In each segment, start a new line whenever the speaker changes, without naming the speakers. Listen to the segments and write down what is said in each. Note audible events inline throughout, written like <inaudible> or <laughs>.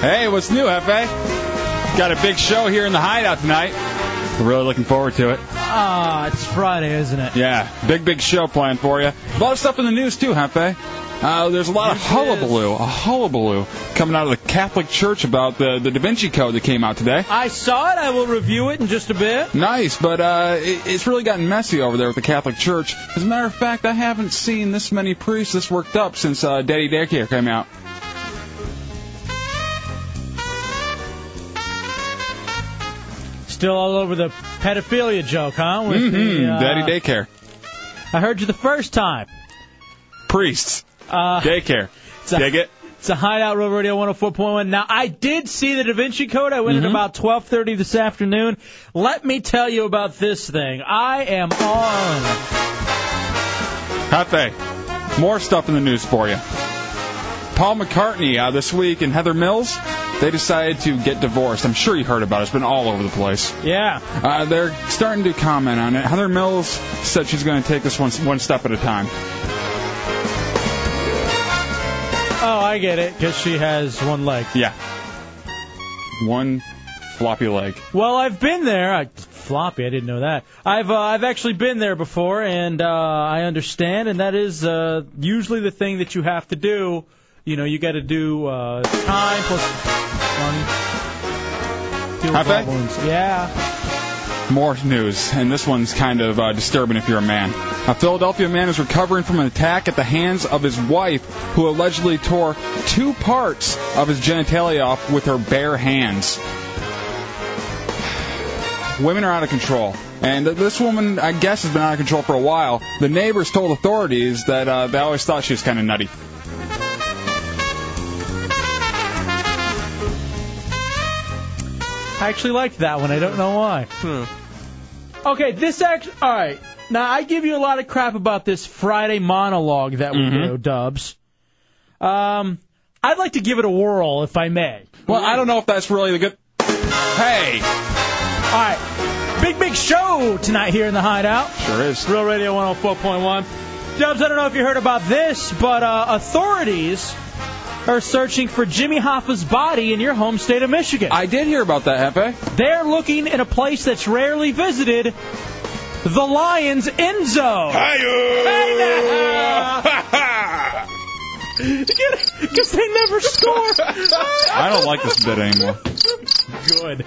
Hey, what's new, FA? Got a big show here in the hideout tonight. We're really looking forward to it.
Ah, it's Friday, isn't it?
Yeah, big, big show planned for you. A lot of stuff in the news, too, Hefe. Uh, there's a lot of hullabaloo, a hullabaloo coming out of the Catholic Church about the, the Da Vinci Code that came out today.
I saw it. I will review it in just a bit.
Nice, but uh, it, it's really gotten messy over there with the Catholic Church. As a matter of fact, I haven't seen this many priests this worked up since uh, Daddy Daycare came out.
Still all over the pedophilia joke, huh? With
Mhm,
the, uh,
Daddy Daycare.
I heard you the first time.
Priests.
Uh,
Daycare. Dig it?
It's a Hideout Road Radio 104.1. Now, I did see the Da Vinci Code. I went
Mm-hmm.
at about 12:30 this afternoon. Let me tell you about this thing. I am on.
Hefe, more stuff in the news for you. Paul McCartney uh, this week and Heather Mills, they decided to get divorced. I'm sure you heard about it. It's been all over the place.
Yeah.
Uh, they're starting to comment on it. Heather Mills said she's going to take this one one step at a time.
Oh, I get it, because she has one leg.
Yeah. One floppy leg.
Well, I've been there. I, floppy, I didn't know that. I've uh, I've actually been there before, and uh, I understand. And that is uh, usually the thing that you have to do. You know, you got to do uh, time plus money. Deal with
High five?
problems. Yeah.
More news, and this one's kind of uh, disturbing if you're a man. A Philadelphia man is recovering from an attack at the hands of his wife, who allegedly tore two parts of his genitalia off with her bare hands. Women are out of control. And th- this woman, I guess, has been out of control for a while. The neighbors told authorities that uh, they always thought she was kind of nutty.
I actually liked that one. I don't know why. Okay, this actually. All right. Now, I give you a lot of crap about this Friday monologue that we do, Dubs. Um, I'd like to give it a whirl, if I may.
Well, I don't know if that's really the good. Hey!
All right. Big, big show tonight here in the Hideout.
Sure is.
Real Radio 104.1. Dubs, I don't know if you heard about this, but uh, authorities are searching for Jimmy Hoffa's body in your home state of Michigan.
I did hear about that, Hefe.
They're looking in a place that's rarely visited, the Lions' end zone. Because they never score.
I don't like this bit anymore.
Good.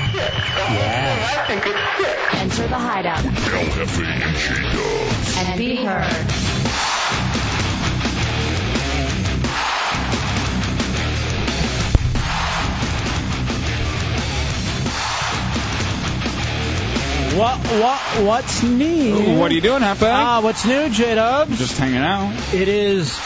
Yeah.
Enter the hideout and be heard.
What what what's new?
What are you doing, Hefe?
Ah, what's new, J Dubs?
Just hanging out.
It is.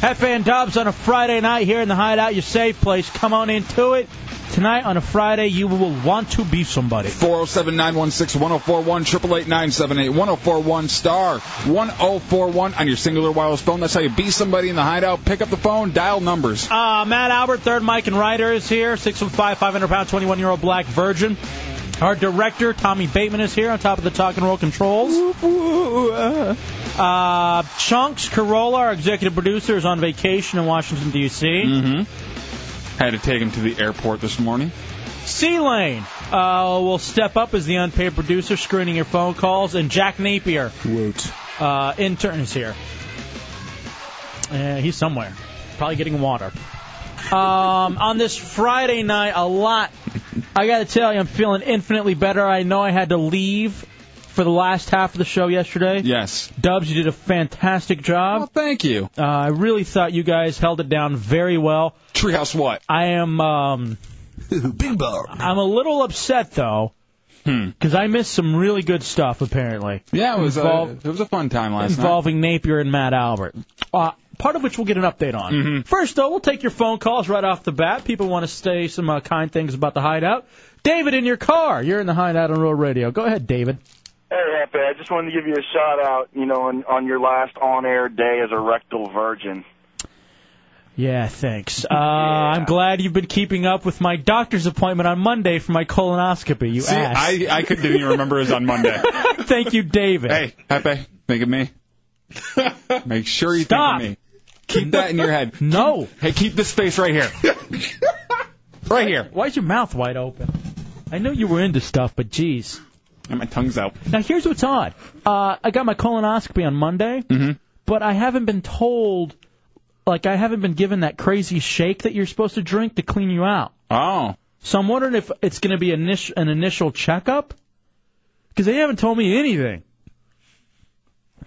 Hefe and Dubs on a Friday night here in the Hideout, your safe place. Come on into it. Tonight on a Friday, you will want to be somebody.
407 916 1041 888 978 1041 star 1041 on your singular wireless phone. That's how you be somebody in the hideout. Pick up the phone, dial numbers.
Uh, Matt Albert, third Mike and Ryder is here. 615, 500 pound, 21 year old black virgin. Our director, Tommy Bateman, is here on top of the talk and roll controls. Uh, Chunks Corolla, our executive producer, is on vacation in Washington, D.C.
Mm-hmm. Had to take him to the airport this morning.
C Lane uh, will step up as the unpaid producer, screening your phone calls, and Jack Napier,
Woot.
uh, intern, is here. Uh, he's somewhere, probably getting water. Um, on this Friday night, a lot. I got to tell you, I'm feeling infinitely better. I know I had to leave for the last half of the show yesterday.
Yes.
Dubs, you did a fantastic
Well,
job.
thank you.
Uh, I really thought you guys held it down very well.
Treehouse what?
I am. Um,
Big bar.
I'm a little upset though Because I missed some really good stuff, apparently.
Hmm. Yeah, it was
Involve-
a, it was a fun time last night.
involving Napier <laughs> and Matt Albert. Uh, part of which we'll get an update on. First, though, we'll take your phone calls right off the bat. People want to say some uh, kind things about the hideout. David, in your car. You're in the hideout on Road Radio. Go ahead, David.
Hey, Happy, I just wanted to give you a shout out, you know, on, on your last on air day as a rectal virgin.
Yeah, thanks. Uh, I'm glad you've been keeping up with my doctor's appointment on Monday for my colonoscopy. You
See,
asked.
I, I couldn't even remember it was on Monday.
<laughs> Thank you, David.
Hey, Pepe, think of <laughs> me. Make sure you
Stop.
think of me. Keep that in your head.
No.
Hey, keep this face right <laughs> here. right here.
Why's your mouth wide open? I know you were into stuff, but geez.
And my tongue's out.
Now here's what's odd. Uh, I got my colonoscopy on Monday,
Mm-hmm.
but I haven't been told, like I haven't been given that crazy shake that you're supposed to drink to clean you out.
Oh.
So I'm wondering if it's going to be init- an initial checkup, because they haven't told me anything.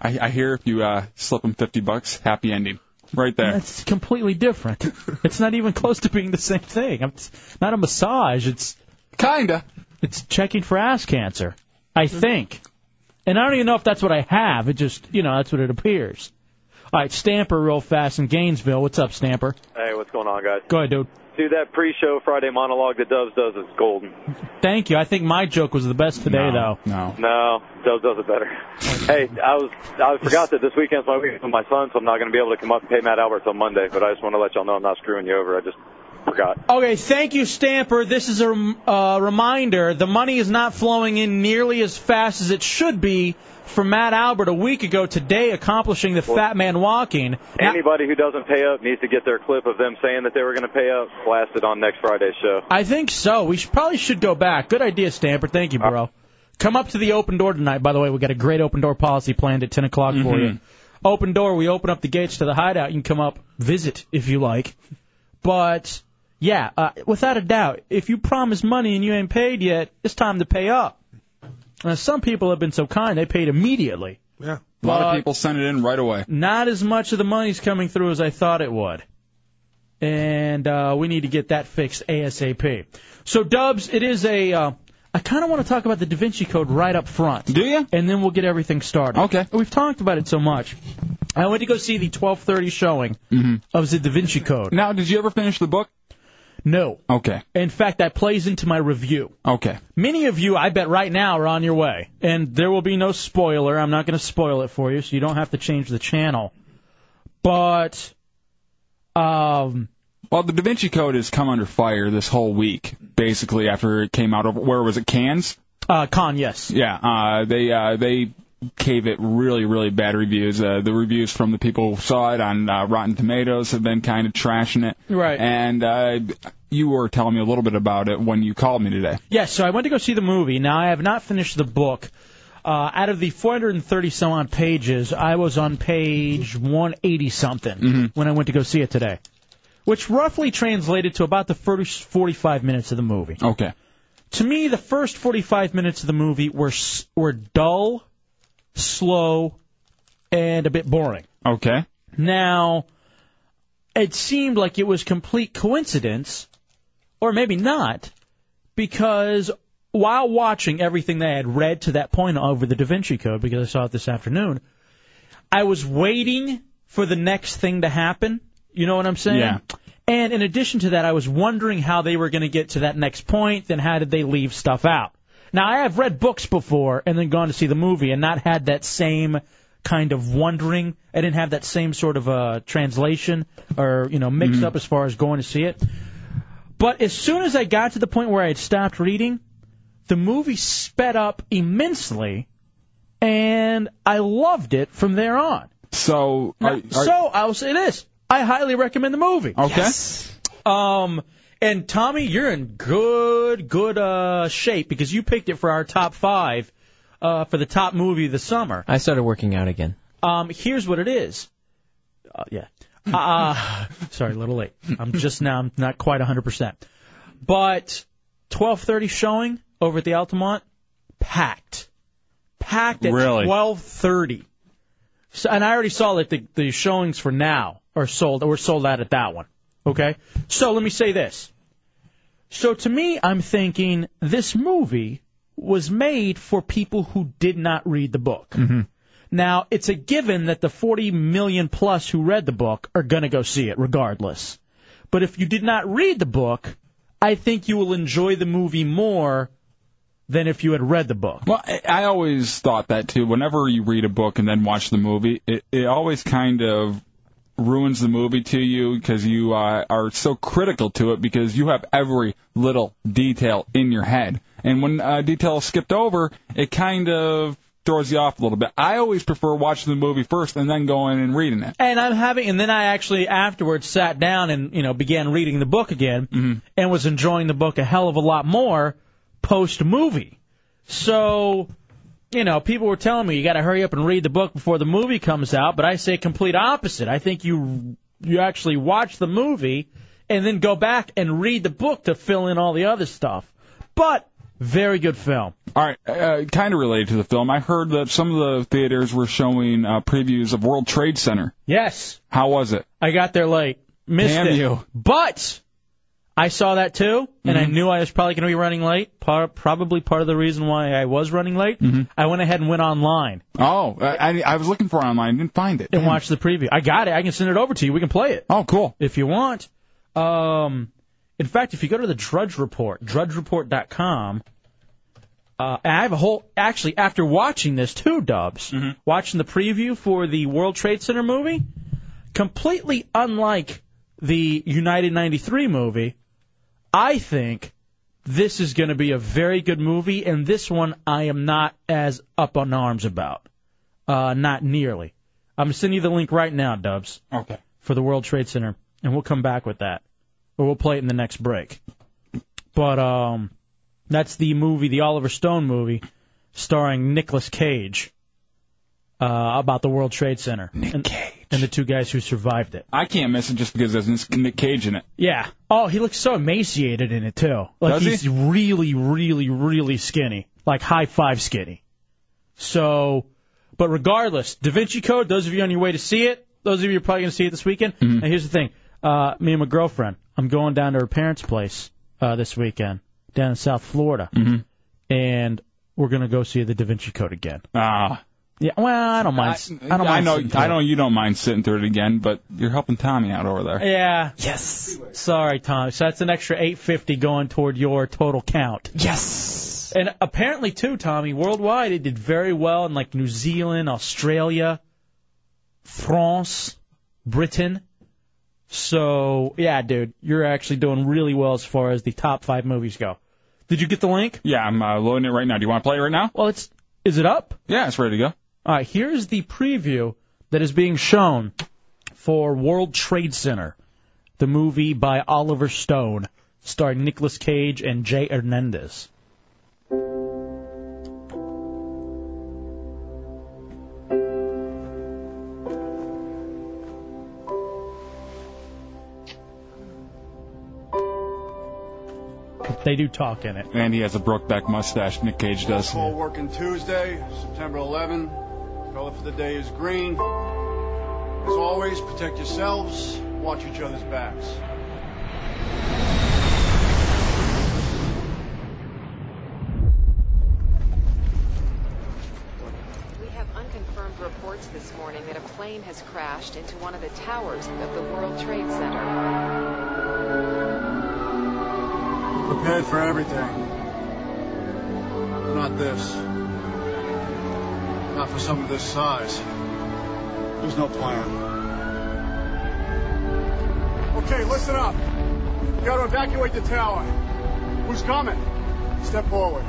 I, I hear if you uh, slip him 50 bucks, happy ending. Right there.
That's completely different. it's not even close to being the same thing. It's not a massage. It's
Kinda.
It's checking for ass cancer, I think. And I don't even know if that's what I have. It just, you know, that's what it appears. All right, Stamper, real fast in Gainesville. What's up, Stamper?
Hey, what's going on, guys?
Go ahead, dude.
Dude, that pre-show Friday monologue that Doves does is golden.
Thank you. I think my joke was the best today,
no,
though.
Oh.
No.
No, Doves does
<laughs>
it better. hey, I was I forgot that this weekend's my weekend with my son, so I'm not going to be able to come up and pay Matt Albert till Monday. But I just want to let y'all know I'm not screwing you over. I just forgot.
Okay, thank you, Stamper. This is a rem- uh, reminder. The money is not flowing in nearly as fast as it should be for Matt Albert a week ago today, accomplishing the fat man walking. Now-
Anybody who doesn't pay up needs to get their clip of them saying that they were going to pay up blasted on next Friday's show.
I think so. We should, probably should go back. Good idea, Stamper. Thank you, bro. Come up to the open door tonight. By the way, we got a great open door policy planned at 10 o'clock for you. Open door, we open up the gates to the hideout. You can come up, visit if you like. But, yeah, uh, without a doubt, if you promise money and you ain't paid yet, it's time to pay up. Now, some people have been so kind, they paid immediately.
Yeah.
A lot
But-
of people send it in right away.
Not as much of the money's coming through as I thought it would. And uh, we need to get that fixed ASAP. So, Dubs, it is a. Uh, I kind of want to talk about the Da Vinci Code right up front.
Do you?
And then we'll get everything started.
Okay.
We've talked about it so much. I went to go see the 12:30 showing
Mm-hmm.
of the Oh, Da Vinci Code.
Now, did you ever finish the book?
No.
Okay.
In fact, that plays into my review.
Okay.
Many of you, I bet, right now are on your way, and there will be no spoiler. I'm not going to spoil it for you, so you don't have to change the channel. But, um,
Well, the Da Vinci Code has come under fire this whole week, basically after it came out of where was it, Cannes?
uh, Con, yes,
Yeah, uh, they uh, they gave it really really bad reviews. Uh, the reviews from the people who saw it on uh, Rotten Tomatoes have been kind of trashing it.
Right.
And uh, you were telling me a little bit about it when you called me today.
<laughs> yes. So I went to go see the movie. Now I have not finished the book. Uh, out of the 430 some odd pages, I was on page 180 something when I went to go see it today, which roughly translated to about the first 45 minutes of the movie.
Okay.
to me, the first 45 minutes of the movie were s- were dull, slow, and a bit boring.
Okay.
Now, it seemed like it was complete coincidence, or maybe not, because while watching everything that I had read to that point over the Da Vinci Code, because I saw it this afternoon, I was waiting for the next thing to happen. You know what I'm saying?
Yeah.
And in addition to that, I was wondering how they were going to get to that next point, then how did they leave stuff out? Now, I have read books before and then gone to see the movie and not had that same kind of wondering. I didn't have that same sort of uh, translation or, you know, mixed up as far as going to see it. But as soon as I got to the point where I had stopped reading, the movie sped up immensely, and I loved it from there on.
So. are- are-
so I will say this: I highly recommend the movie.
Okay.
Um, and Tommy, you're in good, good uh, shape because you picked it for our top five uh, for the top movie of the summer.
I started working out again.
Um, here's what it is. Uh, yeah. Uh, <laughs> sorry, a little late. I'm just now. I'm not quite 100%. But 12:30 showing over at the Altamont, packed, packed at
Really?
12:30. So, and I already saw that the, the showings for now are sold. We're sold out at that one. Okay. So let me say this. So to me, I'm thinking this movie was made for people who did not read the book. Now, it's a given that the 40 million plus who read the book are going to go see it regardless. But if you did not read the book, I think you will enjoy the movie more than if you had read the book.
Well, I- I always thought that too. Whenever you read a book and then watch the movie, it, it always kind of ruins the movie to you because you uh, are so critical to it because you have every little detail in your head. And when uh, detail is skipped over, it kind of throws you off a little bit. I always prefer watching the movie first and then going and reading it.
And I'm having, and then I actually afterwards sat down and you know began reading the book again, and was enjoying the book a hell of a lot more post movie. So, you know, people were telling me you got to hurry up and read the book before the movie comes out, but I say complete opposite. I think you you actually watch the movie and then go back and read the book to fill in all the other stuff. But very good film.
All right, uh, kind of related to the film, I heard that some of the theaters were showing uh, previews of World Trade Center.
Yes.
How was it?
I got there late. Missed
Damn
it.
you. Mm-hmm.
But I saw that too, and I knew I was probably going to be running late. Par- probably part of the reason why I was running late. I went ahead and went online
Mm-hmm. Oh, I, I- I was looking for it online, didn't find it.
and watched the preview. I got it. I can send it over to you. We can play it
Oh, cool.
if you want. Um, in fact, if you go to the Drudge Report, drudgereport.com, uh, and I have a whole. Actually, after watching this too, Dubs,
Mm-hmm.
watching the preview for the World Trade Center movie, completely unlike the United '93 movie, I think this is going to be a very good movie, and this one I am not as up on arms about. Uh, not nearly. I'm sending you the link right now, Dubs
Okay.
for the World Trade Center, and we'll come back with that, or we'll play it in the next break. But um, that's the movie, the Oliver Stone movie, starring Nicolas Cage, uh, about the World Trade Center and, and the two guys who survived it.
I can't miss it just because there's Nick Cage in it.
Yeah. Oh, he looks so emaciated in it too. Like
Does he?
he's really, really, really skinny. Like high five skinny. So, but regardless, Da Vinci Code. Those of you on your way to see it, those of you who are probably going to see it this weekend.
Mm-hmm.
And here's the thing: uh, me and my girlfriend, I'm going down to her parents' place uh, this weekend down in South Florida,
Mm-hmm.
and we're going to go see the Da Vinci Code again.
Ah,
Yeah. Well, I don't mind. I, don't mind.
I know.
sitting through
I
it.
know you don't mind sitting through it again, but you're helping Tommy out over there.
Yeah. Yes. Sorry, Tom. So that's an extra 850 going toward your total count. Yes. And apparently too, Tommy, worldwide it did very well in like New Zealand, Australia, France, Britain. So yeah, dude, you're actually doing really well as far as the top five movies go. Did you get the link?
Yeah, I'm uh, loading it right now. Do you want to play it right now?
Well, it's is it up?
Yeah, it's ready to go.
All right, here's the preview that is being shown for World Trade Center, the movie by Oliver Stone, starring Nicolas Cage and Jay Hernandez. They do talk in it.
And he has a Brokeback mustache. Nick Cage does.
All working Tuesday, September 11. Color for the day is green. As always, protect yourselves. Watch each other's backs.
We have unconfirmed reports this morning that a plane has crashed into one of the towers of the World Trade Center.
Prepared for everything. Not this. Not for something this size. There's no plan. Okay, listen up. You gotta evacuate the tower. Who's coming? Step forward.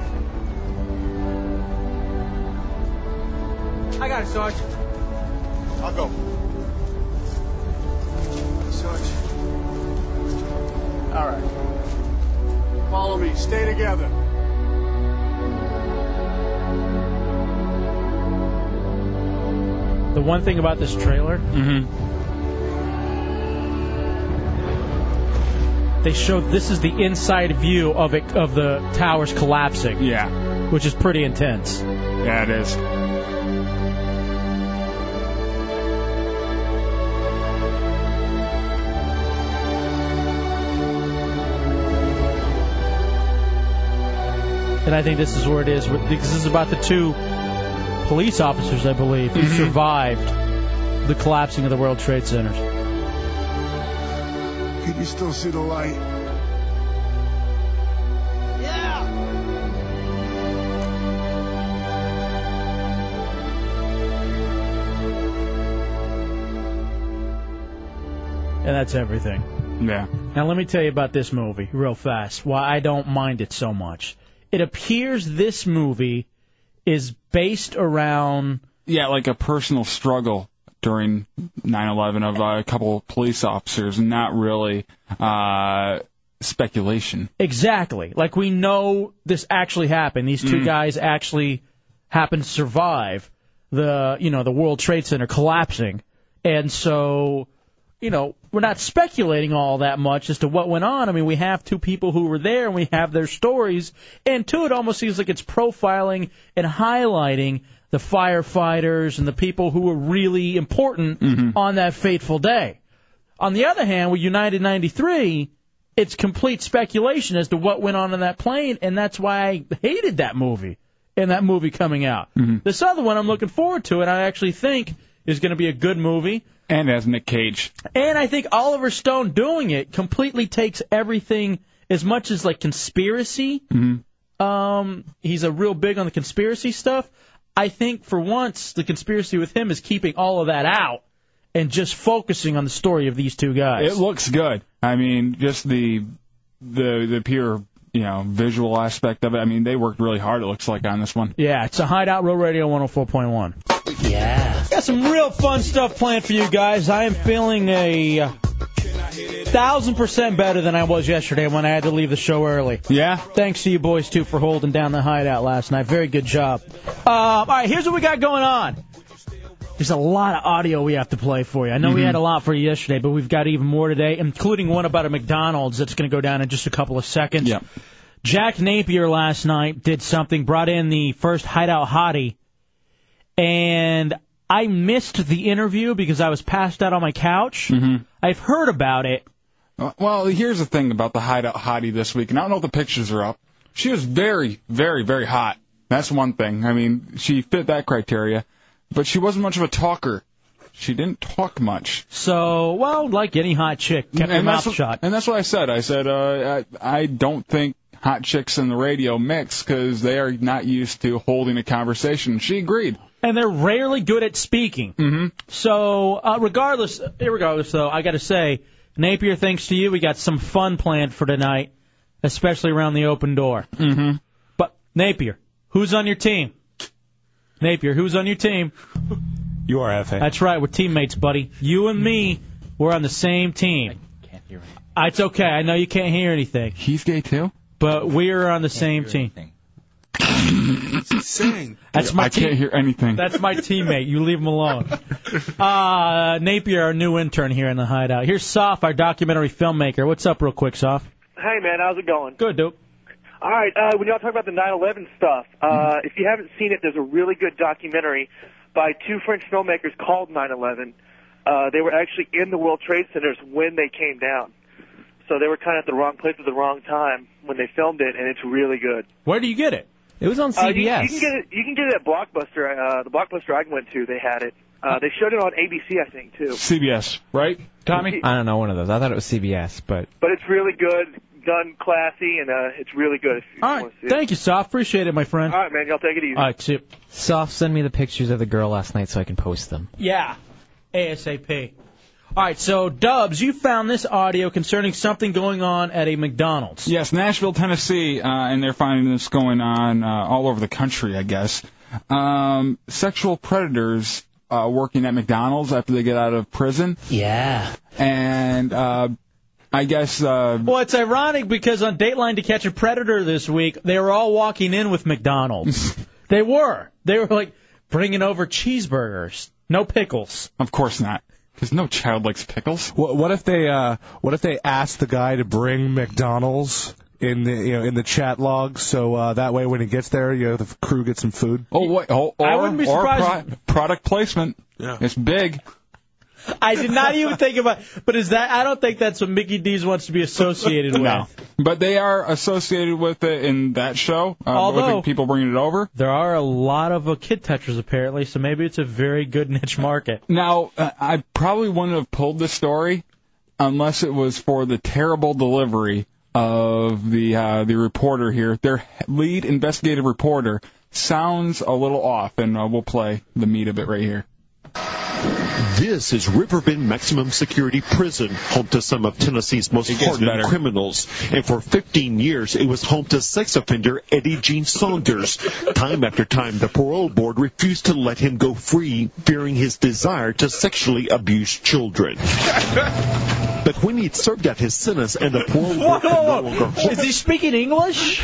I got it, Sarge.
I'll go. Sarge. All right. Follow me. Stay together.
The one thing about this trailer
Mm-hmm.
they show this is the inside view of it of the towers collapsing,
Yeah,
which is pretty intense.
yeah, it is.
And I think this is where it is with- because this is about the two police officers, I believe, who survived the collapsing of the World Trade Centers.
Can you still see the light?
And that's everything.
Yeah.
Now, let me tell you about this movie real fast, why I don't mind it so much. It appears this movie is based around.
Yeah, like a personal struggle during 9/11 of uh, a couple of police officers, not really uh, speculation.
Exactly. Like, we know this actually happened. These two guys actually happened to survive the, you know, the World Trade Center collapsing. And so, you know, we're not speculating all that much as to what went on. I mean, we have two people who were there and we have their stories. And two, it almost seems like it's profiling and highlighting the firefighters and the people who were really important on that fateful day. On the other hand, with United 93, it's complete speculation as to what went on in that plane, and that's why I hated that movie and that movie coming out.
Mm-hmm.
This other one I'm looking forward to, and I actually think is going to be a good movie.
And as Nick Cage.
And I think Oliver Stone doing it completely takes everything as much as like conspiracy.
Mm-hmm.
Um, he's a real big on the conspiracy stuff. I think for once the conspiracy with him is keeping all of that out and just focusing on the story of these two guys.
It looks good. I mean, just the the the pure you know visual aspect of it. I mean, they worked really hard. It looks like on this one.
Yeah, it's a Hideout Row Radio 104.1. Yeah. Got some real fun stuff planned for you guys. I am feeling a thousand percent better than I was yesterday when I had to leave the show early.
Yeah.
Thanks to you boys too for holding down the Hideout last night. Very good job. Uh, all right, here's what we got going on. There's a lot of audio we have to play for you. I know we
Mm-hmm.
Mhm.
had a lot for you yesterday, but we've got even more today, including one about a McDonald's that's going to go down in just a couple of seconds. Jack Napier last night did something, brought in the first hideout hottie, and I missed the interview because I was passed out on my couch. Mm-hmm. I've heard about it.
Uh, Well, here's the thing about the hideout hottie this week, and I don't know if the pictures are up. She was very, very, very hot. That's one thing. I mean, she fit that criteria, but she wasn't much of a talker. She didn't talk much.
So, well, like any hot chick, kept her
and that's
mouth
what,
shut.
And that's what I said. I said uh, I, I don't think hot chicks in the radio mix because they are not used to holding a conversation. She agreed.
And they're rarely good at speaking.
Mm-hmm.
So, uh, regardless, regardless though, I got to say, Napier, thanks to you, we got some fun planned for tonight, especially around the open door.
Mm-hmm.
But Napier, who's on your team? Napier, who's on your team?
You are FA.
That's right, we're teammates, buddy. You and me, we're on the same team. I can't hear anything. It's okay. I know you can't hear anything.
He's gay too.
But we're on the same team.
Saying
That's my
I can't
team-
hear anything.
That's my teammate. You leave him alone. Uh, Napier, our new intern here in the hideout. Here's Soph, our documentary filmmaker. What's up, real quick, Soph?
Hey man, how's it going?
Good, dude.
All right, uh, when y'all talk about the 9/11 stuff, uh,
Mm-hmm.
if you haven't seen it, there's a really good documentary by two French filmmakers called 9/11. Uh, they were actually in the World Trade Centers when they came down, so they were kind of at the wrong place at the wrong time when they filmed it, and it's really good.
Where do you get it? It was on
Uh, you, you can get it. You can get it at Blockbuster. Uh, the Blockbuster I went to, they had it. Uh, they showed it on ABC, I think, too.
CBS, right,
Tommy?
I don't know one of those. I thought it was CBS, but
But it's really good, done classy, and uh, it's really good. If you
All right, thank you, Soph. Appreciate it, my friend.
All
Uh,
right, man, y'all take it easy.
All right, see.
Soft, send me the pictures of the girl last night so I can post them.
Yeah, ASAP. All right, so Dubs, you found this audio concerning something going on at a McDonald's.
Yes, Nashville, Tennessee, uh, and they're finding this going on uh, all over the country, I guess. Um, sexual predators uh, working at McDonald's after they get out of prison.
Yeah.
And uh, I guess uh,
Well, it's ironic because on Dateline to Catch a Predator this week, they were all walking in
<laughs>
with McDonald's. they were. They were like bringing over cheeseburgers, no pickles.
Of course not, because no child likes pickles.
What, what if they uh, what if they asked the guy to bring McDonald's in the you know in the chat log so uh, that way when he gets there you know the crew gets some food.
Oh, wait, oh, or,
I wouldn't be
or
surprised-
pro- product placement. Yeah. It's big.
I did not even think about. But is that? I don't think that's what Mickey D's wants to be associated with.
<laughs> No. But they are associated with it in that show. Uh,
Although-
with the people bringing it over.
There are a lot of uh, kid touchers apparently, so maybe it's a very good niche market.
Now, uh, I probably wouldn't have pulled this story unless it was for the terrible delivery of the uh, the reporter here. Their lead investigative reporter sounds a little off, and uh, we'll play the meat of it right here.
This is Riverbend Maximum Security Prison, home to some of Tennessee's most hardened criminals. And for 15 years, it was home to sex offender Eddie Gene Saunders. time after time, the parole board refused to let him go free, fearing his desire to sexually abuse children. But when he'd served out his sentence and the parole board could no longer hold
Is he speaking English?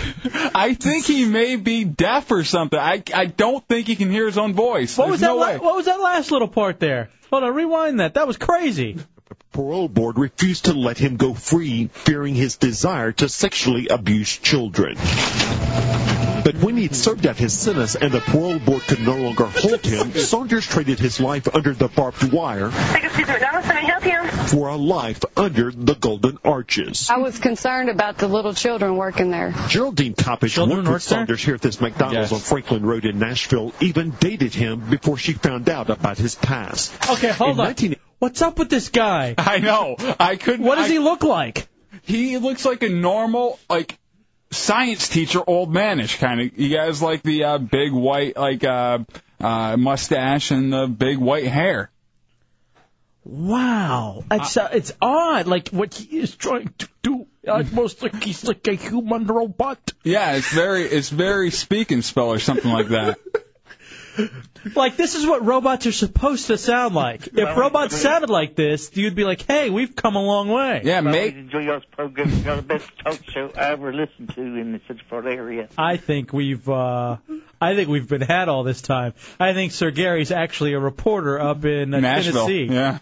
I think he may be deaf or something. I, I don't think he can hear his own voice.
What was
There's
that?
no
la-
way.
what was that last little part there? Hold on, rewind that. That was crazy.
parole board refused to let him go free, fearing his desire to sexually abuse children. But when he'd served out his sentence and the parole board could no longer hold
<laughs>
him, Saunders traded his life under the barbed wire for a life under the golden arches.
I was concerned about the little children working there.
Geraldine Coppish worked with Saunders here at this McDonald's on Franklin Road in Nashville, even dated him before she found out about his past.
Okay, hold on. What's up with this guy?
I know. I couldn't.
What does
I-
he look like?
He looks like a normal, like science teacher, old manish kind of. He has like the uh, big white, like uh, uh, mustache and the big white hair.
Wow, it's uh, it's odd. Like what he is trying to do, almost like he's like a human robot.
Yeah, it's very, it's very speak and spell or something like that.
Like this is what robots are supposed to
<laughs>
sound like. If robots sounded like this, you'd be like, "Hey, we've come a long way."
Yeah,
Enjoy y'all's program. Y'all the best talk show I ever listened to in the Central area.
I think we've uh, I think we've been had all this time. I think Sir Gary's actually a reporter up in uh, Tennessee.
Yeah.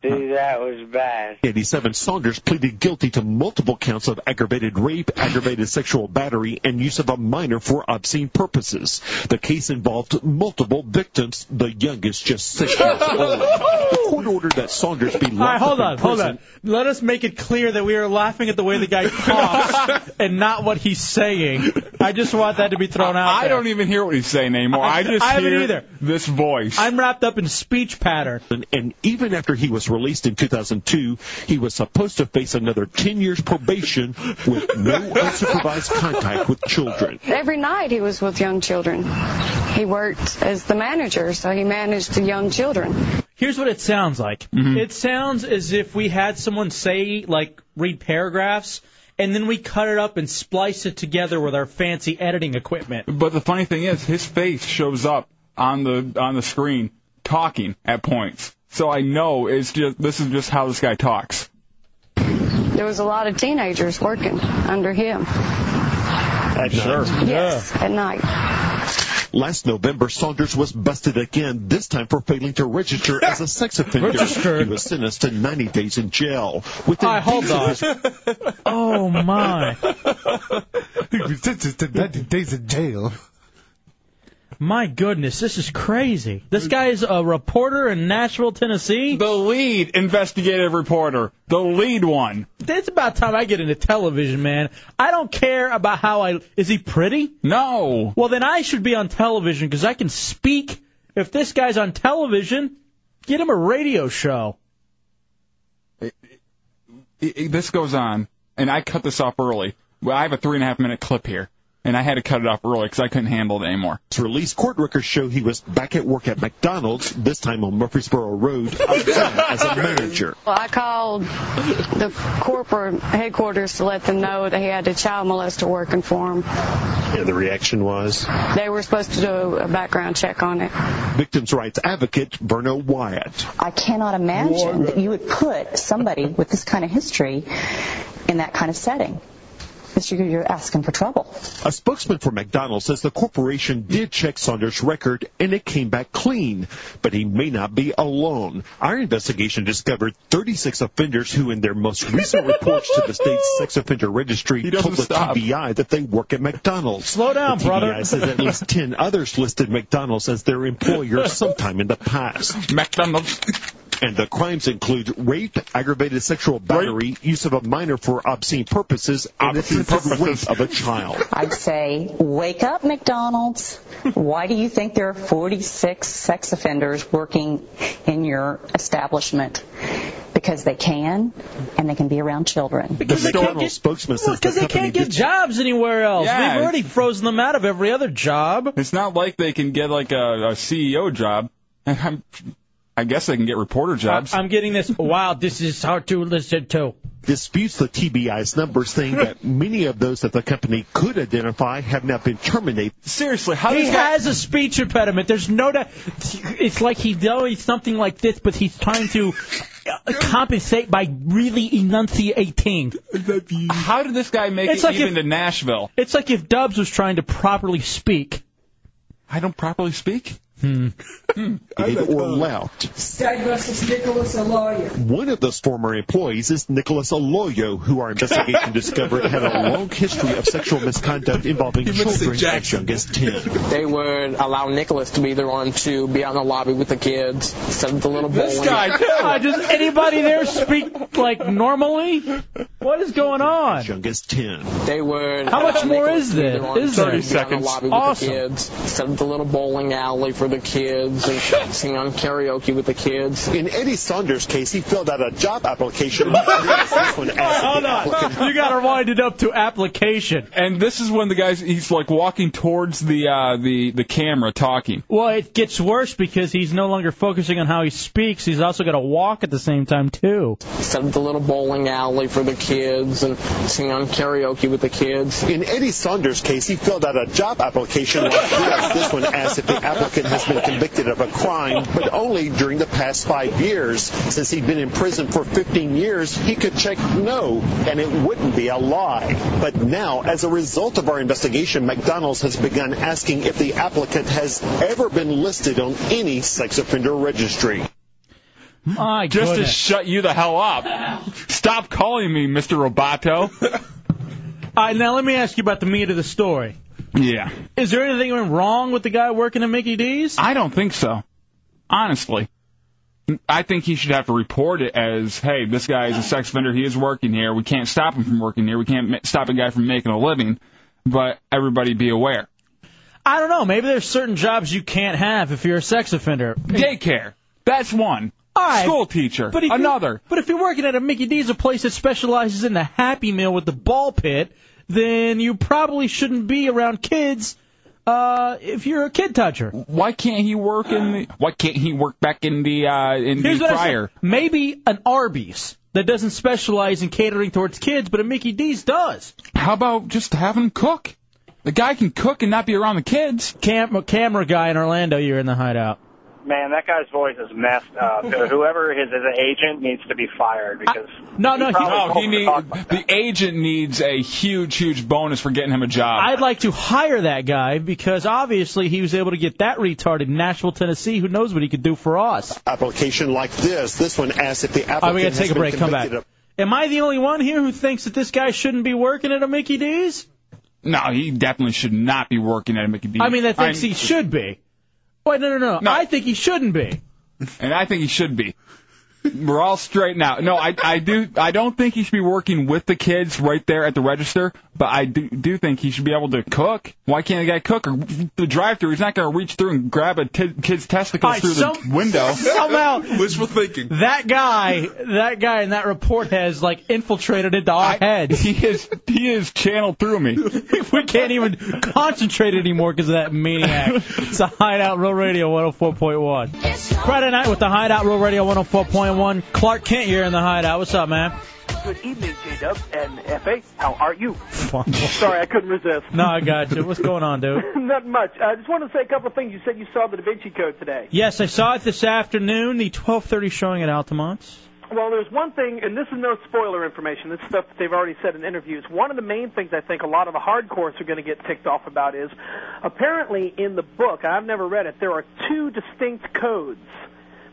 Dude, that was bad.
87, Saunders pleaded guilty to multiple counts of aggravated rape, aggravated sexual battery, and use of a minor for obscene purposes. The case involved multiple victims, the youngest just six
<laughs>
years old. The court ordered that Saunders be
All right,
locked
hold
up
on,
in
hold
prison
on. Let us make it clear that we are laughing at the way the
<laughs>
guy coughs and not what he's saying. I just want that to be thrown out.
<laughs> I
there.
don't even hear what he's saying anymore. <laughs> I, just
I haven't
hear
either.
this voice.
I'm wrapped up in speech pattern.
And, and even after he was released in 2002, he was supposed to face another 10 years probation with no unsupervised contact with children.
Every night he was with young children. He worked as the manager, so he managed the young children.
Here's what it sounds like.
Mm-hmm.
It sounds as if we had someone say, like, read paragraphs, and then we cut it up and splice it together with our fancy editing equipment.
But the funny thing is, his face shows up on the on the screen talking at points. So I know it's just this is just how this guy talks.
There was a lot of teenagers working under him.
At
Yes, at night.
Last November, Saunders was busted again, this time for failing to register as a
<laughs>
sex offender.
Register.
He was sentenced to 90 days in jail. Within
I hold
days of
on.
his-
<laughs> Oh, my.
He was sentenced to 90 days in jail.
My goodness, this is crazy. This guy is a reporter in Nashville, Tennessee.
The lead investigative reporter, the lead one.
It's about time I get into television, man. I don't care about how I. Is he pretty?
No.
Well, then I should be on television because I can speak. If this guy's on television, get him a radio show.
I- I- This goes on, and I cut this off early. Well, I have a three and a half minute clip here, and I had to cut it off early because I couldn't handle it anymore.
His release court records show he was back at work at McDonald's, this time on Murfreesboro Road, <laughs> again as a manager.
Well, I called the corporate headquarters to let them know that he had a child molester working for him.
And the reaction was?
They were supposed to do a background check on it.
Victims' rights advocate Berno Wyatt.
I cannot imagine that you would put somebody with this kind of history in that kind of setting. It's- You're you're asking for trouble.
A spokesman for McDonald's says the corporation did check Saunders' record and it came back clean, but he may not be alone. Our investigation discovered 36 offenders who, in their most recent reports to the state's sex offender registry, told the TBI that they work at McDonald's. Slow
down,
the TBI
brother.
says at least 10 others listed McDonald's as their employer sometime in the past.
McDonald's.
and the crimes include rape, aggravated sexual battery, use of a minor for obscene purposes, and attempted rape of a child.
I'd say, wake up, McDonald's. Why do you think there are 46 sex offenders working in your establishment? Because they can, and they can be around children.
Because
the McDonald's spokesman says the
Because they
company
can't get
did-
jobs anywhere else.
Yeah.
We've already frozen them out of every other job.
It's not like they can get like a, a CEO job. I'm, I guess they can get reporter jobs.
I'm getting this. Wow, this is hard to listen to.
disputes the TBI's numbers, saying that many of those that the company could identify have not been terminated.
Seriously,
he has a speech impediment. There's no doubt. It's like he knows something like this, but he's trying to uh, compensate by really enunciating.
How did this guy make
Uh, It's
it
like
even to
if-
Nashville?
It's like if Dubs was trying to properly speak.
I don't properly speak.
Hmm.
or left.
Diagnosis Nicholas Aloya.
One of those former employees is Nicholas Aloyo, who our investigation discovered had a long history of sexual misconduct involving children as young as 10.
They would allow Nicholas to be the one to be out in the lobby with the kids, instead of the little boy.
Uh, does anybody there speak like normally? What is going on?
Young as 10.
They would.
How much more is
there?
there?
Is
Is there?
The lobby with
Awesome.
the kids, instead of the little bowling alley for the kids, and sing on karaoke with the kids.
In Eddie Saunders' case, he filled out a job application. Hold
<laughs> Hold on. You got to wind it up to application.
And this is when the guys he's like walking towards the uh, the the camera talking.
Well, it gets worse because he's no longer focusing on how he speaks. He's also got to walk at the same time too.
Instead of the little bowling alley for the kids, and sing on karaoke with the kids.
In Eddie Saunders' case, he filled out a job application like this. This one asks if the applicant has been convicted of a crime, but only during the past five years. Since he'd been in prison for 15 years, he could check no, and it wouldn't be a lie. But now, as a result of our investigation, McDonald's has begun asking if the applicant has ever been listed on any sex offender registry.
My
Just
goodness.
to shut you the hell up. Stop calling me Mr.
<laughs>
Roboto.
All right, Uh, now let me ask you about the meat of the story.
yeah.
Is there anything wrong with the guy working at Mickey D's?
I don't think so. Honestly. I think he should have to report it as, hey, this guy is a sex offender. He is working here. We can't stop him from working here. We can't ma- stop a guy from making a living. But everybody be aware.
I don't know. Maybe there's certain jobs you can't have if you're a sex offender.
Daycare. That's one. School teacher.
But if you-
Another.
But if you're working at a Mickey D's, a place that specializes in the Happy Meal with the ball pit, then you probably shouldn't be around kids uh, if you're a kid toucher.
Why can't he work in the? Why can't he work back in the uh, in
Here's
the
what I say.
fryer?
Maybe an Arby's that doesn't specialize in catering towards kids, but a Mickey D's does.
How about just have him cook? The guy can cook and not be around the kids.
Cam- camera guy in Orlando, you're in the hideout.
Man, that guy's voice is messed
<laughs>
up. Whoever is his agent needs to be fired because
No, no, he,
No, he need, the agent needs a huge, huge bonus for getting him a job.
I'd like to hire that guy because obviously he was able to get that retard in Nashville, Tennessee. Who knows what he could do for us?
Application like this. This one asks if the applicant
All right, we gotta
has
take a
been
break. Come
convicted
back.
of
Am I the only one here who thinks that this guy shouldn't be working at a Mickey D's?
No, he definitely should not be working at a Mickey D's.
I mean, that thinks
I'm-
he should be. Wait, no, no, no, I think he shouldn't be.
and I think he should be. We're all straight now. No, I, I do. I don't think he should be working with the kids right there at the register. But I do, do think he should be able to cook. Why can't the guy cook? Or the drive-through, he's not going to reach through and grab a t- kid's testicles
All right,
through
some-
the
<laughs>
window.
somehow-
<laughs> wishful thinking.
That guy, that guy in that report has like infiltrated into our heads.
He is, he is channeled through me.
<laughs> we can't even concentrate anymore because of that maniac. It's a Hideout Real Radio 104.1. Friday night with the Hideout Real Radio 104.1. Clark Kent here in the Hideout. What's up, man?
Good evening, J Dub and FA. How are you?
Sorry,
I couldn't resist. <laughs>
No, I got you. What's going on, dude?
Not much. I just wanted to say a couple of things. You said you saw the Da Vinci Code today.
Yes, I saw it this afternoon. The 12:30 showing at Altamont.
Well, there's one thing, and this is no spoiler information. This is stuff that they've already said in interviews. One of the main things I think a lot of the hardcores are going to get ticked off about is apparently in the book, and I've never read it, there are two distinct codes,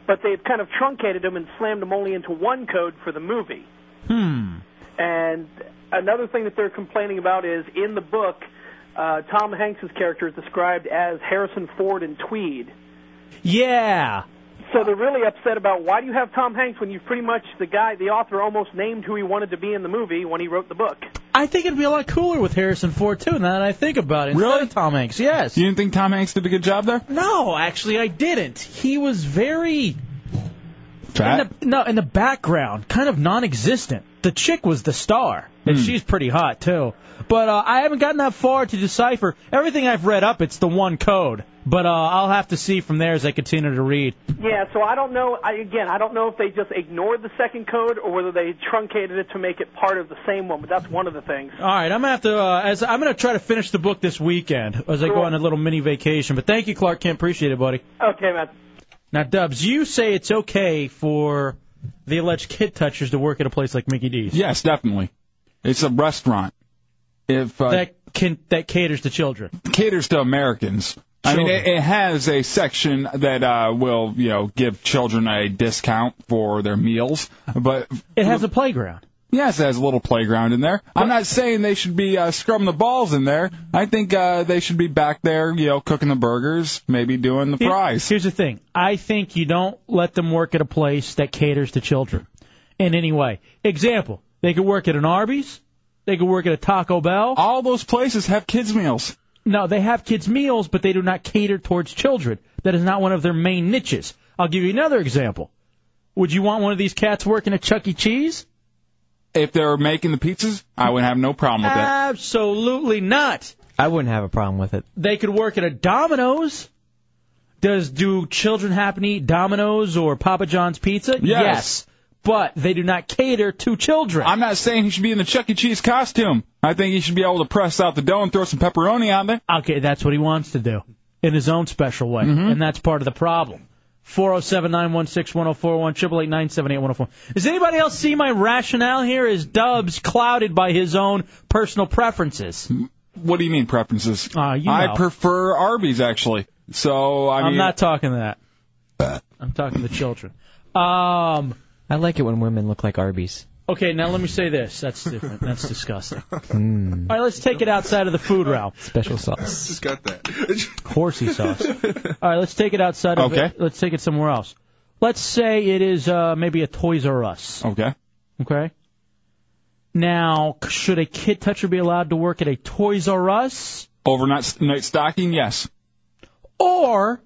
but they've kind of truncated them and slammed them only into one code for the movie.
Hmm.
And another thing that they're complaining about is in the book, uh, Tom Hanks' character is described as Harrison Ford in tweed.
Yeah.
So they're really upset about why do you have Tom Hanks when you pretty much the guy, the author, almost named who he wanted to be in the movie when he wrote the book.
I think it'd be a lot cooler with Harrison Ford too. Now that I think about it, really? instead of Tom Hanks, yes. You
didn't think Tom Hanks did a good job there?
No, actually, I didn't. He was very
Fat?
In the, no in the background, kind of non-existent. The chick was the star,
Hmm.
and she's pretty hot too. But uh, I haven't gotten that far to decipher everything I've read up. It's the one code, but uh, I'll have to see from there as I continue to read.
Yeah, so I don't know. I, again, I don't know if they just ignored the second code or whether they truncated it to make it part of the same one. But that's one of the things.
All right, I'm gonna have to. Uh, as I'm gonna try to finish the book this weekend as I go on a little mini vacation. But thank you, Clark Kent. Appreciate it, buddy.
Okay, man.
Now, Dubs, you say it's okay for the alleged kid touchers to work at a place like Mickey D's.
Yes, definitely. It's a restaurant. If uh,
That can that caters to children.
caters to Americans. I mean, it, it has a section that uh, will, you know, give children a discount for their meals, but
it has a playground.
Yes, it has a little playground in there. I'm not saying they should be uh, scrubbing the balls in there. I think uh, they should be back there, you know, cooking the burgers, maybe doing the
Here-
fries.
Here's the thing. I think you don't let them work at a place that caters to children in any way. Example, they could work at an Arby's. They could work at a Taco Bell.
All those places have kids' meals.
No, they have kids' meals, but they do not cater towards children. That is not one of their main niches. I'll give you another example. Would you want one of these cats working at Chuck E. Cheese?
If they're making the pizzas, I would have no problem with
Uh,
that.
Absolutely not.
I wouldn't have a problem with it.
They could work at a Domino's. Does do children happen to eat Domino's or Papa John's pizza?
Yes.
But they do not cater to children.
I'm not saying he should be in the Chuck E. Cheese costume. I think he should be able to press out the dough and throw some pepperoni on there.
Okay, that's what he wants to do in his own special way, and that's part of the problem. Four zero seven nine one six one zero four one triple eight nine seven eight one zero four. Does anybody else see my rationale here? Is Dubs clouded by his own personal preferences?
What do you mean preferences?
Uh, you know.
I prefer Arby's actually. So I
I'm
mean,
not talking that. I'm talking to children. Um.
I like it when women look like Arby's.
Okay, now let me say this. That's different.
<laughs>
That's disgusting.
Hmm.
All right, let's take it outside of the food realm.
Special sauce.
Just got that. <laughs> Horsey sauce. All right, let's take it outside of
Okay.
it. Let's take it somewhere else. Let's say it is uh, maybe a Toys R Us.
Okay.
Okay. Now, c- should a kid toucher be allowed to work at a Toys R Us,
overnight night stocking. Yes.
or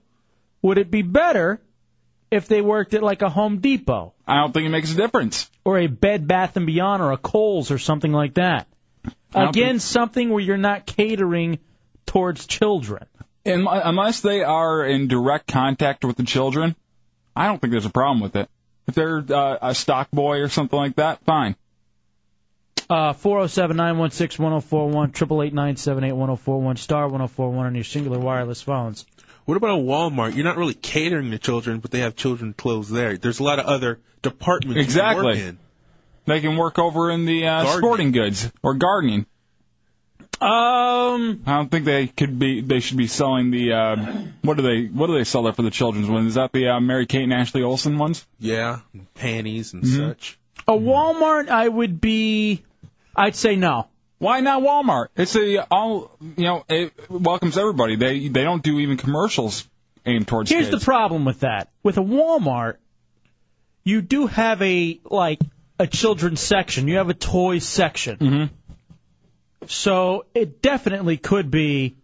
would it be better if they worked at like a Home Depot
I don't think it makes a difference.
or a Bed Bath and Beyond or a Kohl's or something like that?
I don't
Again, something where you're not catering towards children.
In, unless they are in direct contact with the children, I don't think there's a problem with it. If they're uh, a stock boy or something like that, fine.
Uh, 407-916-1041, 888-978-1041, star 1041 on your singular wireless phones.
What about a Walmart? You're not really catering to children, but they have children clothes there. There's a lot of other departments you can work
Exactly.
in.
They can work over in the uh,
Gardening.
sporting goods or gardening.
Um,
I don't think they could be. They should be selling the. Uh, what do they? What do they sell there for the children's ones? Is that the uh, Mary Kate and Ashley Olsen ones? Mm-hmm.
Yeah, and panties and such.
A Walmart, I would be, I'd say no.
Why not Walmart? It's a all. You know, it welcomes everybody. They they don't do even commercials aimed towards
Here's
kids.
the problem with that. With a Walmart, you do have a, like, a children's section. You have a toy section.
Mm-hmm.
So it definitely could be,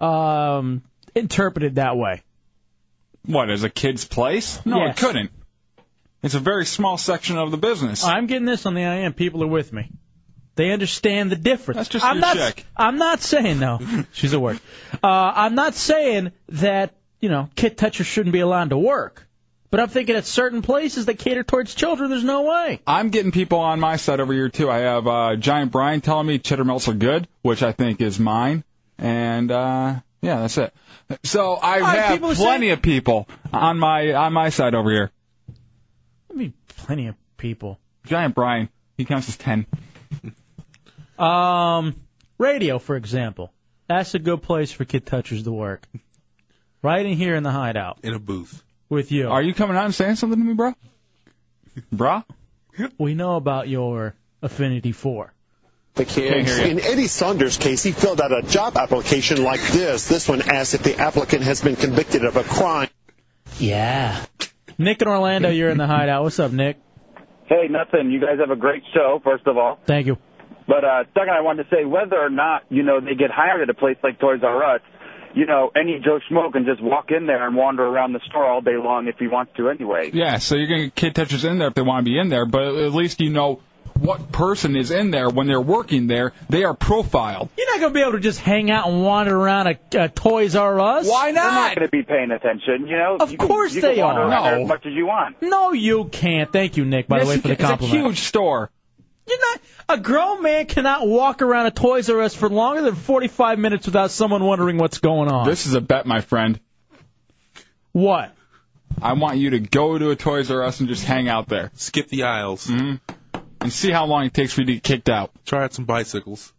um, interpreted that way.
What is a kid's place? No,
Yes.
it couldn't. It's a very small section of the business.
I'm getting this on the IM. People are with me. They understand the difference.
That's just
I'm
your
not,
chick.
I'm not
<laughs>
saying no. She's at work. Uh, I'm not saying that you know kid touchers shouldn't be allowed to work, but I'm thinking at certain places that cater towards children, there's no way.
I'm getting people on my side over here too. I have uh, Giant Brian telling me cheddar melts are good, which I think is mine, and uh, yeah, that's it. So I
All right,
have
people are
plenty of people on my on my side over here.
I mean, plenty of people.
Giant Brian, he counts as ten.
<laughs> Um, radio, for example, that's a good place for kid touchers to work. Right in here in the hideout.
In a booth.
With you.
Are you coming out and saying something to me, bro? Bruh?
We know about your affinity for.
The
In Eddie Saunders' case, he filled out a job application like this. This one asks if the applicant has been convicted of a crime.
Yeah. Nick in Orlando, you're in the hideout. What's up, Nick?
Hey, nothing. You guys have a great show, first of all.
Thank you.
But uh, second, I wanted to say whether or not you know they get hired at a place like Toys R Us, you know any Joe Schmo can just walk in there and wander around the store all day long if he wants to anyway.
Yeah, so you're gonna get kid touchers in there if they want to be in there, but at least you know what person is in there when they're working there. They are profiled.
You're not gonna be able to just hang out and wander around a, a Toys R Us.
Why
They're not going to be paying attention, you know.
Of
you can,
course
you can
they
wander
are.
around there
No.
as much as you want.
No, you can't. Thank you, Nick. By
Yes,
the way,
you
for the
can. It's a
compliment.
huge store.
You're not. A grown man cannot walk around a Toys R Us for longer than 45 minutes without someone wondering what's going on.
This is a bet, my friend.
What?
I want you to go to a Toys R Us and just hang out there. Skip the aisles. hmm And see how long it takes for you to get kicked out. Try out some bicycles.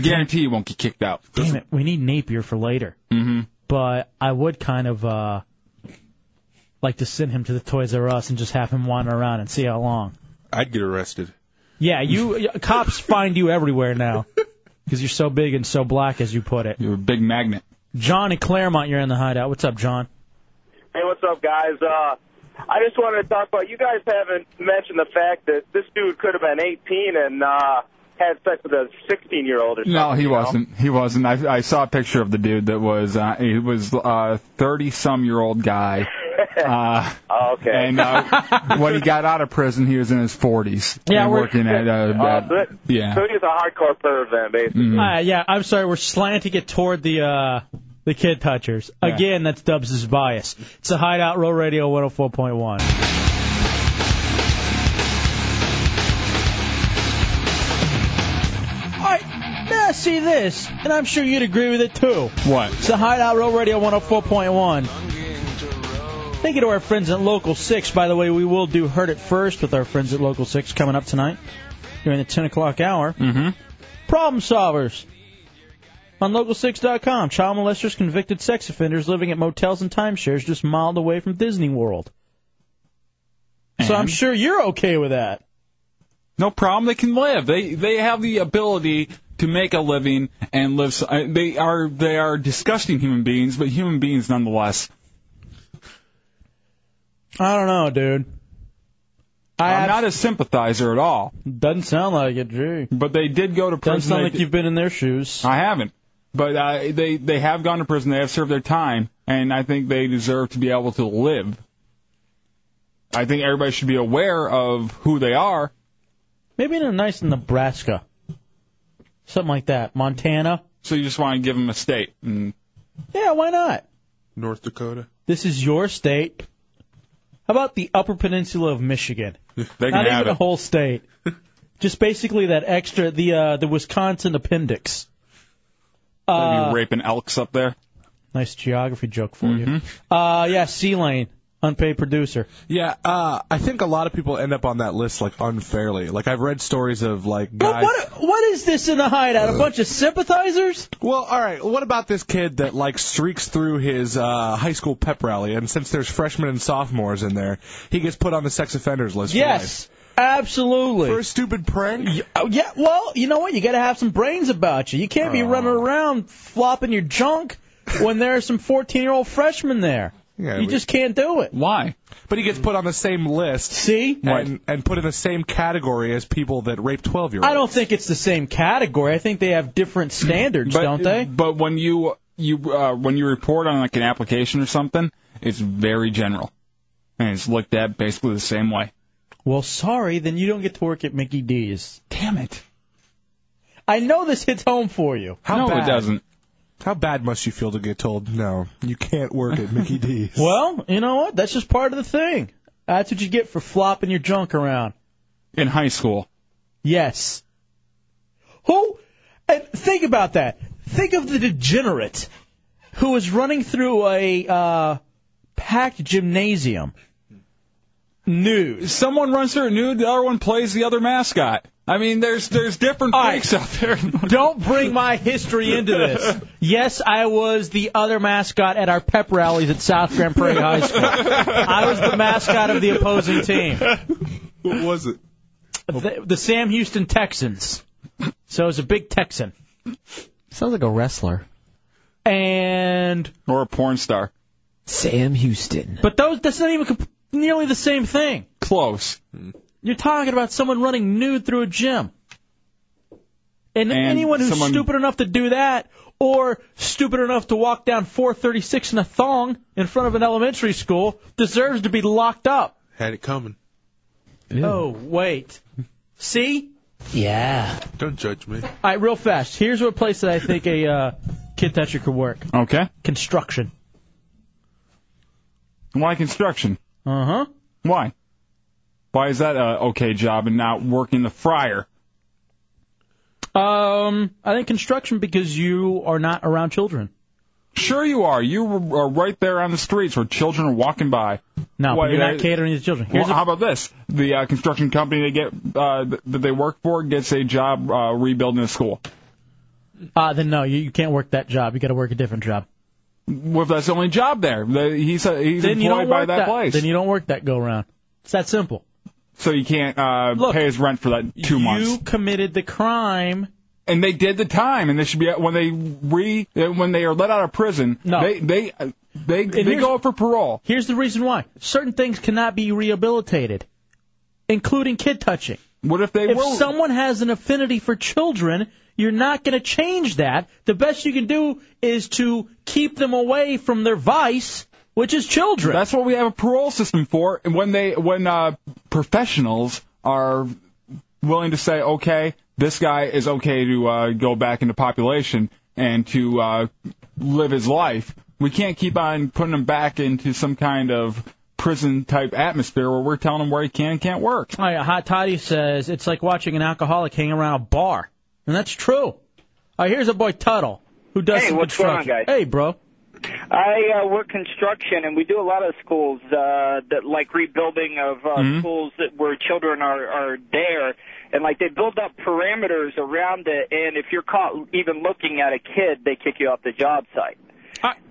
Guarantee you won't get kicked out.
Damn it, we need Napier for later.
Mm-hmm.
But I would kind of uh like to send him to the Toys R Us and just have him wander around and see how long.
I'd get arrested.
Yeah, you cops find you
<laughs>
everywhere now because you're so big and so black, as you put it.
You're a big magnet.
John and Claremont, you're in the hideout. What's up, John?
Hey, what's up, guys? Uh, I just wanted to talk about you guys haven't mentioned the fact that this dude could have been 18 and uh, had sex with a 16 year old or something.
No, he
you know?
wasn't. He wasn't. I, I saw a picture of the dude that was uh, he was uh thirty some year
<laughs>
old guy. Uh,
oh, okay.
And uh, when he got out of prison, he was in his forties.
Yeah,
and
we're-
working at uh,
Oh,
at-
so it-
yeah.
So he's a hardcore perv then, basically.
Uh, yeah, I'm sorry. We're slanting it toward the uh, the kid touchers
Yeah.
again. That's Dubs' bias. It's a hideout. Row Radio 104.1. All right, now see this, and I'm sure you'd agree with it too.
What?
It's the Hideout Row Radio 104.1. Thank you to our friends at Local 6. By the way, we will do Heard It First with our friends at Local 6 coming up tonight during the 10 o'clock hour.
Mm-hmm.
Problem Solvers on Local6.com. Child molesters, convicted sex offenders living at motels and timeshares just miles away from Disney World. So I'm sure you're okay with that.
No problem. They can live. They they have the ability to make a living and live. So, uh, they are they are disgusting human beings, but human beings nonetheless.
I don't know, dude. I
am not a sympathizer at all.
Doesn't sound like it, gee.
But they did go to prison.
Doesn't sound
They
like
d-
you've been in their shoes.
I haven't. But uh, they they have gone to prison. They have served their time, and I think they deserve to be able to live. I think everybody should be aware of who they are.
Maybe in a nice Nebraska, something like that. Montana.
So you just want to give them a state. And
Yeah, why not?
North Dakota.
This is your state. How about the Upper Peninsula of Michigan?
They can
Not
have
even
it.
a
<laughs>
whole state. Just basically that extra the uh, the Wisconsin appendix.
They'd
Uh,
be raping elks up there.
nice geography joke for you.
Mm-hmm.
Uh, yeah, C Lane, unpaid producer.
Yeah, uh, I think a lot of people end up on that list like unfairly. Like I've read stories of like
But
guys.
what what is this in the hideout? A bunch of sympathizers?
Well, all right. What about this kid that like streaks through his uh, high school pep rally, and since there's freshmen and sophomores in there, he gets put on the sex offenders list.
Yes, absolutely. oh,
For a stupid prank?
Yeah, well, you know what? You got to have some brains about you. You can't be running around flopping your junk when there are some 14 year old freshmen there.
Yeah,
you
we-
just can't do it.
Why?
But he gets put on the same list.
See?
And, and put in the same category as people that rape 12 year olds.
I don't think it's the same category. I think they
<clears throat>
have different standards, don't they?
But when you you uh, when you report on like an application or something, it's very general, and it's looked at basically the same way.
Well, sorry, then you don't get to work at Mickey D's.
Damn it.
I know this hits home for you.
How
no,
bad? How bad must you feel to get told, no, you can't work <laughs> at Mickey D's?
Well, you know what? That's just part of the thing. That's what you get for flopping your junk around.
In high school.
Yes. Who? And think about that. Think of the degenerate who is running through a uh, packed gymnasium. Nude.
Someone runs through nude. The other one plays the other mascot. I mean, there's there's different freaks out there.
Don't bring my history
<laughs>
into this. Yes, I was the other mascot at our pep rallies at South Grand Prairie High School. I was the mascot of the opposing team.
What was it?
The, the Sam Houston Texans. So I was a big Texan.
Sounds like a wrestler.
And
or a porn star.
Sam Houston. But those that's not even comp- nearly the same thing.
Close.
You're talking about someone running nude through a gym. And,
And
anyone who's
someone-
stupid enough to do that or stupid enough to walk down 436 in a thong in front of an elementary school deserves to be locked up.
Had it coming.
Oh, wait. See? Yeah.
Don't judge me.
All right, real fast. Here's a place that I think a uh, kid toucher could work.
Okay.
Construction.
Why construction?
Uh
Uh-huh.
huh.
Why? Why is that a okay job and not working the fryer?
Um, I think construction because you are not around children.
Sure you are. You are right there on the streets where children are walking by.
No,
Why-
you're not
uh,
catering to children.
Well,
Here's
how about this? The uh, construction company they get uh, th- that they work for gets a job uh, rebuilding a school.
a, uh, then no, you, you can't work that job. You got to work a different job.
Well, if that's the only job there, the, he's uh, he's
then
employed
you don't
by
work
that, place.
Then you don't work that go round. It's that simple.
so you can't uh,
Look,
pay his rent for that two
You
months.
committed the crime.
And they did the time, and they should be when they re when they are let out of prison.
No.
they they uh, they
And
they
here's-
go up for parole.
Here's the reason why. Certain things cannot be rehabilitated, including kid touching.
What if they
If
were-
someone has an affinity for children, you're not going to change that. The best you can do is to keep them away from their vice, which is children.
That's what we have a parole system for. And when they when uh, professionals are willing to say, okay, this guy is okay to uh, go back into population and to uh, live his life, we can't keep on putting him back into some kind of prison type atmosphere where we're telling him where he can and can't work.
All right, Hot Toddy says it's like watching an alcoholic hang around a bar, and that's true. All right, here's a boy Tuttle who does
Hey,
some
what's going on,
construction.
guys?
Hey, bro. <laughs>
I uh, work construction, and we do a lot of schools uh, that like rebuilding of uh,
Mhm.
schools that where children are are there, and like they build up parameters around it. And if you're caught even looking at a kid, they kick you off the job site.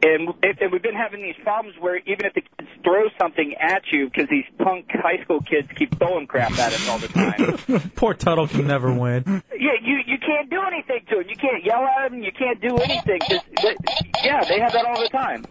And, and we've been having these problems where even if the kids throw something at you, because these punk high school kids keep throwing crap at us all the time.
<laughs> Poor Tuttle can never win.
Yeah, you you can't do anything to them. You can't yell at them. You can't do anything. 'cause they, yeah, they have that all the time.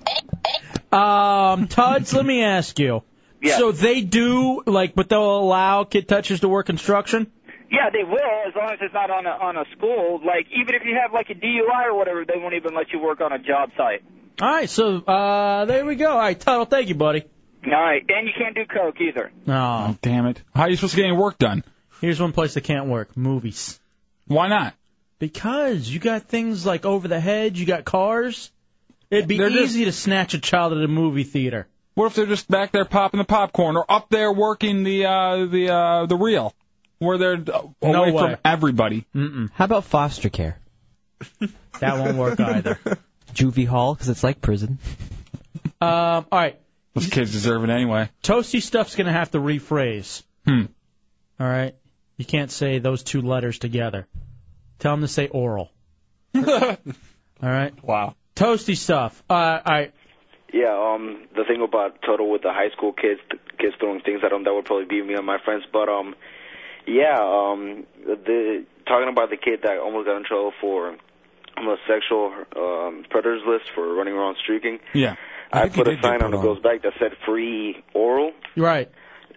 Um, Tuds, let me ask you.
Yes.
So they do like, but they'll allow kid touches to work construction.
Yeah, they will as long as it's not on a on a school. Like even if you have like a DUI or whatever, they won't even let you work on a job site.
All right, so uh, there we go. All right, Tuttle, thank you, buddy.
All right, and you can't do coke either.
Oh,
damn it! How are you supposed to get any work done?
Here's one place that can't work: movies.
Why not?
Because you got things like over the hedge, you got cars. It'd be
They're just-
easy to snatch a child at a movie theater.
What if they're just back there popping the popcorn or up there working the uh, the uh, the reel where they're uh, away
way.
<laughs> from everybody?
Mm-mm.
How about foster care?
That won't
<laughs>
work either.
Juvie hall, because it's like prison.
Um, all right,
Those kids deserve it anyway.
toasty stuff's gonna have to rephrase.
Hmm.
All right, you can't say those two letters together. Tell them to say oral.
<laughs>
all right.
Wow.
Toasty stuff. Uh, all right.
Yeah, um, the thing about total with the high school kids, kids throwing things at them, that would probably be me and my friends. But um, yeah, um, the talking about the kid that almost got in trouble for homosexual um, predators list for running around streaking.
Yeah.
I,
think he
put a
did get
sign on the
put
girl's bike that said "free oral,"
Right.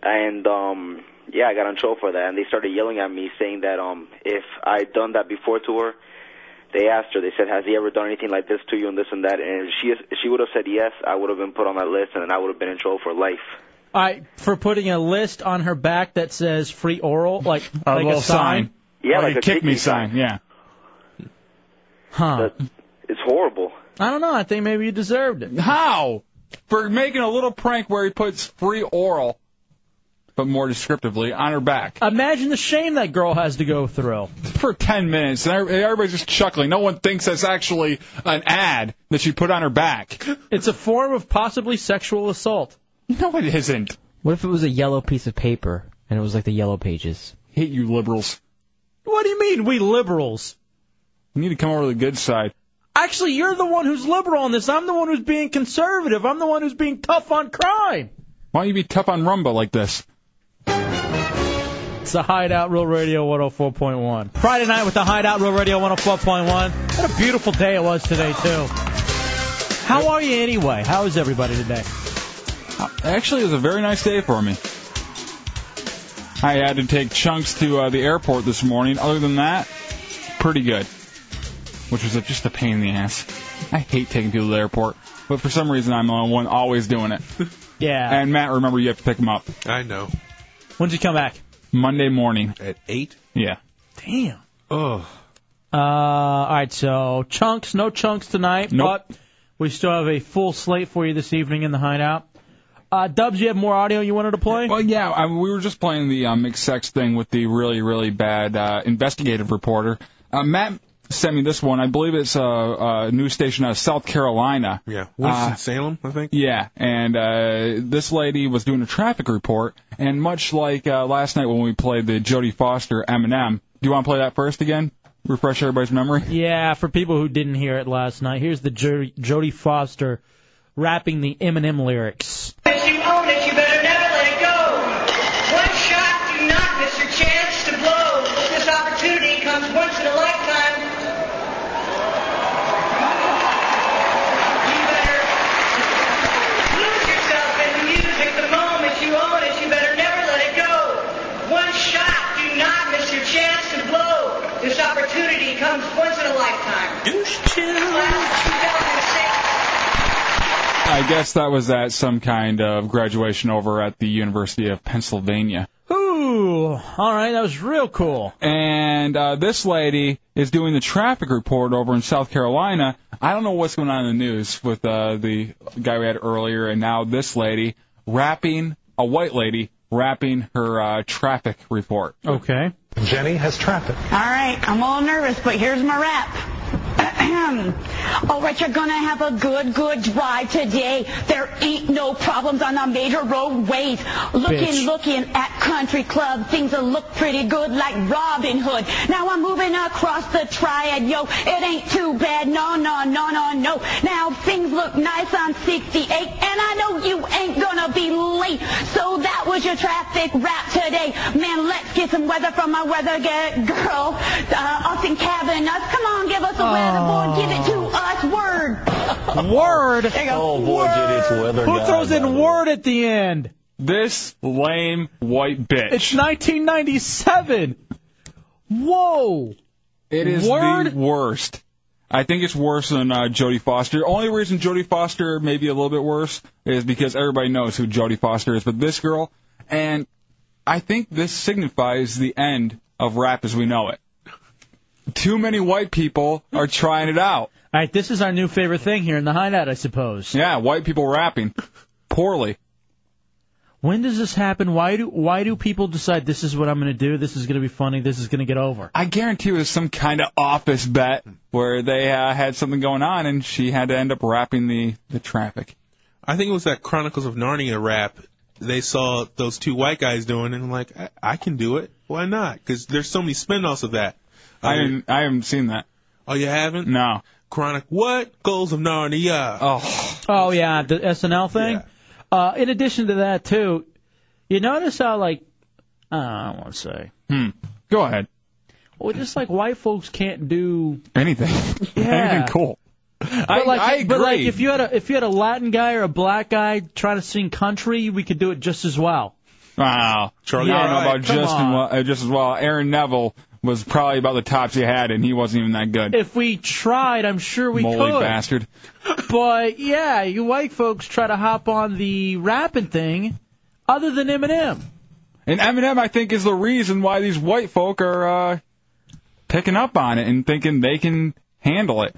and um, yeah, I got in trouble for that. And they started yelling at me, saying that um, if I'd done that before to her, they asked her. They said, "Has he ever done anything like this to you and this and that?" And if she if she would have said yes, I would have been put on that list, and then I would have been in trouble for life.
All right. For putting a list on her back that says free oral, like
A
like
little
a sign.
sign.
Yeah,
Like
like
a
a
kick me
kick-me sign.
sign. Yeah.
Huh.
It's horrible.
I don't know. I think maybe you deserved it. Oh.
How? For making a little prank where he puts free oral, but more descriptively, on her back.
Imagine the shame that girl has to go through.
For 10 minutes, and every- everybody's just chuckling. No one thinks that's actually an ad that she put on her back.
It's a form of possibly sexual assault.
No, it isn't.
What if it was a yellow piece of paper and it was like the yellow pages?
Hate you liberals.
What do you mean, we liberals?
You need to come over to the good side.
Actually, you're the one who's liberal on this. I'm the one who's being conservative. I'm the one who's being tough on crime.
Why don't you be tough on Rumba like this?
It's the Hideout Real Radio 104.1. Friday oh night with the Hideout Real Radio 104.1. What a beautiful day it was today, too. How are you anyway? How is everybody today?
Actually, it was a very nice day for me. I had to take chunks to uh, the airport this morning. Other than that, pretty good. Which was a, just a pain in the ass. I hate taking people to the airport, but for some reason I'm the only one always doing
<laughs>
it.
Yeah.
And Matt, remember you have to pick them up.
I know.
When'd you come back?
Monday morning.
At eight.
Yeah.
Damn.
Oh.
Uh, all right, so chunks, no chunks tonight, but we still have a full slate for you this evening in the hideout. Uh, Dubs, you have more audio you wanted to play?
Well, yeah, I we were just playing the um, mixed sex thing with the really, really bad uh, investigative reporter. Uh, Matt sent me this one. I believe it's a, a news station out of South Carolina.
Yeah. Winston
Uh,
Salem, I think.
Yeah, and uh, this lady was doing a traffic report, and much like uh, last night when we played the Jodie Foster Eminem, do you want to play that first again? Refresh everybody's memory.
Yeah, for people who didn't hear it last night, here's the Jer- Jodie Foster rapping the Eminem lyrics.
If you own it, you better never let it go. One shot, do not miss your chance to blow. This opportunity comes once in a lifetime. You better lose yourself in the music the moment you own it. You better never let it go. One shot, do not miss your chance to blow. This opportunity comes once in a lifetime.
I guess that was at some kind of graduation over at the University of Pennsylvania.
Ooh, all right, that was real cool.
And uh, this lady is doing the traffic report over in South Carolina. I don't know what's going on in the news with uh, the guy we had earlier, and now this lady rapping, a white lady rapping her uh, traffic report.
Okay.
Jenny has traffic.
All right, I'm a little nervous, but here's my rap. <clears throat> All right, you're gonna have a good, good drive today. There ain't no problems on the major roadways.
Bitch.
Looking, looking at country club, things will look pretty good like Robin Hood. Now I'm moving across the triad, yo. It ain't too bad, no, no, no, no, no. Now things look nice on 68, and I know you ain't gonna be late. So that was your traffic wrap today. Man, let's get some weather from my weather ge- girl, uh, Austin Cavanaugh. Come on, give us a weather board, give it to us. Word.
Word.
Oh
boy,
did it's weather
Who
guy,
throws
by
in word at the end?
This lame white bitch.
It's 1997. Whoa.
It is
Word?
the worst. I think it's worse than uh, Jodie Foster. Only reason Jodie Foster may be a little bit worse is because everybody knows who Jodie Foster is, but this girl, and I think this signifies the end of rap as we know it. Too many white people are trying it out.
All right, this is our new favorite thing here in the hideout, I suppose.
Yeah, white people rapping poorly.
When does this happen? Why do why do people decide this is what I'm going to do? This is going to be funny. This is going to get over.
I guarantee it was some kind of office bet where they uh, had something going on, and she had to end up rapping the the traffic.
I think it was that Chronicles of Narnia rap. They saw those two white guys doing it and like, I, I can do it. Why not? Because there's so many spin-offs of that.
I didn't- I haven't seen that.
Oh, you haven't?
No.
Chronic what? Goals of Narnia.
Oh.
Oh yeah, the SNL thing. Uh, in addition to that too, you notice how like uh, I don't want to say.
Hmm. Go ahead.
Well, just like white folks can't
<laughs>
do
Anything. <laughs>
Yeah.
Anything cool. I,
like,
I agree.
But like if you had a if you had a Latin guy or a black guy trying to sing country, we could do it just as well.
Wow. Charlie, I don't know
Yeah,
about
right, come
Justin,
on.
well, uh, just as well. Aaron Neville was probably about the tops you had, and he wasn't even that good.
If we tried, I'm sure we
Moley
could.
bastard.
But yeah, you white folks try to hop on the rapping thing, other than Eminem.
And Eminem, I think, is the reason why these white folk are uh, picking up on it and thinking they can handle it.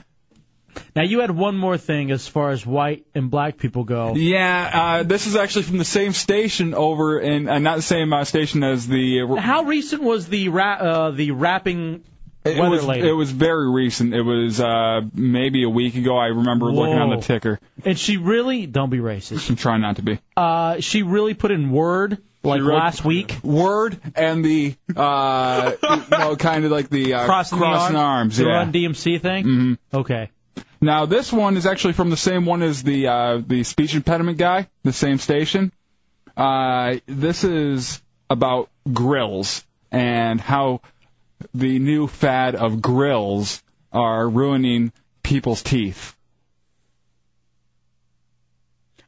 Now you had one more thing as far as white and black people go.
Yeah, uh, this is actually from the same station over in, uh, not the same uh, station as the.
How recent was the ra- uh, the rapping
it
weather
was,
lady?
it was very recent. It was uh, maybe a week ago. I remember looking on
Whoa.
the ticker.
and she really don't be racist.
I'm trying not to be.
Uh, she really put in word like
wrote-
last week.
Word and the
<laughs>
uh, well, kind of like the uh,
crossing, the arm,
arms.
the
yeah.
Run DMC thing.
Mhm.
Okay.
Now this one is actually from the same one as the uh, the speech impediment guy, the same station. Uh, this is about grills and how the new fad of grills are ruining people's teeth.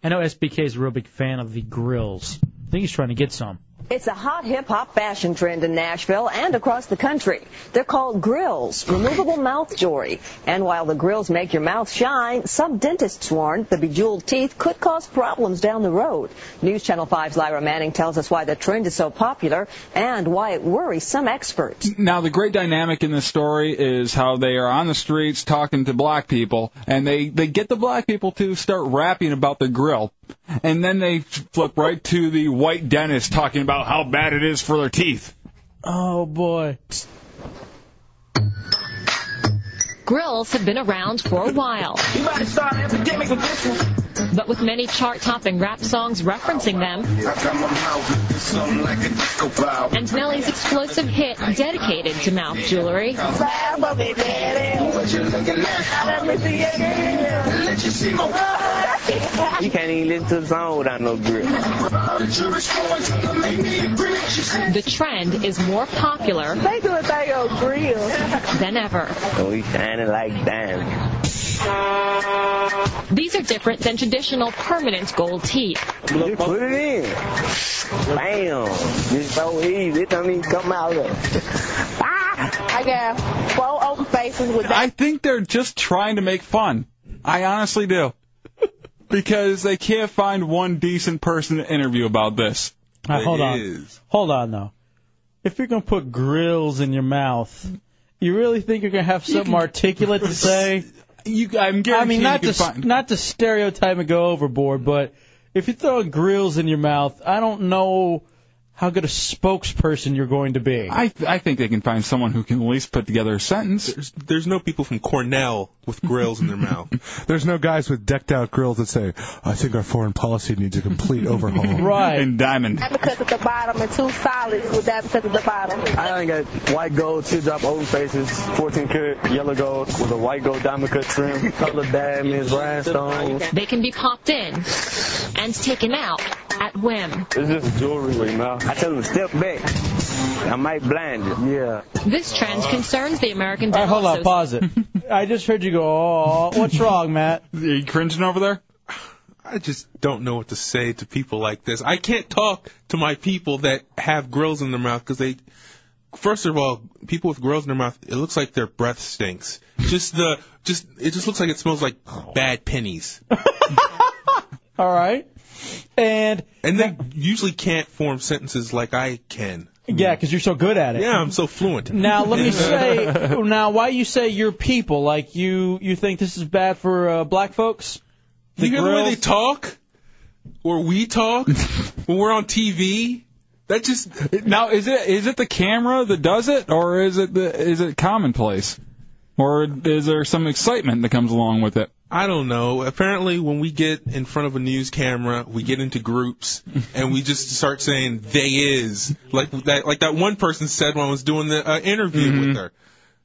I know SBK's a real big fan of the grills. I think he's trying to get some.
It's a hot hip hop fashion trend in Nashville and across the country. They're called grills, removable mouth jewelry. And while the grills make your mouth shine, some dentists warn the bejeweled teeth could cause problems down the road. News Channel 5's Lyra Manning tells us why the trend is so popular and why it worries some experts.
Now, the great dynamic in this story is how they are on the streets talking to black people, and they, they get the black people to start rapping about the grill. And then they flip right to the white dentist talking about how bad it is for their teeth.
Oh boy.
Grills have been around for a while. But with many chart topping rap songs referencing them, and Nelly's explosive hit dedicated to mouth jewelry,
You can't even listen to the song without no grill.
the trend is more popular than ever.
So we shining like diamonds.
These are different than traditional permanent gold teeth.
You put it in. Bam. It's so easy. It don't even come out of.
I oh. got four open faces with
I think they're just trying to make fun. I honestly do. <laughs> Because they can't find one decent person to interview about this.
All right, hold on. Hold on though. If you're gonna put grills in your mouth, you really think you're gonna have something articulate to say?
<laughs> You, I'm
I mean,
guaranteeing
not
you
to
can find-
not to stereotype and go overboard, but if you're throwing grills in your mouth, I don't know how good a spokesperson you're going to
<laughs>
be.
I I think they can find someone who can at least put together a sentence. There's,
there's no people from Cornell with grills in their mouth.
There's no guys with decked out grills that say, I think our foreign policy needs a
<laughs>
complete overhaul.
right.
And diamond.
that because of the bottom and two solids with that because of the bottom.
I done got white gold, two drop open faces, 14 karat yellow gold with a white gold diamond cut trim, color diamonds, rhinestones.
They can be popped in and taken out at whim.
It's just jewelry right now. I tell them step back. I might blind you. Yeah.
This trend concerns the American
Uh, All right, hold
Dental
on,
Association.
pause it. I just heard you go. Oh, what's wrong, Matt?
<laughs> Are you cringing over there?
I just don't know what to say to people like this. I can't talk to my people that have grills in their mouth because they, first of all, people with grills in their mouth, it looks like their breath stinks. Just the, just it just looks like it smells like bad pennies.
All right. And
and they usually can't form sentences like I can.
Yeah, because you're so good at it.
Yeah, I'm so fluent.
Now
<laughs>
<laughs>
let me say, now why you say your people? Like you, you think this is bad for uh, black folks? The
you hear the way
grills?
they talk, or we talk
<laughs>
when we're on TV. That just
now is it is it the camera that does it, or is it the is it commonplace, or is there some excitement that comes along with it?
I don't know. Apparently, when we get in front of a news camera, we get into
<laughs>
groups and we just start saying "they is" like that. Like that one person said when I was doing the uh, interview
Mm-hmm.
with her.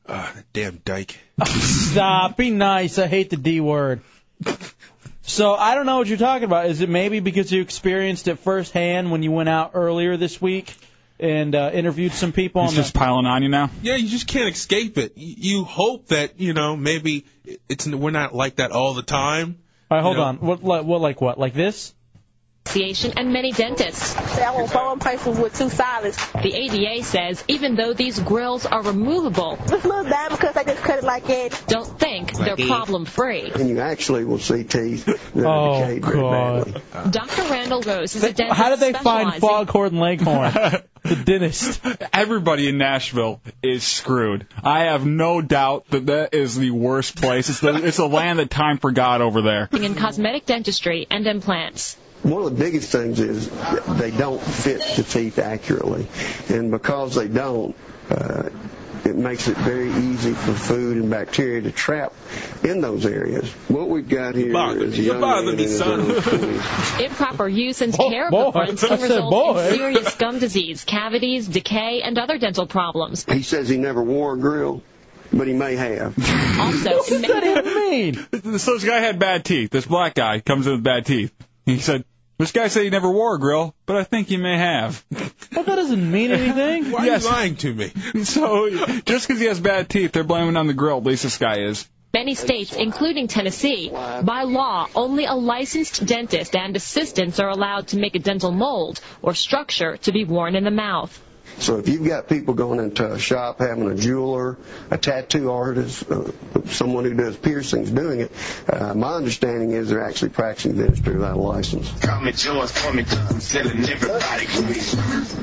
Ah, that damn dyke.
Stop. Be nice. I hate the D word. So I don't know what you're talking about. Is it maybe because you experienced it firsthand when you went out earlier this week and uh, interviewed some people?
It's
on the-
just piling on you now.
Yeah, you just can't escape it. Y- You hope that you know maybe it's we're not like that all the time.
All right, hold
you know?
on. What, like, what, like what? Like this?
and many dentists.
I want four open faces with two solids.
The ADA says even though these grills are removable,
This little diamond because I just cut it like it.
don't think they're problem free.
And you actually will see teeth that
Oh,
decay very
God.
badly.
Dr. Randall Rose is a dentist.
How did they find
specializing-
Foghorn
<laughs>
Leghorn? <laughs> the dentist.
Everybody in Nashville is screwed. I have no doubt that that is the worst place. It's the it's a land that time forgot over there.
in cosmetic dentistry and implants.
One of the biggest things is they don't fit the teeth accurately. And because they don't, uh, it makes it very easy for food and bacteria to trap in those areas. What we've got here is a
you
young
bother
man
me,
in his
son. <laughs>
early 20s
Improper use and
Bo-
care of
boy.
implants
I
can
said
result
boy.
in serious gum disease, cavities, decay, and other dental problems.
He says he never wore a grill, but he may have.
Also, in many-
So this guy had bad teeth. This black guy comes in with bad teeth. He said, "This guy said he never wore a grill, but I think he may have."
Well, that doesn't mean
<laughs>
anything.
Why are you lying to me?
So just because he has bad teeth, they're blaming it on the grill. At least this guy is.
Many states, including Tennessee, by law, only a licensed dentist and assistants are allowed to make a dental mold or structure to be worn in the mouth.
So if you've got people going into a shop having a jeweler, a tattoo artist, uh, someone who does piercings doing it, uh, my understanding is they're actually practicing dentistry without a license.
Call me George, call me John, telling everybody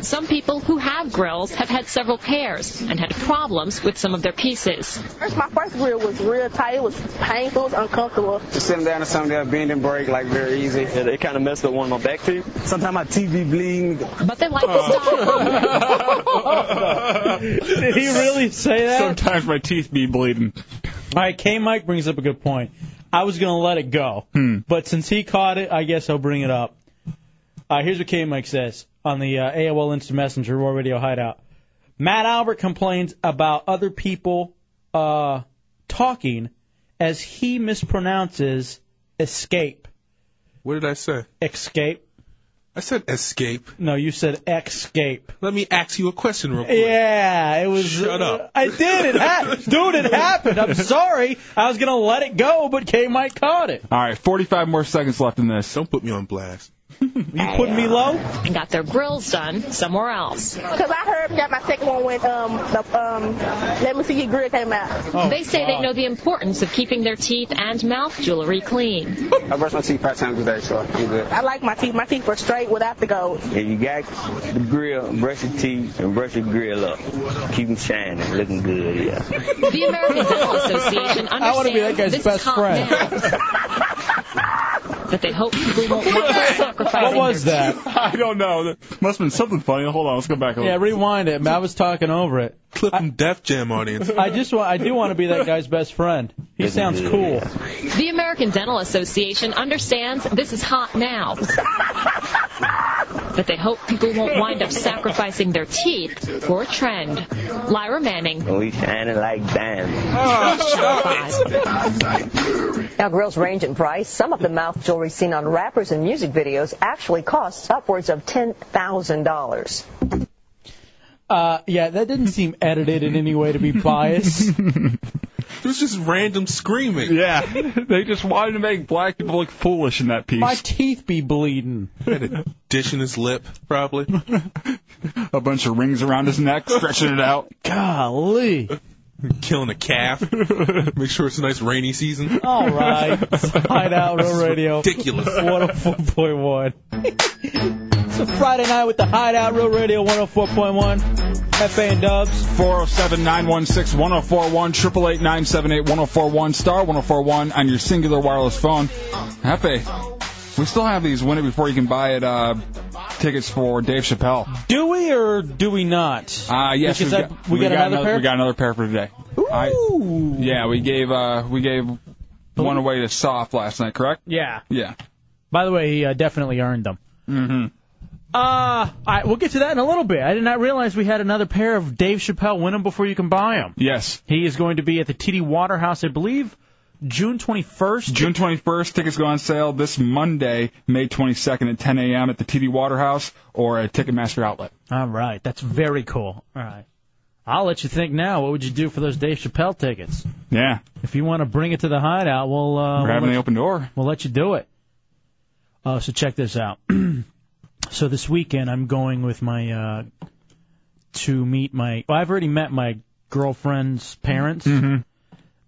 Some people who have grills have had several pairs and had problems with some of their pieces.
First, my first grill was real tight. It was painful. It was uncomfortable.
Just sitting down to something that'll bend and break like very easy. Yeah, it kind of messed up one of my back teeth. Sometimes my teeth be bleeding. Oh.
But they like
<laughs>
to
Did he really say that?
Sometimes my teeth be bleeding.
All right, K Mike brings up a good point. I was going to let it go,
Hmm.
but since he caught it, I guess I'll bring it up. Uh, here's what K Mike says on the uh, AOL Instant Messenger War Radio Hideout. Matt Albert complains about other people uh, talking as he mispronounces escape.
What did I say?
Escape.
I said escape.
No, you said escape.
Let me ask you a question real quick.
Yeah, it was. uh,
Shut up.
I did. It happened, dude. It happened. I'm sorry. I was gonna let it go, but K Mike caught it.
All right, 45 more seconds left in this.
Don't put me on blast.
You putting me low?
and got their grills done somewhere else.
Because I heard that my second one went, um, the, um, let me see your grill came out.
Oh,
they say they know the importance of keeping their teeth and mouth jewelry clean.
I brush my teeth five times a day, so I'm good.
I like my teeth. My teeth were straight without the gold.
If you got the grill, brush your teeth and brush your grill up. Keep them shining, looking good, yeah.
The American Dental Association
I
understands
wanna be that guy's
this
best
is
friend.
But they hope people won't mind sacrificing their teeth.
<laughs> I don't know. That must have been something funny. Hold on, let's go back a
Yeah,
little.
rewind it. I was talking over it.
Clip him, Def Jam audience.
I just want. I do want to be that guy's best friend. He sounds cool.
The American Dental Association understands this is hot now. But they hope people won't wind up sacrificing their teeth for a trend. Lyra Manning.
And we shining like diamonds.
Now, grills range in price. Some of the mouth jewelry seen on rappers and music videos actually costs upwards of $10,000.
Uh, yeah, that didn't seem edited in any way to be biased.
It was just random screaming.
Yeah, <laughs> they just wanted to make black people look foolish in that piece.
My teeth be bleeding.
Dishing his lip, probably.
<laughs> a bunch of rings around his neck, stretching it out.
Golly.
Killing a calf. Make sure it's a nice rainy season.
All right. Hideout Real Radio.
Ridiculous.
104.1. it's a Friday night with the Hideout Real Radio 104.1. FA and Dubs.
407 916 1041, 888 978 1041, star 1041 on your singular wireless phone. Hefe, we still have these win it before you can buy it uh, tickets for Dave Chappelle.
Do we or do we not?
Uh, yes,
Because
we've
I- we got another pair?
We got another pair for today. Ooh. yeah, we gave uh, we gave one away to Soft last night, correct?
Yeah.
Yeah.
By the way, he uh, definitely earned them.
Mm-hmm.
Uh, all right, we'll get to that in a little bit. I did not realize we had another pair of Dave Chappelle win 'em before you can buy 'em.
Yes.
He is going to be at the TD Waterhouse, I believe, June 21st.
June 21st, tickets go on sale this Monday, May 22nd at 10 a.m. at the TD Waterhouse or at Ticketmaster Outlet.
All right, that's very cool. All right. I'll let you think now. What would you do for those Dave Chappelle tickets?
Yeah.
If you want to bring it to the hideout, we'll
We're
uh, we'll
having
let
the
you-
open door.
We'll let you do it. Uh, so check this out. <clears throat> so this weekend I'm going with my uh, to meet my. Well, I've already met my girlfriend's parents,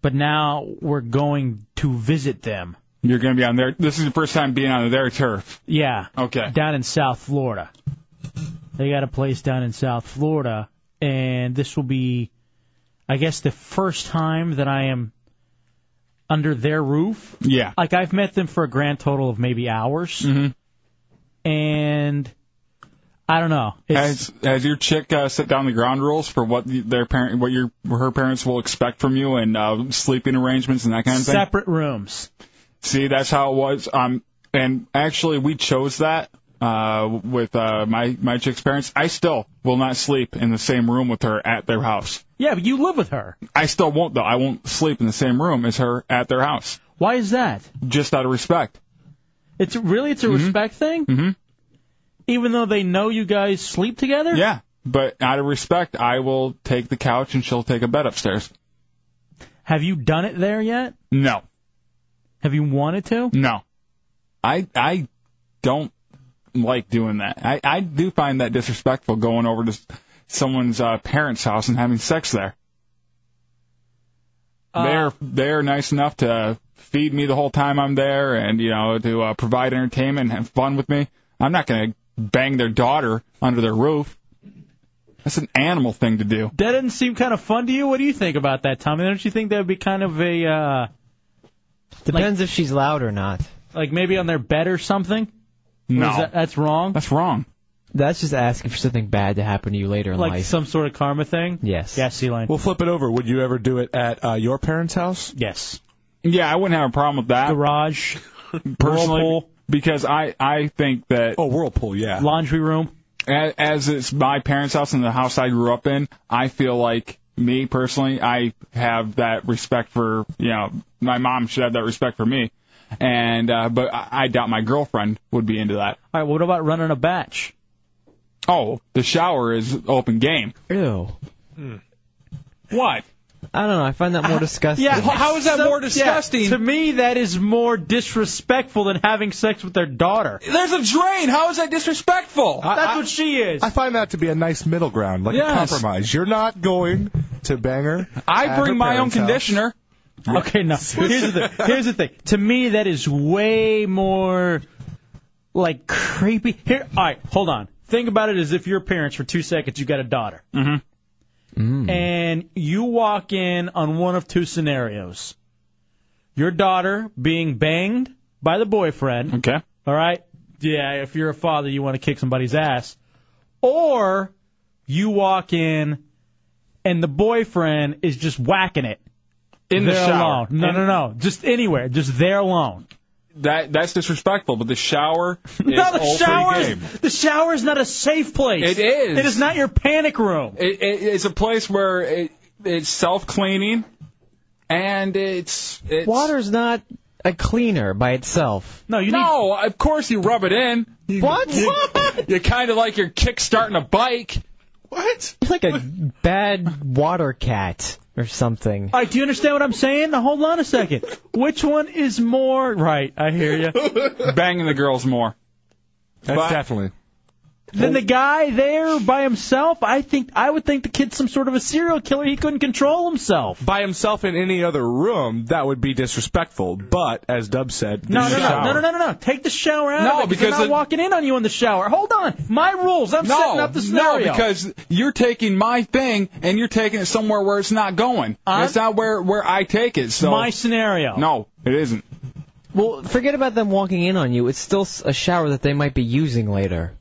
but now we're going to visit them.
You're going to be on their. This is your first time being on their turf.
Yeah.
Okay.
Down in South Florida. They got a place down in South Florida, and this will be, I guess, the first time that I am under their roof.
Yeah.
Like I've met them for a grand total of maybe hours, and I don't know. It's,
Has, has your chick uh, set down the ground rules for what their parent, what your her parents will expect from you, and uh, sleeping arrangements and that kind of thing?
separate rooms.
See, that's how it was. Um, and actually, we chose that uh, with uh, my my chick's parents. I still will not sleep in the same room with her at their house.
Yeah, but you live with her.
I still won't though. I won't sleep in the same room as her at their house,
Why is that?
just out of respect.
It's really it's a respect thing.
Mm-hmm.
Even though they know you guys sleep together.
Yeah, but out of respect, I will take the couch and she'll take a bed upstairs.
Have you done it there yet?
No.
Have you wanted to?
No. I I don't like doing that. I I do find that disrespectful going over to s- someone's uh, parents' house and having sex there. they're they're nice enough to Uh, feed me the whole time I'm there, and you know to uh, provide entertainment and have fun with me. I'm not gonna bang their daughter under their roof. That's an animal thing to do.
That doesn't seem kind of fun to you. What do you think about that, Tommy? Don't you think that would be kind of a uh,
Depends if
like,
she's loud or not.
like maybe on their bed or something?
No.
Or is that- that's wrong.
That's wrong.
That's just asking for something bad to happen to you later in
Like
life.
some sort of karma thing.
Yes.
Yes, Elaine.
We'll flip it over. Would you ever do it at uh, your parents' house?
Yes.
Yeah, I wouldn't have a problem with that. <laughs>
Garage,
personally,
whirlpool.
because I I think that
oh whirlpool, yeah,
laundry room.
As, as it's my parents' house and the house I grew up in, I feel like me personally, I have that respect for you know my mom should have that respect for me, and uh, but I, I doubt my girlfriend would be into that.
All right. What about running a batch?
Oh, the shower is open game.
Ew.
What?
I don't know. I find that more disgusting.
Yeah, so- yeah, to me, that is more disrespectful than having sex with their daughter.
There's a drain. How is that disrespectful?
That's what she is.
I find that to be a nice middle ground, like a
Yes.
compromise. You're not going to bang her. at
I
her
bring my own
parents' house.
conditioner.
Okay, no. Here's the thing. Here's the thing. To me, that is way more like creepy. Here, all right, hold on. Think about it as if your parents for two seconds. You got a daughter,
Mm-hmm.
Mm. and you walk in on one of two scenarios: your daughter being banged by the boyfriend.
Okay.
All right. Yeah, if you're a father, you want to kick somebody's ass, or you walk in and the boyfriend is just whacking it
In the
there
shower.
Alone. No,
In-
no, no. Just anywhere. Just there alone.
That that's disrespectful. But the shower is
no, the
open
shower.
game.
Is, the shower is not a safe place.
It is.
It is not your panic room.
It, it, it's a place where it, it's self cleaning, and it's, it's
Water's not a cleaner by itself.
No, you
no. Of course, you rub it in.
What?
You, you kind of like you're kickstarting a bike.
What? It's like a bad water cat or something.
All right, do you understand what I'm saying? Now, hold on a second. Which one is more right? I hear you.
Banging the girls more.
That's
But-
definitely.
Then the guy there by himself. I think I would think the kid's some sort of a serial killer. He couldn't control himself.
By himself in any other room, that would be disrespectful. But as Dub said,
No,
the
no, no,
shower-
no, no, no, no, no. Take the shower out.
No,
of it, they're
because
not
the-
walking in on you in the shower. Hold on. My rules. I'm setting
No,
up the scenario.
no, because you're taking my thing and you're taking it somewhere where it's not going.
I'm-
it's not where where I take it. So
my scenario.
no, it isn't.
Well, forget about them walking in on you. It's still s- a shower that they might be using later.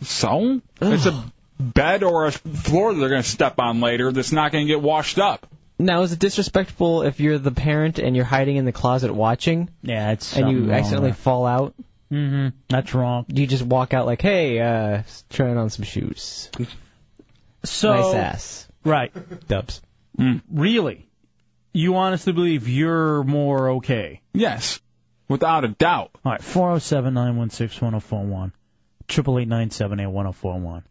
So it's a bed or a floor that they're going to step on later that's not going to get washed up.
Now, is it disrespectful if you're the parent and you're hiding in the closet watching?
Yeah, it's
and
something
you
wrong
accidentally
there.
fall out.
Mm-hmm. That's wrong.
You just walk out like, hey, uh, s- trying on some shoes.
So
nice ass.
Right. Mm.
Dubs.
Really? You honestly believe you're more okay?
Yes, without a doubt.
All right. Four zero seven nine one six one zero four one. Triple eight nine seven eight one zero four one.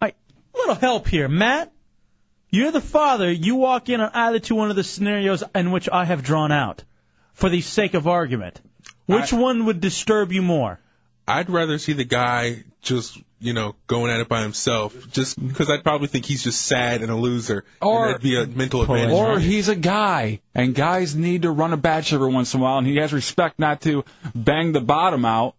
All right. Little help here, Matt. You're the father. You walk in on either to one of the scenarios in which I have drawn out, for the sake of argument. Which one would disturb you more?
I'd rather see the guy just, you know, going at it by himself, just because I'd probably think he's just sad and a loser,
Or-
and that'd be a mental advantage.
Or he's a guy, and guys need to run a batch every once in a while, and he has respect not to bang the bottom out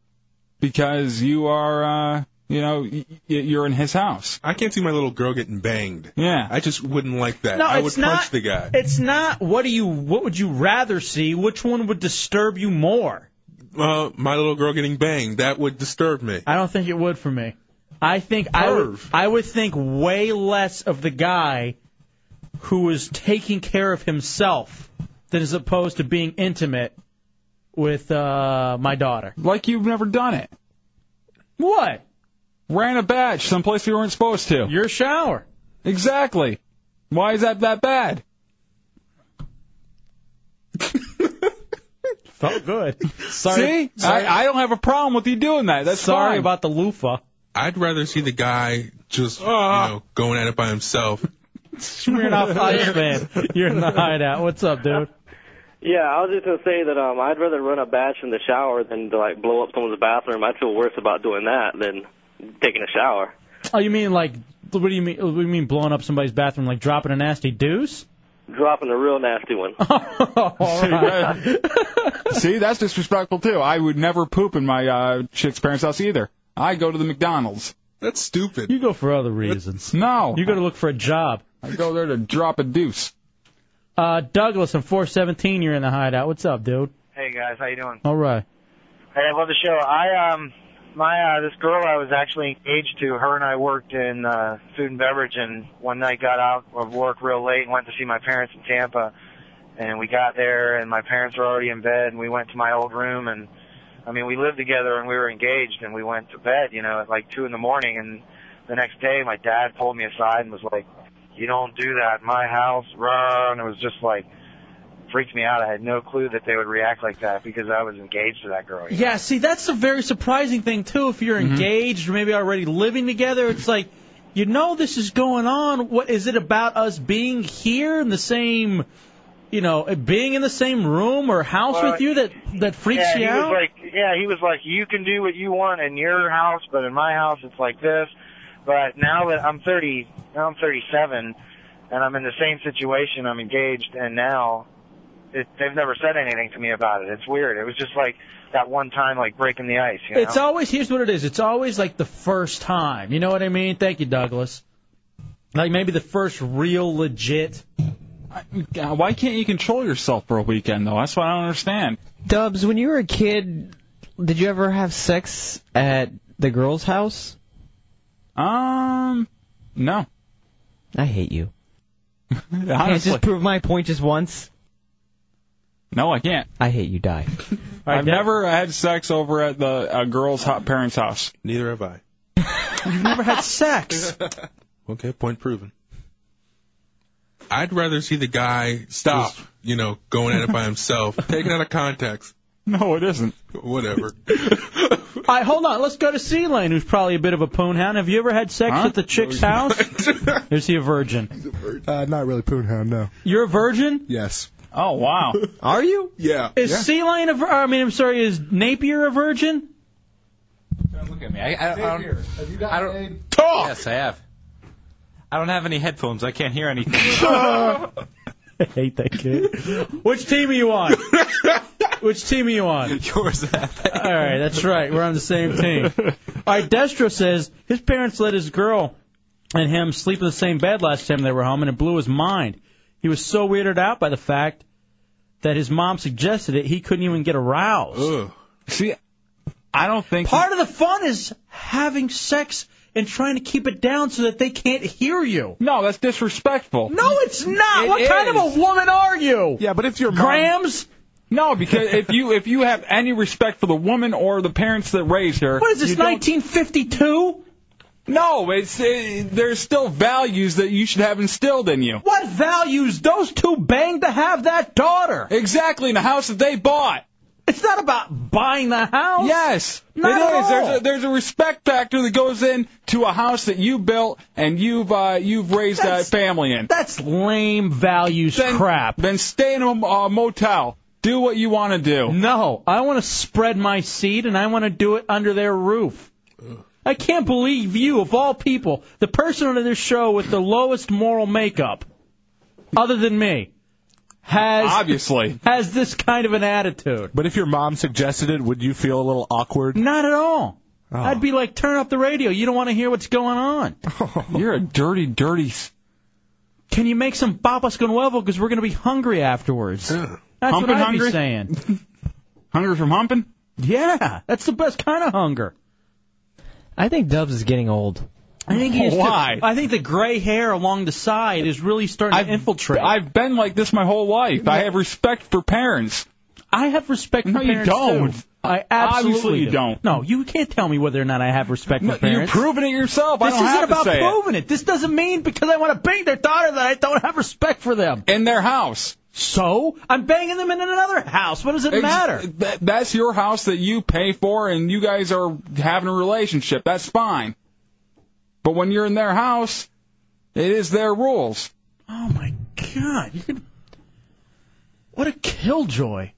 because you are, uh, you know, y- y- you're in his house.
I can't see my little girl getting banged.
Yeah,
I just wouldn't like that.
No,
I would
it's not-
punch the guy.
It's not. What do you? What would you rather see? Which one would disturb you more?
Uh, my little girl getting banged, that would disturb me.
I don't think it would for me. I think I would, I would think way less of the guy who is taking care of himself than as opposed to being intimate with uh, my daughter.
Like you've never done it.
What?
Ran a batch someplace we weren't supposed to.
Your shower.
Exactly. Why is that that bad?
<laughs> Felt good. Sorry.
See, I, I don't have a problem with you doing that. That's
Sorry
fine.
about the loofah.
I'd rather see the guy just, you know, going at it by himself, <laughs>
Smearing off Iceman. <laughs> You're in the hideout. What's up, dude?
Yeah, I was just gonna say that um, I'd rather run a batch in the shower than to, like blow up someone's bathroom. I feel worse about doing that than taking a shower.
Oh, you mean like? What do you mean? What do you mean blowing up somebody's bathroom? Like dropping a nasty deuce?
Dropping a real nasty one.
Oh, See, that's disrespectful too. I would never poop in my uh, chick's parents' house either. I go to the McDonald's.
That's stupid.
You go for other reasons.
No.
You go to look for a job.
I go there to drop a deuce.
<laughs> Uh, Douglas in 417, you're in the hideout. What's up, dude?
Hey guys, how you doing?
All right.
Hey, I love the show. I um my uh this girl I was actually engaged to, her and I worked in uh food and beverage and one night got out of work real late and went to see my parents in Tampa and we got there and my parents were already in bed and we went to my old room and I mean we lived together and we were engaged and we went to bed, you know, at like two in the morning and the next day my dad pulled me aside and was like, You don't do that in my house, rah and it was just like freaked me out. I had no clue that they would react like that because I was engaged to that girl.
Yeah, see, that's a very surprising thing, too. If
Mm-hmm.
you're engaged or maybe already living together, it's like, you know, this is going on. What is it about us being here in the same, you know, being in the same room or house
Well,
with you that, that freaks
yeah,
you
he
out?
Was like, yeah, he was like, you can do what you want in your house, but in my house it's like this. But now that I'm 30, now I'm 37, and I'm in the same situation. I'm engaged, and now it, they've never said anything to me about it. It's weird. It was just like that one time, like breaking the ice. You know?
It's always here's what it is. It's always like the first time. You know what I mean? Thank you, Douglas. Like maybe the first real legit.
God, Why can't you control yourself for a weekend though? That's what I don't understand.
Dubs, when you were a kid, did you ever have sex at the girl's house?
Um, no.
I hate you. Can't
<laughs> Honestly.
just prove my point just once.
No, I can't.
I hate you. Die.
<laughs> I've never had sex over at the a girl's hot parents' house.
Neither have I.
You've
<laughs>
never had sex.
Okay, point proven. I'd rather see the guy stop, you know, going at it by himself, taken out of context.
No, it isn't.
Whatever.
All right, hold on. Let's go to C Lane, who's probably a bit of a poon hound. Have you ever had sex at the chick's house? or is he a virgin?
Uh, not really Poonhound, no.
You're a virgin?
Yes.
Oh wow.
Are you?
Yeah.
Is Sea Lane a vir- I mean, I'm sorry. Is Napier a virgin?
Look at me. I, I, I don't.
Have you
I don't <laughs> talk. Yes, I have. I don't have any headphones. I can't hear
<laughs>
anything.
I hate that kid. Which team are you on?
<laughs>
Which team are you on?
Yours. All
right, that's right. We're on the same team. All right, Destro says his parents let his girl and him sleep in the same bed last time they were home, and it blew his mind. He was so weirded out by the fact that his mom suggested it, he couldn't even get aroused.
See, I don't think
part of the fun is having sex and trying to keep it down so that they can't hear you.
No, that's disrespectful.
No, it's not.
It
what kind of
is.
a woman are you?
Yeah, but if you're
grams.
No, because if you if you have any respect for the woman or the parents that raised her,
What is this,
you don't-
1952?
No, it's uh, there's still values that you should have instilled in you.
What values? Those two banged to have that daughter.
Exactly, in the house that they bought.
It's not about buying the house.
Yes,
Not
it
at
is.
all.
There's a, there's a respect factor that goes in to a house that you built and you've uh, you've raised
That's-
a family in.
That's lame values crap.
Then stay in a uh, motel. Do what you want to do.
No, I want to spread my seed and I want to do it under their roof. I can't believe you, of all people, the person on this show with the lowest moral makeup, other than me, has
obviously
has this kind of an attitude.
But if your mom suggested it, would you feel a little awkward?
Not at all.
Oh.
I'd be like, turn up the radio. You don't want to hear what's going on.
<laughs> You're a dirty, dirty.
Can you make some papas con huevo? Because we're going to be hungry afterwards. That's what
Humping
I'd
hungry?
be saying.
<laughs> hungry from humping?
Yeah, that's the best kind of <laughs> hunger.
I think Dubs is getting old.
I think he's
Why?
I think the gray hair along the side is really starting to infiltrate.
I've been like this my whole life. I have respect for parents.
I have respect
no,
for parents,
you don't.
too. I absolutely
Obviously you
do.
don't.
No, you can't tell me whether or not I have respect for
You're
parents.
proving it yourself. I
this
don't
isn't
have to
about
say it.
proving it. This doesn't mean because I want to bang their daughter that I don't have respect for them.
In their house.
So I'm banging them in another house. What does it
Ex-
matter?
That, that's your house that you pay for, and you guys are having a relationship. That's fine. But when you're in their house, it is their rules.
Oh my God! You could. What a killjoy!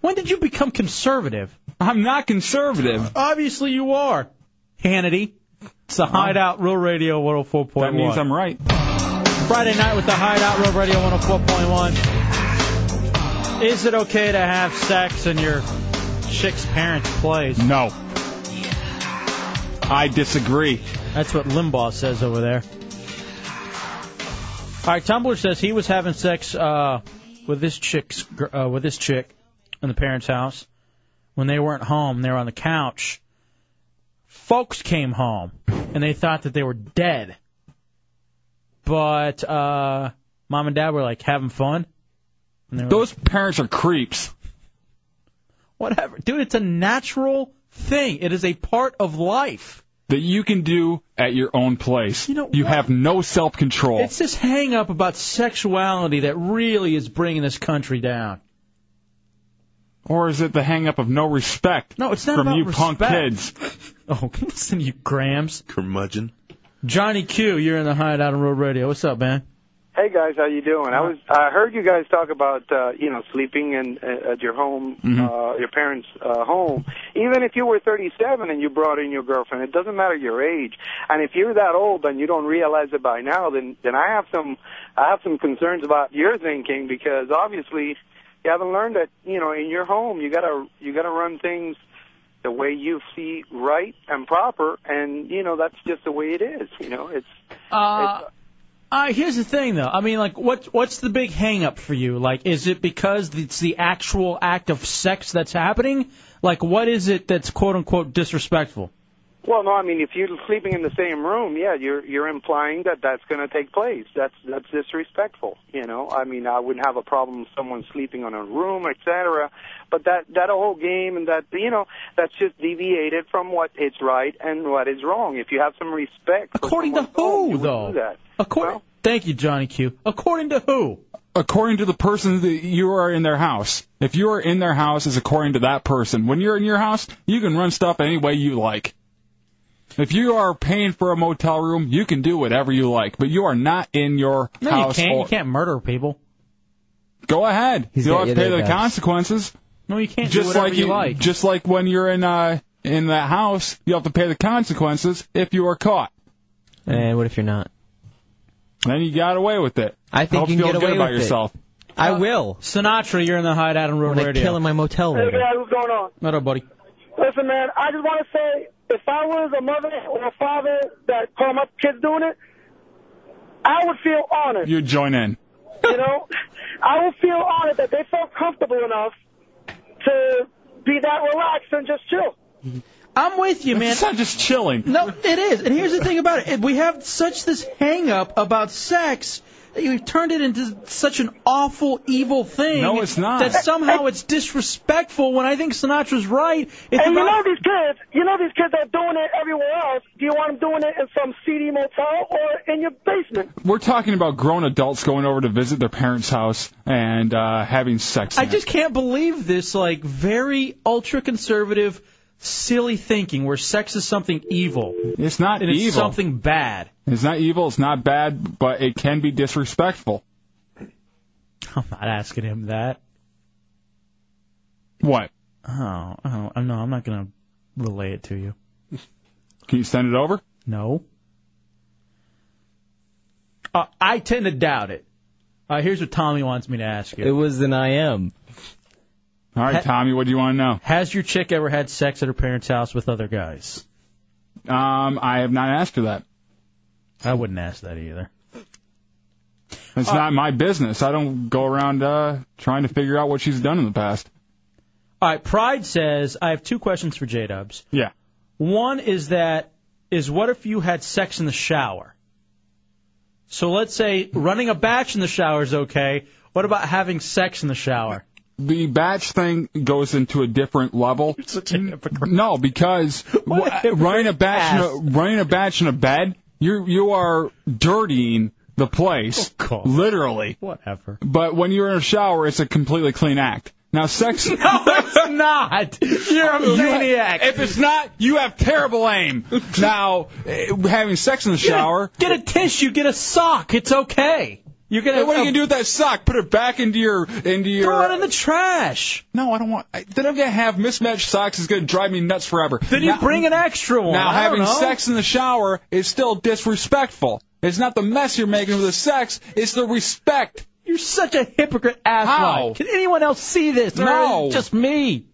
When did you become conservative?
I'm not conservative.
Obviously, you are. Hannity. It's the Hideout Real Radio 104.1.
That means I'm right.
Friday night with the Hideout Real Radio 104.1. Is it okay to have sex in your chick's parents' place?
No. I disagree.
That's what Limbaugh says over there. All right, Tumblr says he was having sex uh, with this chick's gr- uh, with this chick in the parents' house when they weren't home. They were on the couch. Folks came home and they thought that they were dead, but uh, mom and dad were like having fun.
Those parents are creeps.
Whatever, dude. It's a natural thing. It is a part of life.
That you can do at your own place. You, have no self control.
It's this hang up about sexuality that really is bringing this country down.
Or is it the hang up of no respect?
No, it's not
from
about
you punk
respect.
kids.
<laughs> Oh, listen, you grams.
Curmudgeon.
Johnny Q, you're in the hideout on Road Radio. What's up, man?
Hey guys, how you doing? I was I heard you guys talk about uh, you know sleeping in uh, at your home,
Mm-hmm.
Mm-hmm.
uh, your parents' uh, home. Even if you were 37 and you brought in your girlfriend, it doesn't matter your age. And if you're that old and you don't realize it by now, then then I have some I have some concerns about your thinking because obviously you haven't learned that you know in your home you gotta you gotta run things the way you see right and proper, and you know that's just the way it is. You know it's
Uh, uh, here's the thing, though. I mean, like, what what's the big hang up for you? Like, is it because it's the actual act of sex that's happening? Like, what is it that's quote unquote disrespectful?
Well, no, I mean, if you're sleeping in the same room, yeah, you're you're implying that that's going to take place. That's that's disrespectful. You know, I mean, I wouldn't have a problem with someone sleeping on a room, etc. But that that whole game and that you know that's just deviated from what is right and what is wrong. If you have some respect, according to who
though?
do that.
According, thank you, Johnny Q. According to who?
According to the person that you are in their house. If you are in their house, is according to that person. When you're in your house, you can run stuff any way you like. If you are paying for a motel room, you can do whatever you like, but you are not in your
No, you
house.
can't.
or-
You can't murder people.
Go ahead.
He's
You'll
got
have to
you
pay
there,
the
guys.
consequences.
No, you can't do
just
whatever
like
you like.
Just like when you're in uh, in that house, you have to pay the consequences if you are caught.
And Eh, what if you're not?
Then you got away with it.
I think
Hope
you can
feel
get
good
away
about
with it.
yourself.
I will.
Sinatra, you're in the hideout on Road
When I
Radio.
kill in my motel
Hey,
room.
guys,
what's going on?
Not a buddy.
Listen, man, I just want to say, if I was a mother or a father that caught my kids doing it, I would feel honored.
You join in.
you know, <laughs> I would feel honored that they felt comfortable enough to be that relaxed and just chill.
I'm with you, man. It's
not just chilling.
No, it is. And here's the thing about it: we have such this hang up about sex that you've turned it into such an awful, evil thing.
No, it's not.
That somehow it's disrespectful. When I think Sinatra's right, it's
and you know
about
these kids, you know these kids are doing it everywhere else. Do you want them doing it in some seedy motel or in your basement?
We're talking about grown adults going over to visit their parents' house and uh, having sex.
I just can't believe this, like, very ultra conservative, silly thinking where sex is something evil.
It's not
and
evil.
It's something bad.
It's not evil. It's not bad, but it can be disrespectful.
I'm not asking him that.
What?
Oh, oh I'm- no, I'm not going to relay it to you.
Can you send it over?
No. Uh, I tend to doubt it. Uh, here's what Tommy wants me to ask you.
It was an I am.
All right, Tommy, what do you want to know?
Has your chick ever had sex at her parents' house with other guys?
Um, I have not asked her that.
I wouldn't ask that either. Uh,
It's not my business. I don't go around uh, trying to figure out what she's done in the past.
All right, Pride says I have two questions for J Dubs.
Yeah.
One is that is what if you had sex in the shower? So let's say running a batch in the shower is okay. What about having sex in the shower?
The batch thing goes into a different level. No, <laughs> because wh- running a batch in a, running a batch in a bed, you you are dirtying the place, literally.
Whatever.
But when you're in a shower, it's a completely clean act. Now, <laughs> sex.
No,
<laughs>
it's not. You're a maniac.
if it's not, you have terrible <laughs> aim. Now, eh, Oh, having sex in the shower.
Get a tissue. Get a sock. It's okay. You can.
What are you gonna do with that sock? Put it back into your into your. Throw it
in the trash.
No, I don't want. I, then I'm gonna have mismatched socks. Is gonna drive me nuts forever.
Then you bring an extra one.
Now
I don't
having
know.
sex in the shower is still disrespectful. It's not the mess you're making with the sex. It's the respect.
You're such a hypocrite ass.
How?
Can anyone else see this? Or
No.
is it Just me.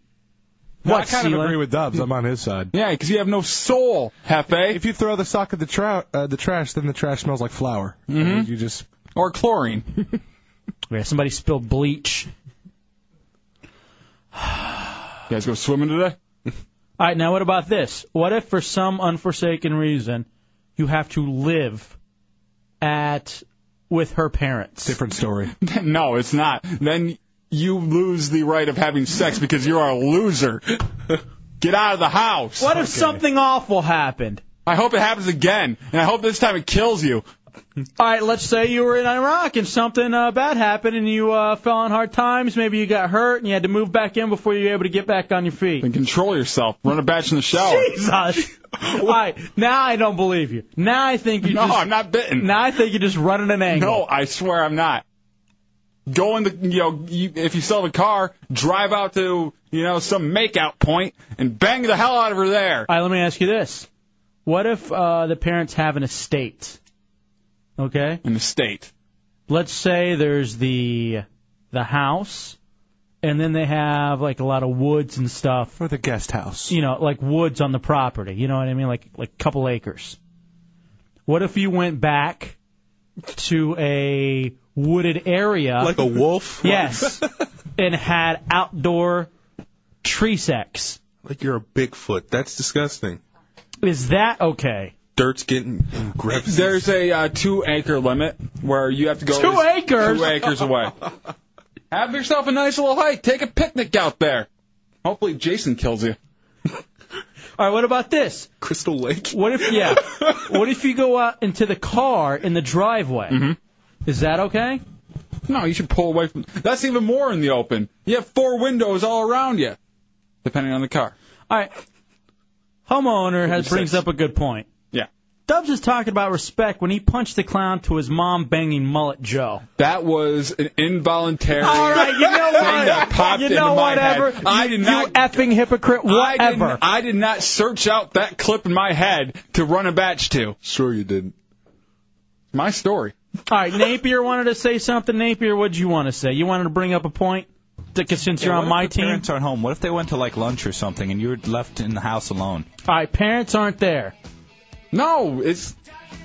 No, I
What,
kind of
Seelan?
agree with Dubs. I'm on his side.
Yeah, because you have no soul, Hefe.
If you throw the sock at the, tra- uh, the trash, then the trash smells like flour.
Mhm.
You just
or chlorine.
<laughs> Yeah, somebody spilled bleach.
You guys go swimming today?
All right, now what about this? What if for some unforsaken reason you have to live at with her parents?
Different story.
<laughs> no, it's not. Then you lose the right of having sex because you are a loser. Get out of the house.
What if something awful happened?
I hope it happens again, and I hope this time it kills you.
All right, let's say you were in Iraq and something uh, bad happened and you uh, fell on hard times. Maybe you got hurt and you had to move back in before you were able to get back on your feet.
And control yourself. Run a batch in the shower.
Jesus. All right, now I don't believe you. Now I think you.
No,
just,
I'm not bitten.
Now I think you're just running an angle.
No, I swear I'm not. Go in the, you know, you, if you sell the car, drive out to, you know, some makeout point and bang the hell out of her there.
All right, let me ask you this: What if uh, the parents have an estate? Okay.
An estate.
Let's say there's the the house, and then they have like a lot of woods and stuff.
Or the guest house.
You know, like woods on the property. You know what I mean? Like like a couple acres. What if you went back to a wooded area?
Like a wolf? <laughs>
Yes. and had outdoor tree sex.
Like you're a Bigfoot. That's disgusting.
Is that okay?
Dirt's getting and grips.
There's a uh, two acre limit where you have to go
Two acres?
two acres
<laughs>
away. have yourself a nice little hike. Take a picnic out there. Hopefully Jason kills you.
All right, what about this?
Crystal Lake.
What if yeah? what if you go out into the car in the driveway? Is that okay?
No, you should pull away from. That's even more in the open. You have four windows all around you, depending on the car.
All right. Homeowner has
Six.
brings up a good point.
Yeah.
Dubs is talking about respect when he punched the clown to his mom banging mullet Joe.
That was an involuntary
All right, you know
thing <laughs>
what?
that popped
You
into
know
my
whatever.
head. I did
You-
not.
you effing hypocrite.
I did,
Whatever.
I did not search out that clip in my head to run a batch to.
Sure you didn't.
My story.
All right, Napier wanted to say something. Napier, what'd you want to say? You wanted to bring up a point, Dick, since you're
Yeah,
on
what
my
if the
team.
Parents aren't home. What if they went to like lunch or something and you were left in the house alone?
All right, parents aren't there.
No, it's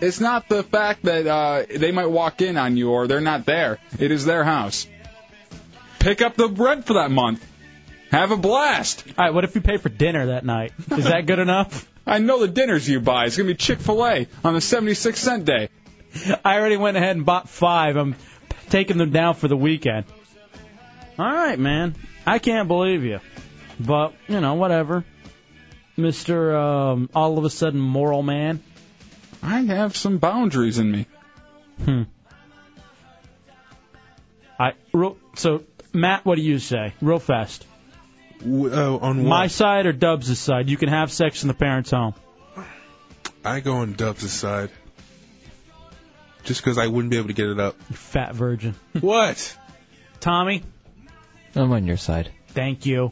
it's not the fact that uh, they might walk in on you or they're not there. It is their house. Pick up the rent for that month. Have a blast.
All right, what if you pay for dinner that night? Is that good enough?
<laughs> I know the dinners you buy. It's gonna be Chick Fil A on the seventy six cent day.
I already went ahead and bought five. I'm taking them down for the weekend. All right, man. I can't believe you. But, you know, whatever. Mr. Um, all of a sudden moral man.
I have some boundaries in me.
Hmm. I real, so Matt, what do you say? Real fast.
W- uh, on what?
My side or Dubs' side? You can have sex in the parents' home.
I go on Dubs' side. Just because I wouldn't be able to get
<laughs>
it up.
You fat virgin.
What?
Tommy,
I'm on your side.
thank you.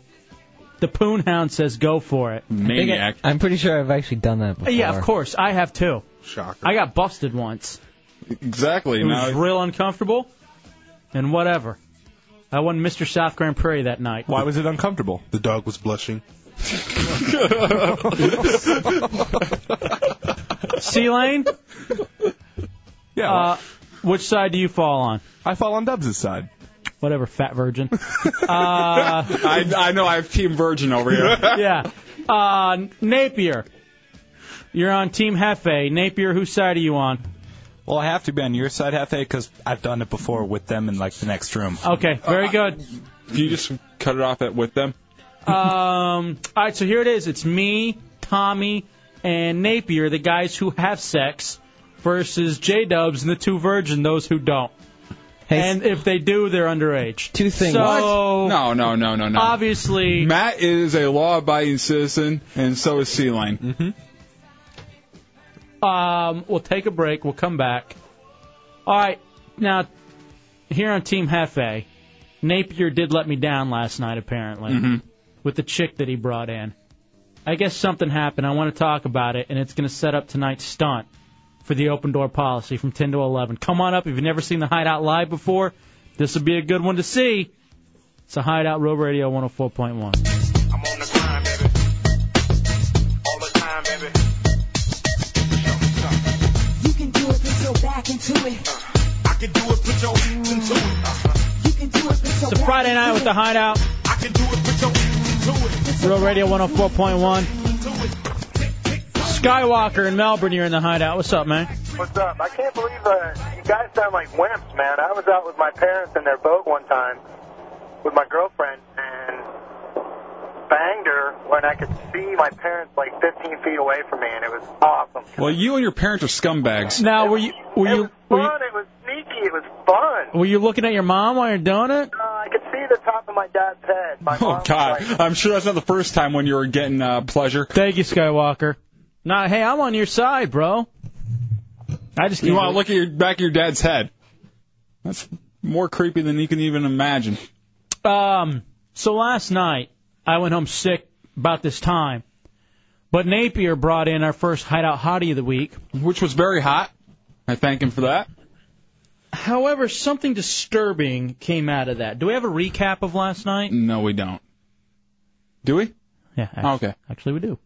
The Poon Hound says go for it.
I think I, am pretty sure I've actually done that before.
Uh, Yeah, of course. I have too.
Shocker.
I got busted once.
Exactly.
It was
Now,
real uncomfortable, and whatever. I won Mr. South Grand Prairie that night.
Why was it uncomfortable?
The dog was
<laughs>
blushing.
C Lane,
Yeah.
uh, which side do you fall on?
I fall on Dubs' side.
Whatever, fat virgin. <laughs> Uh,
<laughs> I, I know I have Team Virgin over here.
<laughs> yeah. Uh, Napier, you're on Team Hefe. Napier, whose side are you on?
Well, I have to be on your side, Hefe, because I've done it before with them in like the next room.
Okay,
Uh,
very good.
Can you just cut it off at with them?
Um, all right, so here it is. It's me, Tommy, and Napier, the guys who have sex, versus J Dubs and the two virgin, those who don't. and if they do, they're underage. Two
things.
So
No, no, no, no, no.
obviously,
Matt is a law-abiding citizen, and so is C Lane. Mm-hmm.
um, we'll take a break. We'll come back. All right, now here on Team Hefe, Napier did let me down last night, apparently,
Mm-hmm.
with the chick that he brought in. I guess something happened. I want to talk about it, and it's going to set up tonight's stunt for the open door policy from 10 to 11. Come on up if you've never seen the Hideout live before. This would be a good one to see. It's a Hideout Road Radio 104.1.
You can do it, put your back into it. Uh, I can do it, put your into it. You can do it, put your
It's a Friday night with the Hideout.
I can do it, put your into it.
Real Radio 104.1. Skywalker in Melbourne, you're in the hideout. What's up, man?
What's up? I can't believe uh, you guys sound like wimps, man. I was out with my parents in their boat one time with my girlfriend and banged her when I could see my parents like 15 feet away from me, and it was awesome.
Well, you and your parents are scumbags.
Now, were you were you were you,
Fun. It was sneaky. It was fun. Uh,
were you looking at your mom while you're doing it?
I could see the top of my dad's head. My
Oh God! I'm sure that's not the first time when you were getting uh, pleasure.
Thank you, Skywalker. Nah, hey, I'm on your side, bro. I just
you
can't
want to
believe-
look at your back of your dad's head. That's more creepy than you can even imagine.
Um, so last night I went home sick about this time, but Napier brought in our first hideout hottie of the week,
which was very hot. I thank him for that.
However, something disturbing came out of that. Do we have a recap of last night?
No, we don't. Do we?
Yeah.
okay.
Actually, we do.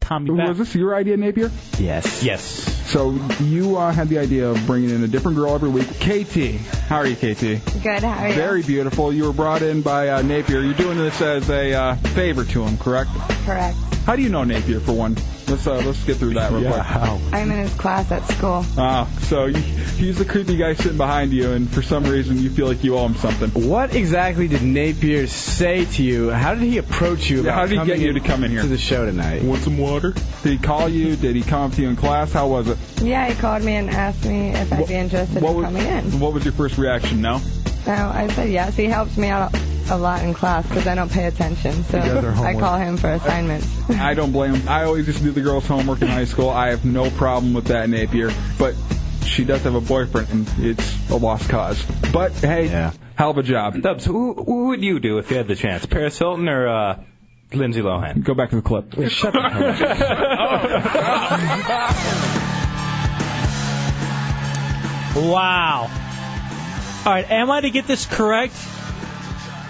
Tommy,
was this your idea, Napier?
Yes. Yes.
So you uh, had the idea of bringing in a different girl every week. KT, how are you, KT?
Good, how are you?
Very beautiful. You were brought in by uh, Napier. You're doing this as a uh, favor to him, correct?
Correct.
How do you know Napier for one? Let's uh, let's get through that real quick. How?
I'm in his class at school.
Ah, so you- he's the creepy guy sitting behind you, and for some reason you feel like you owe him something.
What exactly did Napier say to you? How did he approach you?
Yeah,
About
how did he get
coming
you to come in here
to the show tonight?
Want some water? Did he call you? Did he come up to you in class? How was it?
Yeah, he called me and asked me if I'd be interested in coming in.
What was your first reaction? No.
So I said yes. He helps me out a lot in class because I don't pay attention. So
You guys are
I
homework.
call him for assignments.
I don't blame him. I always used to do the girls' homework in high school. I have no problem with that Napier, but she does have a boyfriend, and it's a lost
<laughs>
cause. But hey, hell of a job.
Dubs, who, who would you do if you had the chance? Paris Hilton or uh, Lindsay Lohan?
Go back to the clip. Oh,
shut the hell up.
<laughs>
<laughs>
Wow. All right, am I to get this correct?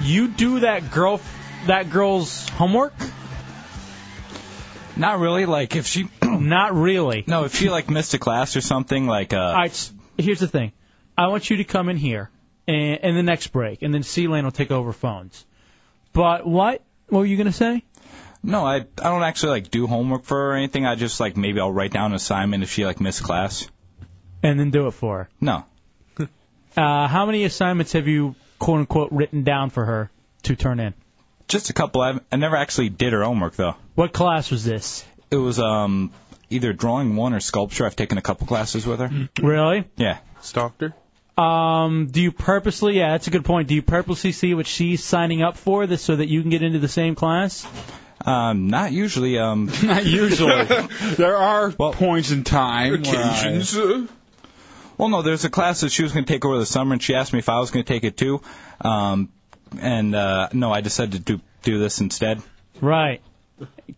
You do that girl, that girl's homework?
Not really. Like if she.
<clears throat>
<clears throat>
Not really.
No, if she like missed a class or something, like uh.
All right, s- here's the thing. I want you to come in here and, and the next break, and then C Lane will take over phones. But what? What were you gonna say?
No, I I don't actually like do homework for her or anything. I just like maybe I'll write down an assignment if she like missed class.
And then do it for her.
No.
<laughs> Uh, how many assignments have you quote unquote written down for her to turn in?
Just a couple. I've, I never actually did her homework though.
What class was this?
It was um either drawing one or sculpture. I've taken a couple classes with her.
Mm. Really?
Yeah. Stalked her.
Um, do you purposely? Yeah, that's a good point. Do you purposely see what she's signing up for, this so that you can get into the same class?
Um, not usually.
<laughs>
Um, Uh,
not
<laughs>
usually. there are points in time.
Occasions. Well, no, there's a class that she was going to take over the summer, and she asked me if I was going to take it too. Um, and uh, no, I decided to do, do this instead.
Right.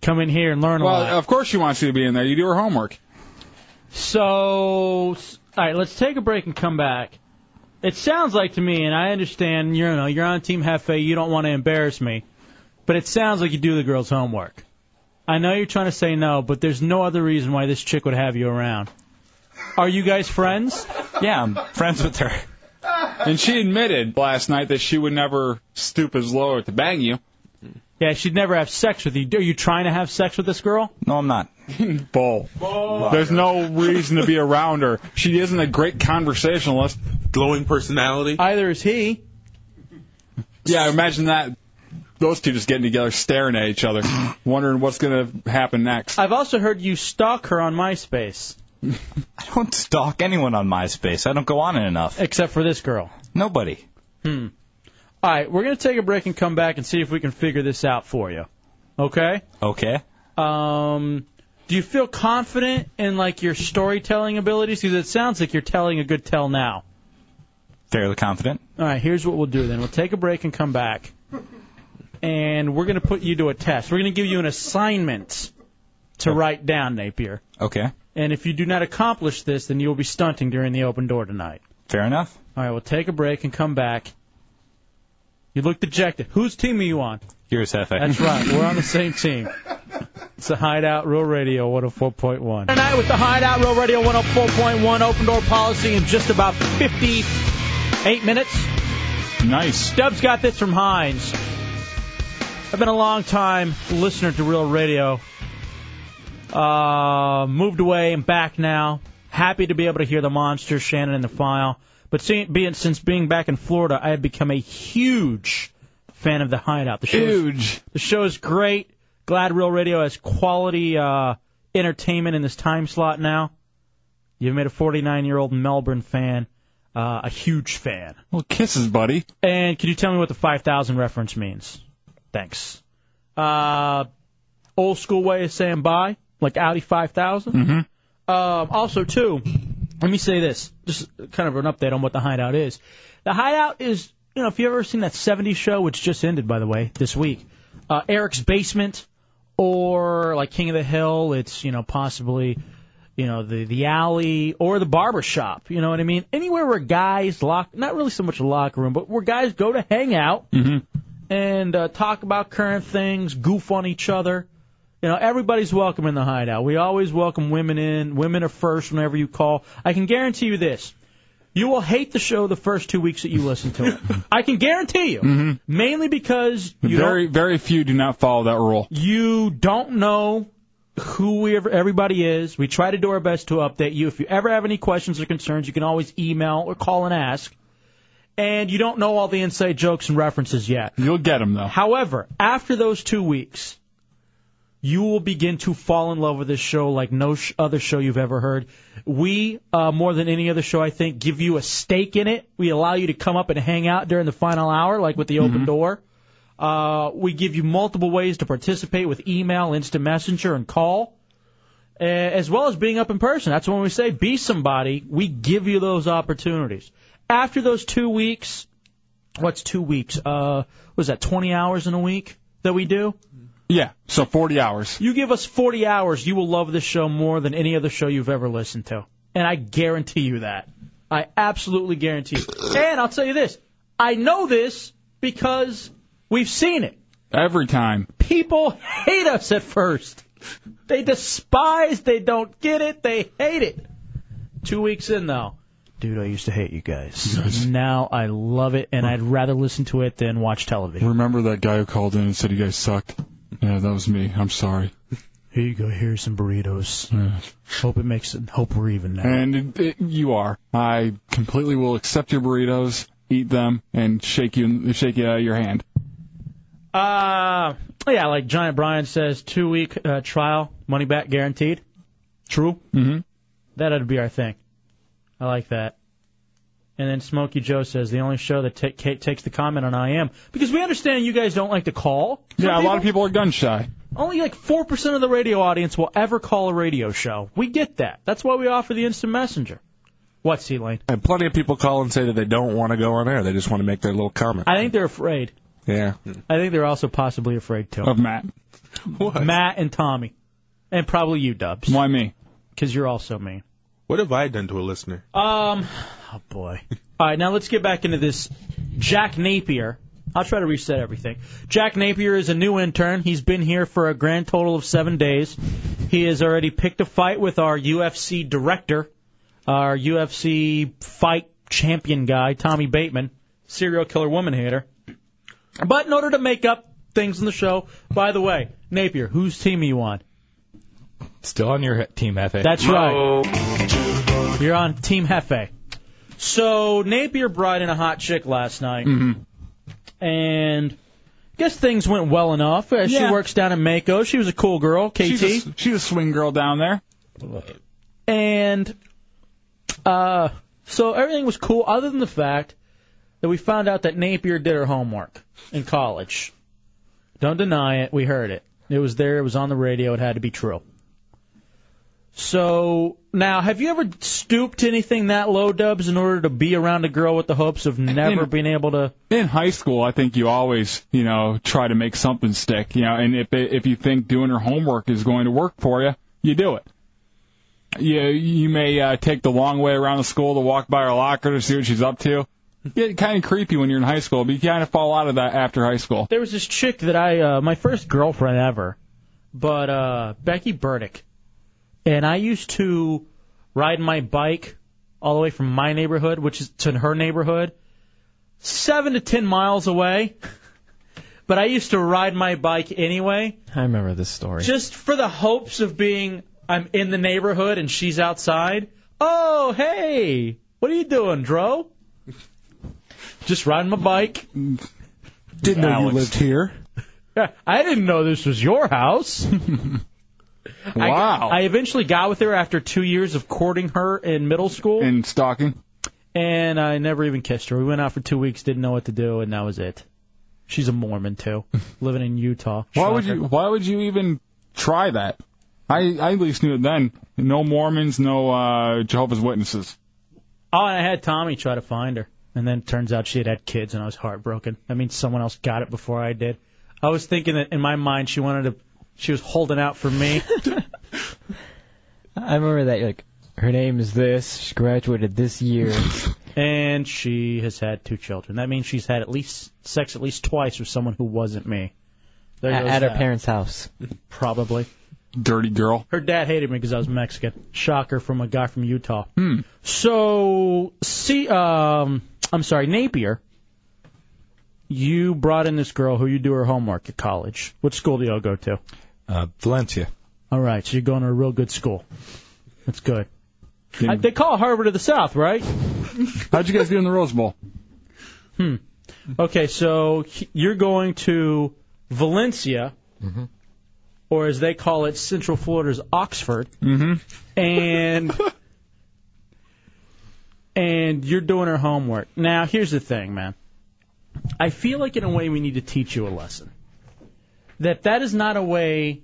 Come in here and learn a lot.
<laughs> Well, of course she wants you to be in there. You do her homework.
So, all right, let's take a break and come back. It sounds like to me, and I understand, you know, you're on Team Hefe, you don't want to embarrass me, but it sounds like you do the girl's homework. I know you're trying to say no, but there's no other reason why this chick would have you around. Are you guys friends?
Yeah, I'm friends with her.
And she admitted last night that she would never stoop as low to bang you.
Yeah, she'd never have sex with you. Are you trying to have sex with this girl?
No, I'm not.
<laughs> Bull. <laughs> There's no reason to be around her. She isn't a great conversationalist. Glowing personality.
Either is he.
Yeah, imagine that. Those two just getting together, staring at each <clears throat> other, wondering what's going to happen next.
I've also heard you stalk her on MySpace.
I don't stalk anyone on MySpace. I don't go on it enough.
Except for this girl.
Nobody.
Hmm. All right, we're going to take a break and come back and see if we can figure this out for you. Okay?
Okay.
Um, do you feel confident in like your storytelling abilities? Because it sounds like you're telling a good tell now.
fairly confident.
All right, here's what we'll do then. We'll take a break and come back. And we're going to put you to a test. We're going to give you an assignment to write down, Napier.
Okay.
And if you do not accomplish this, then you will be stunting during the open door tonight.
Fair enough.
All right, we'll take a break and come back. You look dejected. Whose team are you on?
Here's Hefe.
That's right. We're
<laughs>
on the same team. It's the Hideout Real Radio 104.1. Tonight with the Hideout Real Radio 104.1 open door policy in just about 58 minutes.
Nice.
Stubbs got this from Hines. I've been a long time listener to Real Radio. Uh, moved away and back now. Happy to be able to hear the monster, Shannon, and the file. But seeing, being, since being back in Florida, I have become a huge fan of the Hideout. The huge. The show is great. Glad Real Radio has quality uh, entertainment in this time slot now. You've made a 49 year old Melbourne fan uh, a huge fan.
Well, kisses, buddy.
And can you tell me what the 5,000 reference means? Thanks. Uh, old school way of saying bye, like Audi 5000.
Mm-hmm.
Um, also, too, let me say this, just kind of an update on what the Hideout is. The Hideout is, you know, if you've ever seen that 70s show, which just ended, by the way, this week, uh, Eric's Basement, or like King of the Hill, it's, you know, possibly, you know, the, the alley, or the barber shop, you know what I mean? Anywhere where guys lock, not really so much a locker room, but where guys go to hang out and uh, talk about current things, goof on each other. You know, everybody's welcome in the hideout. We always welcome women in. Women are first whenever you call. I can guarantee you this. You will hate the show the first two weeks that you listen to it. I can guarantee you. Mainly because you
very, very few do not follow that rule.
you don't know who we, everybody is. We try to do our best to update you. If you ever have any questions or concerns, you can always email or call and ask. And you don't know all the inside jokes and references yet.
You'll get them though.
However, after those two weeks, you will begin to fall in love with this show like no sh- other show you've ever heard. We, uh, more than any other show, I think, give you a stake in it. We allow you to come up and hang out during the final hour, like with the
Mm-hmm.
open door. Uh, we give you multiple ways to participate with email, instant messenger, and call, uh, as well as being up in person. That's when we say be somebody. We give you those opportunities. After those two weeks, what's two weeks? Uh, was that 20 hours in a week that we do?
Yeah, so 40 hours.
You give us 40 hours, you will love this show more than any other show you've ever listened to. And I guarantee you that. I absolutely guarantee you. And I'll tell you this I know this because we've seen it.
Every time.
People hate us at first. They despise, they don't get it, they hate it. Two weeks in, though. Dude, I used to hate you guys. Now I love it, and I'd rather listen to it than watch television.
Remember that guy who called in and said you guys sucked? Yeah, that was me. I'm sorry.
Here you go. Here's some burritos. Hope it makes it. Hope we're even now.
And it, it, you are. I completely will accept your burritos, eat them, and shake you shake you out of your hand.
Uh, yeah, like Giant Brian says, two week uh, trial, money back guaranteed. True.
Mm-hmm.
That'd be our thing. I like that. And then Smokey Joe says the only show that ta- ca- takes the comment on I am because we understand you guys don't like to call.
Yeah, a lot of people are gun shy.
Only like four percent of the radio audience will ever call a radio show. We get that. That's why we offer the instant messenger. What's he lane?
And plenty of people call and say that they don't want to go on air. They just want to make their little comment.
I think they're afraid.
Yeah.
I think they're also possibly afraid too.
Of Matt.
Matt and Tommy, and probably you, Dubs.
Why me?
Because you're also mean.
What have I done to a listener?
Um, oh boy. All right, now let's get back into this. Jack Napier. I'll try to reset everything. Jack Napier is a new intern. He's been here for a grand total of seven days. He has already picked a fight with our UFC director, our UFC fight champion guy, Tommy Bateman, serial killer woman hater. But in order to make up things in the show, by the way, Napier, whose team are you on?
Still on your team, Hefe.
That's right. You're on Team Hefe. So Napier brought in a hot chick last night,
Mm.
and I guess things went well enough. Uh, She
Yeah.
works down in Mako. She was a cool girl, KT,
She's a, she's a swing girl down there.
and uh, so everything was cool, other than the fact that we found out that Napier did her homework in college. Don't deny it. We heard it. It was there. It was on the radio. It had to be true. So now, have you ever stooped to anything that low, Dubs, in order to be around a girl with the hopes of never being able to?
In high school, I think you always, you know, try to make something stick, you know, and if it, if you think doing her homework is going to work for you, you do it. You you may uh, take the long way around the school to walk by her locker to see what she's up to. Get kind of creepy when you're in high school, but you kind of fall out of that after high school.
There was this chick that I, uh, my first girlfriend ever, but uh, Becky Burdick, and I used to ride my bike all the way from my neighborhood, which is to her neighborhood, seven to ten miles away. <laughs> But I used to ride my bike anyway,
I remember this story.
just for the hopes of being I'm in the neighborhood and she's outside. Oh, hey, what are you doing, Dro? <laughs> Just riding my bike.
Didn't know you lived here.
I didn't know this was your
<laughs>
house.
Wow.
I, I eventually got with her after two years of courting her in middle school.
And stalking.
And I never even kissed her. We went out for two weeks, didn't know what to do, and that was it. She's a Mormon
<laughs>
too, living in Utah.
Why would
Shocker.
you? Why would you even try that? I I at least knew it then. No Mormons, no uh, Jehovah's Witnesses.
Oh, and I had Tommy try to find her, and then it turns out she had had kids, and I was heartbroken. That means someone else got it before I did. I was thinking that in my mind she wanted to, she was holding out for
<laughs>
me.
I remember that. Like, her name is this. She graduated this year.
and she has had two children. That means she's had at least sex at least twice with someone who wasn't me. There
At-
goes
at her
that.
parents' house.
Probably.
Dirty girl.
Her dad hated me because I was Mexican. Shocker from a guy from Utah. Hmm. So, see, um, I'm sorry, Napier. You brought in this girl who you do her homework at college. What school do y'all go to?
Uh, Valencia.
All right, so you're going to a real good school. That's good. I- they call Harvard of the South, right?
How'd you guys do in the Rose Bowl?
Hmm. Okay, so he- you're going to Valencia, or as they call it, Central Florida's Oxford, mm-hmm. and and you're doing her homework. Now, here's the thing, man. I feel like in a way we need to teach you a lesson. That that is not a way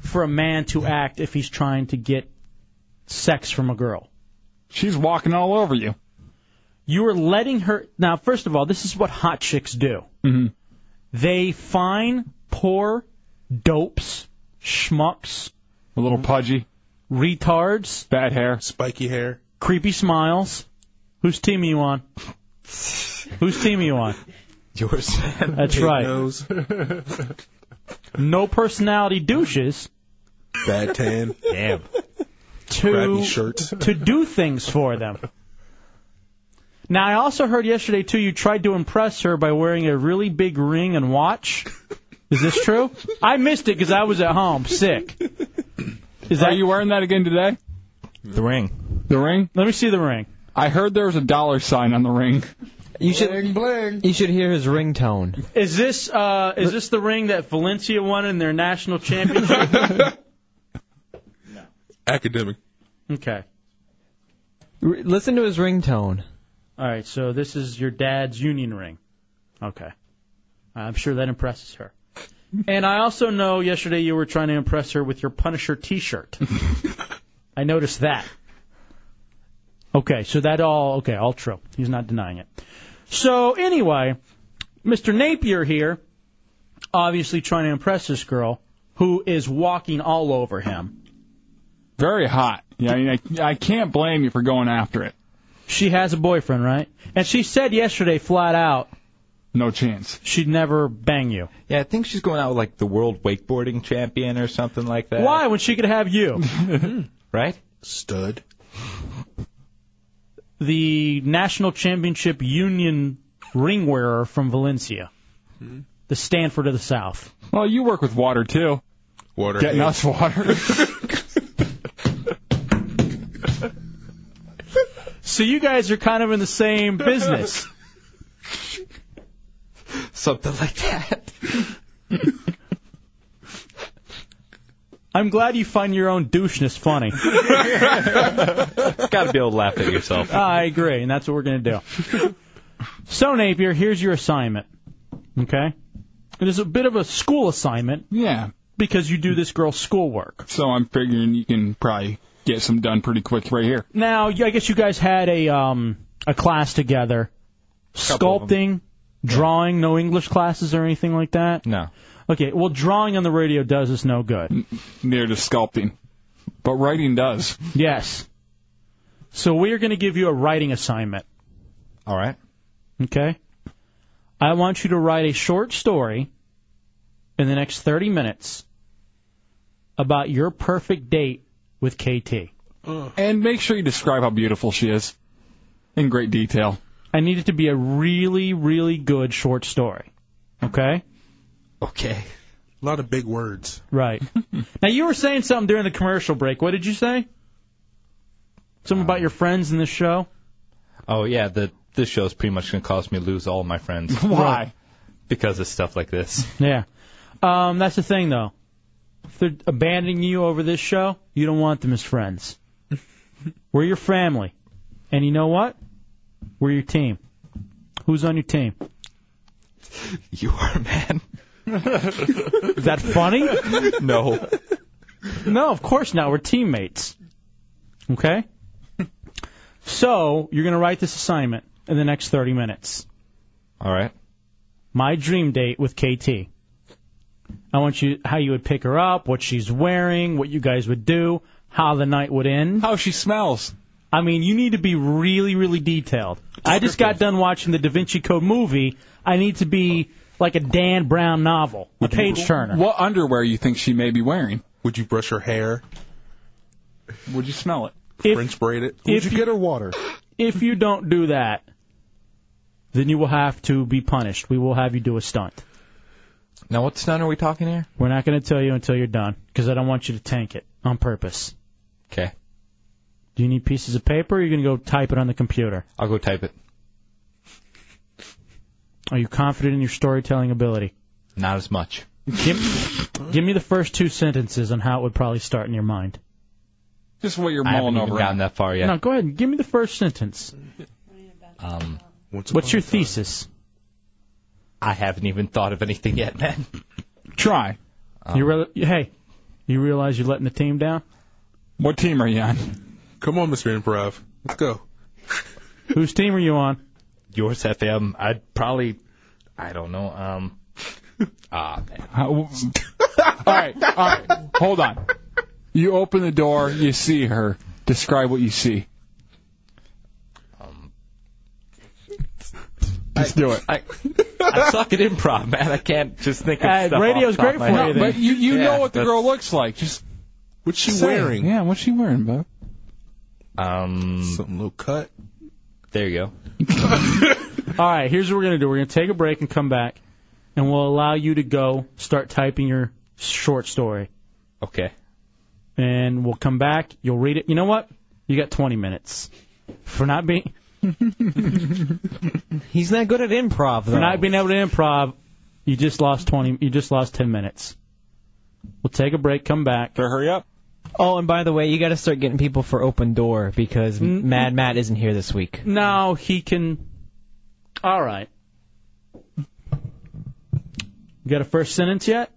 for a man to act if he's trying to get sex from a girl.
She's walking all over you.
You are letting her. Now, first of all, this is what hot chicks do. Mm-hmm. They fine, poor, dopes, schmucks,
a little pudgy,
retards,
bad hair,
spiky hair, creepy smiles. Whose team are you <laughs> on? Whose team are you on?
Yours.
That's right.
<laughs>
No personality douches.
Bad tan.
Damn.
to
Crappy shirts.
<laughs> to do things for them. Now I also heard yesterday too you tried to impress her by wearing a really big ring and watch. Is this true? I missed it because I was at home sick. Is that
Are you wearing that again today?
The ring.
The ring?
Let me see the ring.
I heard there was a dollar sign on the ring.
You should You should hear his ringtone.
is this uh, is this the ring that Valencia won in their national championship?
<laughs> Academic.
okay.
R- listen to his
<laughs>
ringtone.
All right. So this is your dad's union ring. Okay. I'm sure that impresses her. And I also know yesterday you were trying to impress her with your Punisher T-shirt. I noticed that. Okay, so that all okay, all true. He's not denying it. So anyway, Mr. Napier here, obviously trying to impress this girl who is walking all over him.
Very hot. Yeah, I, mean, I, I can't blame you for going after it.
She has a boyfriend, right? And she said yesterday flat out,
no chance.
She'd never bang you.
Yeah, I think she's going out with like the world wakeboarding champion or something like that.
Why when she could
<laughs>
have you?
Right?
Stud. The national championship union ring wearer from Valencia, the Stanford of the South.
Well, you work with water too.
Water.
Getting
hand.
us
<laughs>
water.
So you guys are kind of in the same business.
Something like that.
I'm glad you find your own doucheness funny.
<laughs> Gotta be able to laugh at yourself.
I agree, and that's what we're going to do. So, Napier, here's your assignment. Okay? It is a bit of a school assignment.
Yeah.
Because you do this girl's schoolwork.
So I'm figuring you can probably get some done pretty quick right here.
Now, you- I guess you guys had a um a class together, sculpting, drawing. No English classes or anything like that.
No.
Okay. Well, drawing on the radio does us no good.
Near to sculpting, but writing does.
Yes. So we are going to give you a writing assignment.
All right.
Okay. I want you to write a short story in the next 30 minutes about your perfect date with KT.
And make sure you describe how beautiful she is in great detail.
I need it to be a really, really good short story. Okay?
Okay.
A lot of big words.
<laughs>
Right. now, you were saying something during the commercial break. What did you say? Something
Uh,
about your friends in the show?
Oh yeah, the this show's pretty much gonna cause me to lose all my
<laughs>
friends.
Why?
Because of stuff like this.
Yeah. Um, that's the thing, though. If they're abandoning you over this show, you don't want them as
<laughs>
friends. We're your family. And you know what? We're your team. Who's on your team?
You are, man.
Is that funny?
<laughs> No.
No, of course not. We're teammates. Okay? So, you're going to write this assignment in the next 30 minutes.
All right.
My dream date with KT. I want you how you would pick her up, what she's wearing, what you guys would do, how the night would end,
how she smells.
I mean, you need to be really, really detailed. I just got done watching the Da Vinci Code movie. I need to be like a Dan Brown novel, a page turner.
What underwear you think she may be wearing?
Would you brush her hair?
Would you smell it?
French braid it.
if
Would you
you-
get her water?
If you don't do that, then you will have to be punished. We will have you do a stunt.
Now, what stunt are we talking here?
We're not going to tell you until you're done because I don't want you to tank it on purpose.
Okay.
Do you need pieces of paper or are you going to go type it on the computer?
I'll go type it.
Are you confident in your storytelling ability?
Not as much.
Give, give me the first two sentences on how it would probably start in your mind.
Just what you're
I haven't
mulling
even
over.
gotten that far yet.
No, go ahead and give me the first sentence.
Um,
What's your thesis?
I haven't even thought of anything yet, man. Um,
Try.
you re- hey, you realize you're letting the team down?
What team are you on?
Come on, Mr. Improv. Let's go.
Whose team are you on?
Yours, FM. I'd probably, I don't know.
<laughs>
Um, ah, man.
all right, all right. Hold on. You open the door. You see her. Describe what you see. Let's do it.
I, I suck at improv, man. I can't just think of
Uh,
stuff. off
radio's
the top
great
of my
for
head.
you, but you- you know what the
that's-
girl looks like. Just
what's
she wearing?
Yeah, what's she wearing, Bob?
Um,
something little cut.
There you go.
All right, here's what we're going to do. We're going to take a break and come back, and we'll allow you to go start typing your short story.
Okay.
And we'll come back. You'll read it. You know what? You got 20 minutes for not being
<laughs> He's not good at improv though.
for not being able to improv. You just lost 20. You just lost 10 minutes. We'll take a break. Come back.
hurry up.
Oh, and by the way, you got to start getting people for open door because
Mm-hmm.
Mad Matt isn't here this week.
No, he can. All right. You got a first sentence yet?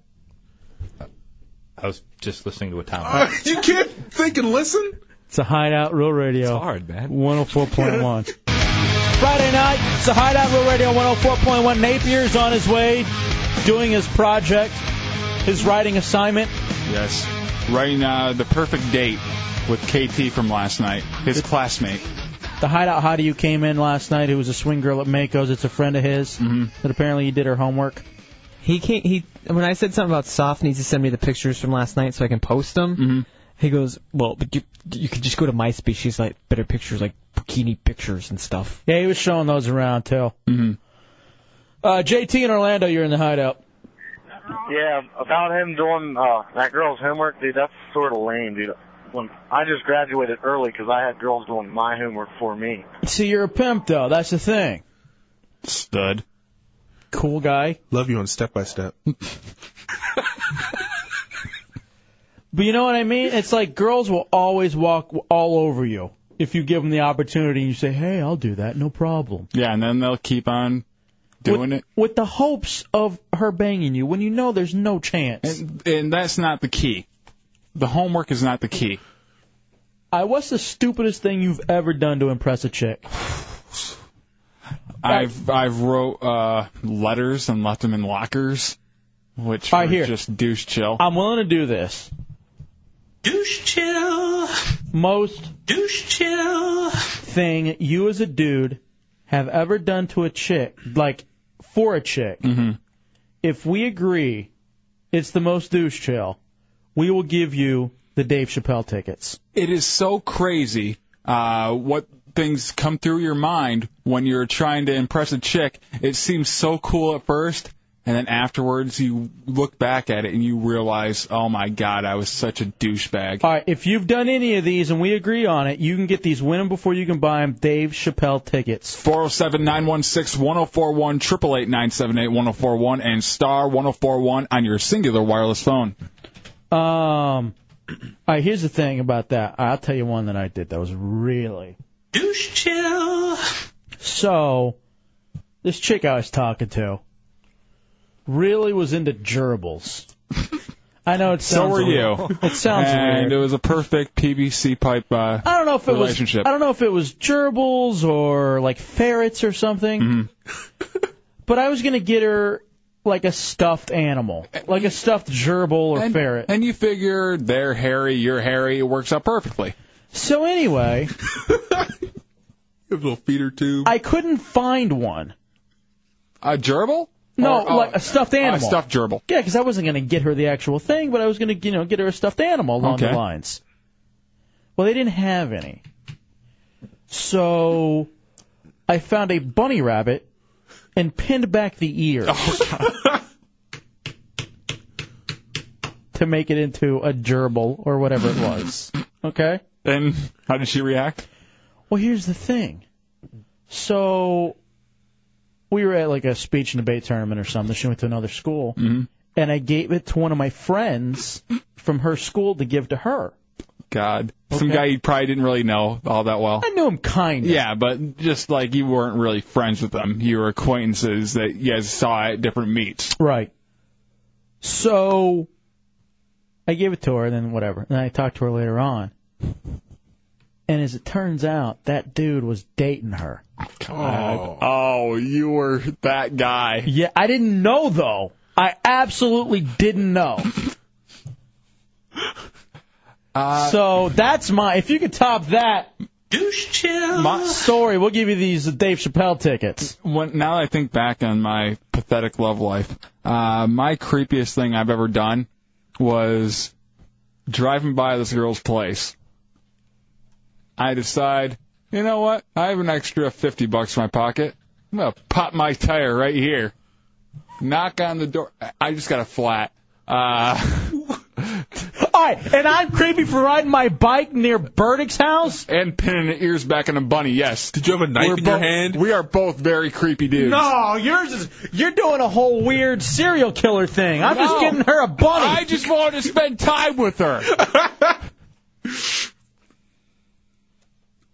I was just listening to a Tom.
you can't think and listen?
It's a Hideout Real Radio. oh It's
hard, man.
104.1. Friday night, it's a Hideout Real Radio 104.1. Napier's on his way doing his project, his writing assignment.
Yes. Writing uh, the perfect date with KT from last night, his classmate.
The Hideout How Do You came in last night, who was a swing girl at Mako's. It's a friend of his that apparently he did her homework.
Mm-hmm. He can't. He when I said something about soft needs to send me the pictures from last night so I can post them.
Mm-hmm.
He goes, well, but you you could just go to MySpace. She's like better pictures, like bikini pictures and stuff.
Yeah, he was showing those around, too. Mm-hmm. Uh, JT in Orlando, you're in the Hideout.
Yeah, about him doing uh, that girl's homework, dude. That's sort of lame, dude. When I just graduated early because I had girls doing my homework for me.
See, you're a pimp, though. That's the thing.
Stud.
Cool guy.
Love you on step by
<laughs>
step.
But you know what I mean? It's like girls will always walk all over you if you give them the opportunity and you say, hey, I'll do that, no problem.
Yeah, and then they'll keep on doing it.
With the hopes of her banging you when you know there's no chance.
And, and that's not the key. The homework is not the key.
I, what's the stupidest thing you've ever done to impress a chick?
I've I've wrote uh, letters and left them in lockers, which
All
are
right, here.
just douche chill.
I'm willing to do this.
Douche chill.
Most
Douche chill.
thing you as a dude have ever done to a chick, like for a chick, if we agree it's the most douche chill, we will give you the Dave Chappelle tickets.
It is so crazy uh, what things come through your mind when you're trying to impress a chick. It seems so cool at first, and then afterwards you look back at it and you realize, oh my god, I was such a douchebag.
All right, if you've done any of these and we agree on it, you can get these win 'em before you can buy 'em Dave Chappelle tickets.
407 916 1041, 888 978 1041, and star 1041 on your singular wireless phone.
Um, <clears throat> all right, here's the thing about that. I'll tell you one that I did that was really
Douche chill.
So, this chick I was talking to really was into gerbils. I know
<laughs>
it
So
sounds
were
weird. <laughs>
you.
It sounds
and
weird.
it was a perfect PVC pipe uh,
I don't know if it
relationship.
was. I don't know if it was gerbils or like ferrets or something.
Mm-hmm.
but I was gonna get her like a stuffed animal, like a stuffed gerbil or ferret.
And you figure they're hairy, you're hairy, it works out perfectly.
So anyway,
little feeder tube.
I couldn't find one.
A gerbil?
No,
Or, uh,
like a stuffed
a
animal.
stuffed gerbil.
Yeah, because I wasn't going to get her the actual thing, but I was going to, you know, get her a stuffed animal along
Okay.
the lines. Well, they didn't have any, so I found a bunny rabbit and pinned back the ear <laughs> to make it into a gerbil or whatever it was. Okay.
And how did she react?
Well, here's the thing. So we were at like a speech and debate tournament or something. She went to another school, and I gave it to one of my friends from her school to give to her.
God. Some
Okay.
guy you probably didn't really know all that well.
I knew him kind of.
Yeah, but just like you weren't really friends with them. You were acquaintances that you guys saw at different meets.
Right. So I gave it to her, and then whatever. And I talked to her later on. And as it turns out, that dude was dating her.
Oh, oh you were that guy.
Yeah, I didn't know though. I absolutely didn't know.
Uh,
so that's my. If you could top that,
Douche chill.
my story, we'll give you these Dave Chappelle tickets.
When, now that I think back on my pathetic love life, uh, my creepiest thing I've ever done was driving by this girl's place. I decide, you know what? I have an extra 50 bucks in my pocket. I'm going to pop my tire right here. Knock on the door. I- I just got a flat. Uh,
All right, and I'm creepy for riding my bike near Burdick's house.
and pinning the ears back on a bunny, yes. Did you have a
knife in your hand?
We are both very creepy dudes.
No, yours is you're doing a whole weird serial killer thing. I'm just
No.
getting her a bunny.
I just wanted to spend time with her.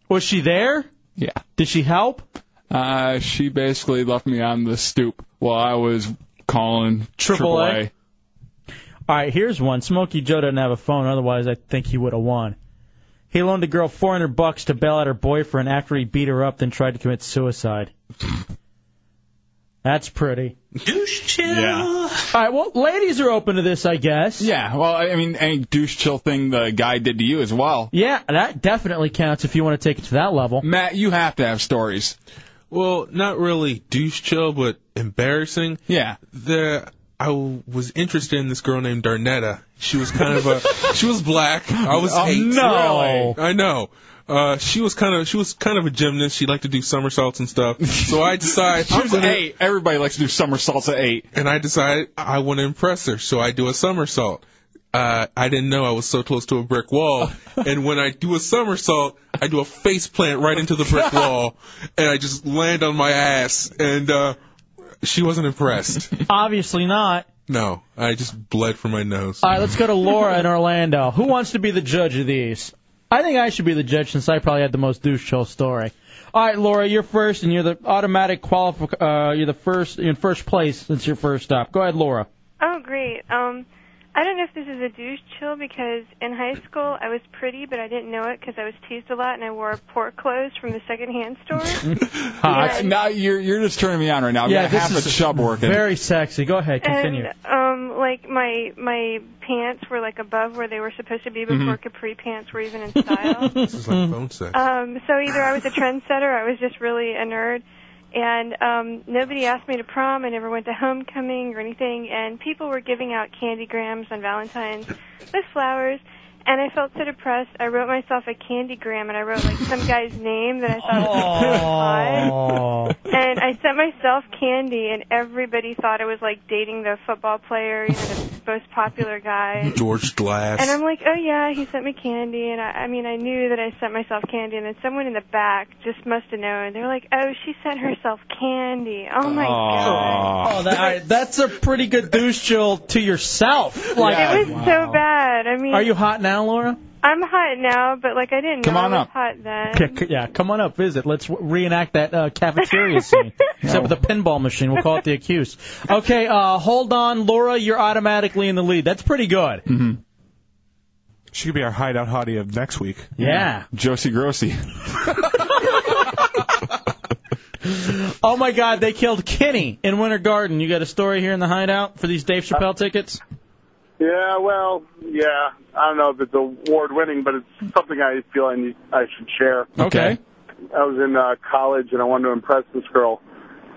Was she there?
Yeah.
Did she help?
Uh, she basically left me on the stoop while I was calling
Triple A?
AAA.
<laughs> All right, here's one. Smokey Joe doesn't have a phone, otherwise I think he would have won. He loaned a girl 400 bucks to bail out her boyfriend after he beat her up, then tried to commit suicide.
<sighs>
That's pretty.
Douche chill.
<laughs>
Yeah.
All right, well, ladies are open to this, I guess.
Yeah, well, I mean, any douche chill thing the guy did to you as well.
Yeah, that definitely counts if you want to take it to that level.
Matt, Uh, you have to have stories.
Well, not really douche chill, but embarrassing.
Yeah.
The I w- was interested in this girl named Darnetta. She was kind
<laughs>
<laughs>
of a she was black. I was
Oh,
eight.
no.
Really? I know. Uh, she was kind of she was kind of a gymnast. She liked to do somersaults and stuff. So I
<laughs>
decided
She
I'm
was
gonna-
eight. Everybody likes to do somersaults at eight.
and I decided I want to impress her, so I do a somersault. Uh, I didn't know I was so close to a brick
<laughs>
wall, and when I do a somersault, I do a face plant right into the brick
<laughs>
wall, and I just land on my ass, and uh, she wasn't impressed.
Obviously not.
No, I just bled from my nose.
All right, let's go
<laughs>
to Laura in Orlando. Who wants to be the judge of these? I think I should be the judge since I probably had the most douche chill story. All right, Laura, you're first, and you're the automatic qualif. Uh, you're the first you're in first place since your first stop. Go ahead, Laura.
Oh, great. Um,
I don't know if this is a douche chill because in high school I was pretty, but I didn't know it because I was teased a lot and I wore poor clothes from the secondhand store.
Hot. Now you're you're just turning me on right now. I'm
Yeah,
gonna
this
have
is
a chub working.
Very sexy. Go ahead, continue.
And um, like my my pants were like above where they were supposed to be before
Mhm.
capri pants were even in style.
<laughs> This is like phone sex.
Um, so either I was a trendsetter, or I was just really a nerd, and um, nobody asked me to prom. I never went to homecoming or anything, and people were giving out candy grams on Valentine's with flowers. And I felt so depressed. I wrote myself a candy gram, and I wrote like some guy's name that I thought was really odd.
<laughs>
And I sent myself candy, and everybody thought I was like dating the football player, you know, the most popular guy.
George Glass.
And I'm like, oh yeah, he sent me candy, and I, I mean, I knew that I sent myself candy, and then someone in the back just must have known. They're like, oh, she sent herself candy. Oh my god.
Oh, that, all right, that's a pretty good douche chill to yourself. Like,
it was so bad. I mean,
Are you hot now, Laura?
I'm hot now, but like I didn't
Come
know
on
I was
up.
hot then.
Yeah, c- yeah, come on up, visit. Let's w- reenact that uh, cafeteria scene, except with a pinball machine. We'll call it the accused. Okay, uh, hold on, Laura. You're automatically in the lead. That's pretty good. Mm-hmm.
She could be our hideout hottie of next week.
Yeah.
Josie Grossi.
Oh my God, they killed Kenny in Winter Garden. You got a story here in the hideout for these Dave Chappelle tickets?
Yeah, well, yeah. I don't know if it's award winning, but it's something I feel I need I should share.
Okay.
I was in uh, college and I wanted to impress this girl,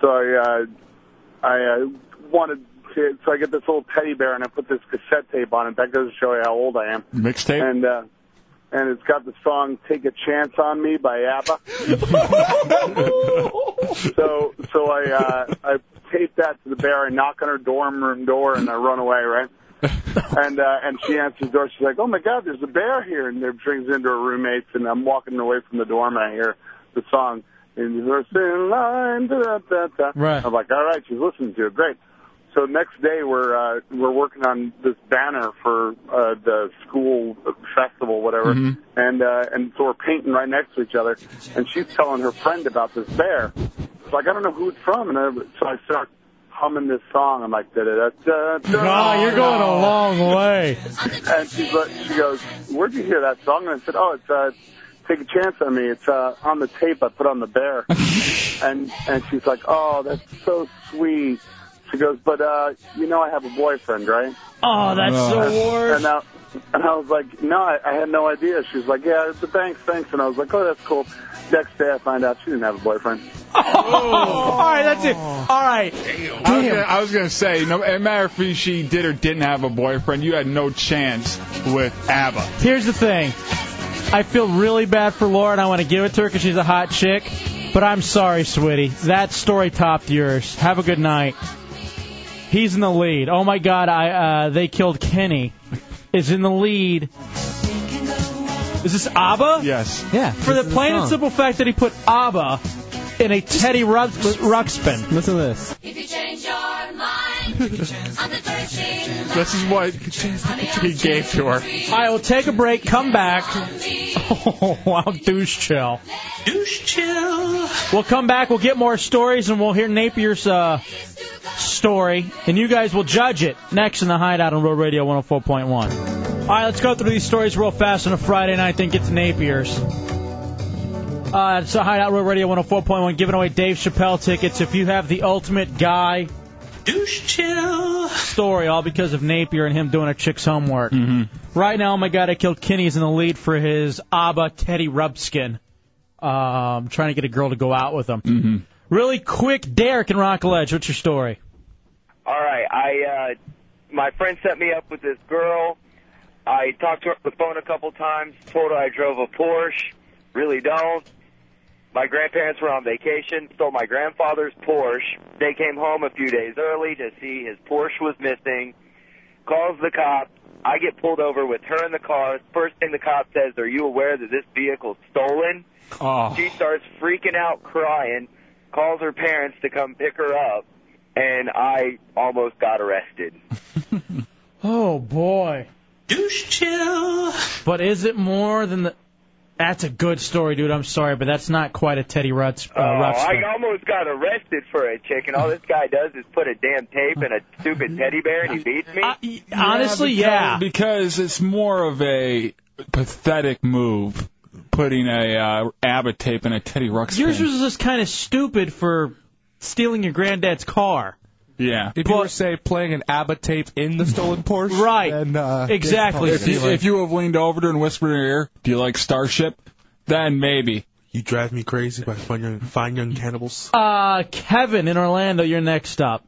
so I uh, I uh, wanted to. So I get this little teddy bear and I put this cassette tape on it. That goes to show you how old I am.
Mixtape.
And uh, and it's got the song "Take a Chance on Me" by ABBA. so so I uh, I tape that to the bear. I knock on her dorm room door and I run away. Right. and uh, and she answers the door. She's like, "Oh my God, there's a bear here!" And it brings into her roommates. And I'm walking away from the dorm, and I hear the song in the in line. Da, da, da.
Right.
I'm like, "All right, she's listening to it. Great." So next day we're uh, we're working on this banner for uh, the school festival, whatever,
Mm-hmm.
and uh, and so we're painting right next to each other. And she's telling her friend about this bear. It's like I don't know who it's from, and I, so I start humming this song. I'm like, da da da da.
Oh, you're going a long way.
And she's like, she goes, "Where'd you hear that song?" And I said, "Oh, it's uh, Take a Chance on Me. It's uh, on the tape I put on the bear." and and she's like, "Oh, that's so sweet." She goes, "But uh, you know, I have a boyfriend, right?"
Oh, that's the
And-
worst.
And I, and I was like, "No, I, I had no idea." She's like, "Yeah, it's a thanks, thanks." And I was like, "Oh, that's cool." Next day, I find out she didn't have a boyfriend.
All right, that's it. All right.
uh,
I was, gonna, I was gonna say, no it matter if he- she did or didn't have a boyfriend, you had no chance with ABBA.
Here's the thing. I feel really bad for Laura, and I want to give it to her because she's a hot chick. But I'm sorry, sweetie. That story topped yours. Have a good night. He's in the lead. Oh my God! I uh, they killed Kenny. Is in the lead. Is this ABBA?
Yes.
Yeah. For the
is the
plain and
song.
simple fact that he put ABBA in a Teddy Rux- Ruxpin. Listen to this.
If you change your mind, <laughs> on the
This is what he gave to her.
I will take a break. Come
<laughs>
back. Oh, wow, douche chill. Douche chill. We'll come back. We'll get more stories, and we'll hear Napier's uh, story, and you guys will judge it next in the Hideout on Road Radio 104.1. All right, let's go through these stories real fast on a Friday night, then get to Napier's. Uh, it's the Hideout Road Radio 104.1 giving away Dave Chappelle tickets. If you have the ultimate guy douche chill story, all because of Napier and him doing a chick's homework. Right now, oh my God, I killed Kenny is in the lead for his ABBA Teddy Rubskin. Um, trying to get a girl to go out with him. Really quick, Derek and Rock Ledge, what's your story?
All right, I uh, my friend set me up with this girl. I talked to her on the phone a couple times. Told her I drove a Porsche. Really don't. My grandparents were on vacation. Stole my grandfather's Porsche. They came home a few days early to see his Porsche was missing. Calls the cops. I get pulled over with her in the car. First thing the cop says, "Are you aware that this vehicle's stolen?"
Oh.
She starts freaking out, crying, calls her parents to come pick her up, and I almost got arrested.
Oh boy. Douche chill. But is it more than the That's a good story, dude. I'm sorry, but that's not quite a Teddy Ruts. Uh,
Oh,
Ruxpin.
I almost got arrested for a chick, and all this guy does is put a damn tape in a stupid teddy bear, and he beats me.
Honestly,
because-
yeah.
Because it's more of a pathetic move putting a uh, Abbott tape in a Teddy Ruxpin.
Yours was just kind of stupid for stealing your granddad's car.
yeah.
If you were say playing an ABBA tape in the stolen Porsche,
right?
Then, uh,
If you, if you have leaned over to her and whispered in her ear, "Do you like Starship?" Then maybe.
You drive me crazy by fine young, fine young cannibals.
Uh, Kevin in Orlando, you're next up.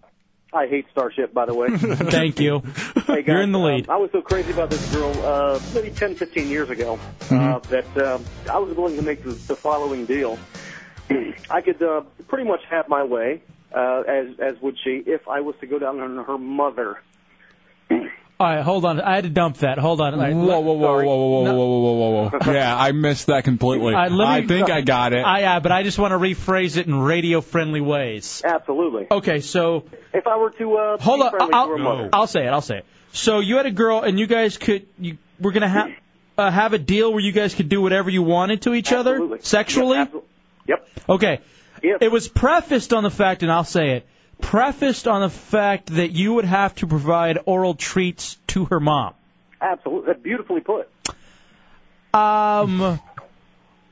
I hate Starship, by the way.
<laughs> Thank you.
<laughs> Hey, guys,
You're in the lead.
um, I was so crazy about this girl uh, maybe 10, 15 years ago uh, that um I was willing to make the, the following deal. I could uh, pretty much have my way, uh, as as would she, if I was to go down on her mother.
All right, hold on. I had to dump that. Hold on. All right,
Whoa, whoa, whoa, whoa, whoa, whoa, whoa, whoa, whoa,
<laughs>
whoa. Yeah, I missed that completely.
All right, Uh, let me-
I think I got it.
I, uh, but I just want to rephrase it in radio-friendly ways.
Absolutely.
Okay, so
If I were to uh,
hold
be
on.
friendly
I'll,
to her mother,
I'll say it. I'll say it. So you had a girl, and you guys could you were gonna have uh, have a deal where you guys could do whatever you wanted to each other sexually. Yep. Okay. It was prefaced on the fact, and I'll say it. Prefaced on the fact that you would have to provide oral treats to her mom.
absolutely, beautifully put.
Um. All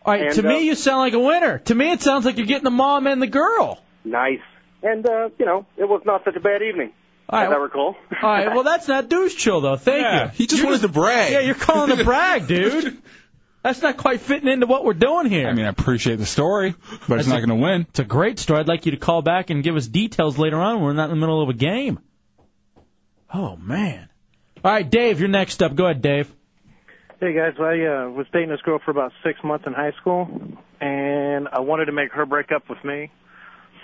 right.
And,
to
uh,
me, you sound like a winner. To me, it sounds like you're getting the mom and the girl.
Nice. And uh, you know, it was not such a bad evening,
All right.
as I recall.
All right. Well, that's not douche chill though. Thank you. He just wanted
to brag.
Yeah, you're calling to brag, dude. <laughs> That's not quite fitting into what we're doing here. I mean,
I appreciate the story, but it's not going to win.
It's a great story. I'd like you to call back and give us details later on. when We're not in the middle of a game. Oh man. All right, Dave, you're next up. Go ahead, Dave.
Hey guys, well, I uh, was dating this girl for about six months in high school, and I wanted to make her break up with me.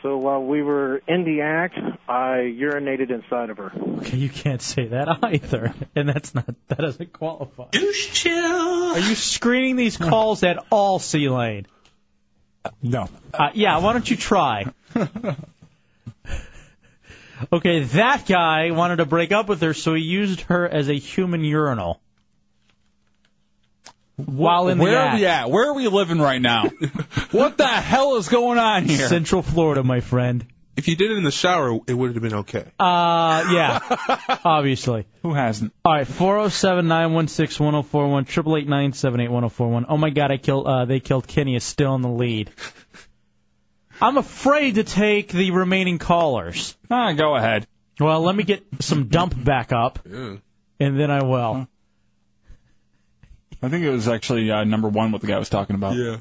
So while we were in the act, I urinated inside of her.
Okay, you can't say that either, <laughs> and that's not that doesn't qualify.
Douche chill.
Are you screening these calls at all, C Lane?
No.
Uh, yeah, why don't you try? okay, that guy wanted to break up with her, so he used her as a human urinal. While in
Where
the
are
act.
we at? Where are we living right
<laughs>
now? what the hell is going on here?
Central Florida, my friend.
If you did it in the shower, it would have been okay.
Uh,
<laughs>
yeah, obviously.
Who hasn't?
All right, four zero seven nine one six one zero four one triple eight nine seven eight one zero four one. Oh my God, I killed. Uh, they killed Kenny. Is still in the lead. I'm afraid to take the remaining callers.
Ah, go ahead.
Well, let me get some dump back up,
Yeah.
and then I will.
I think it was actually uh, number one what the guy was talking about. Yeah.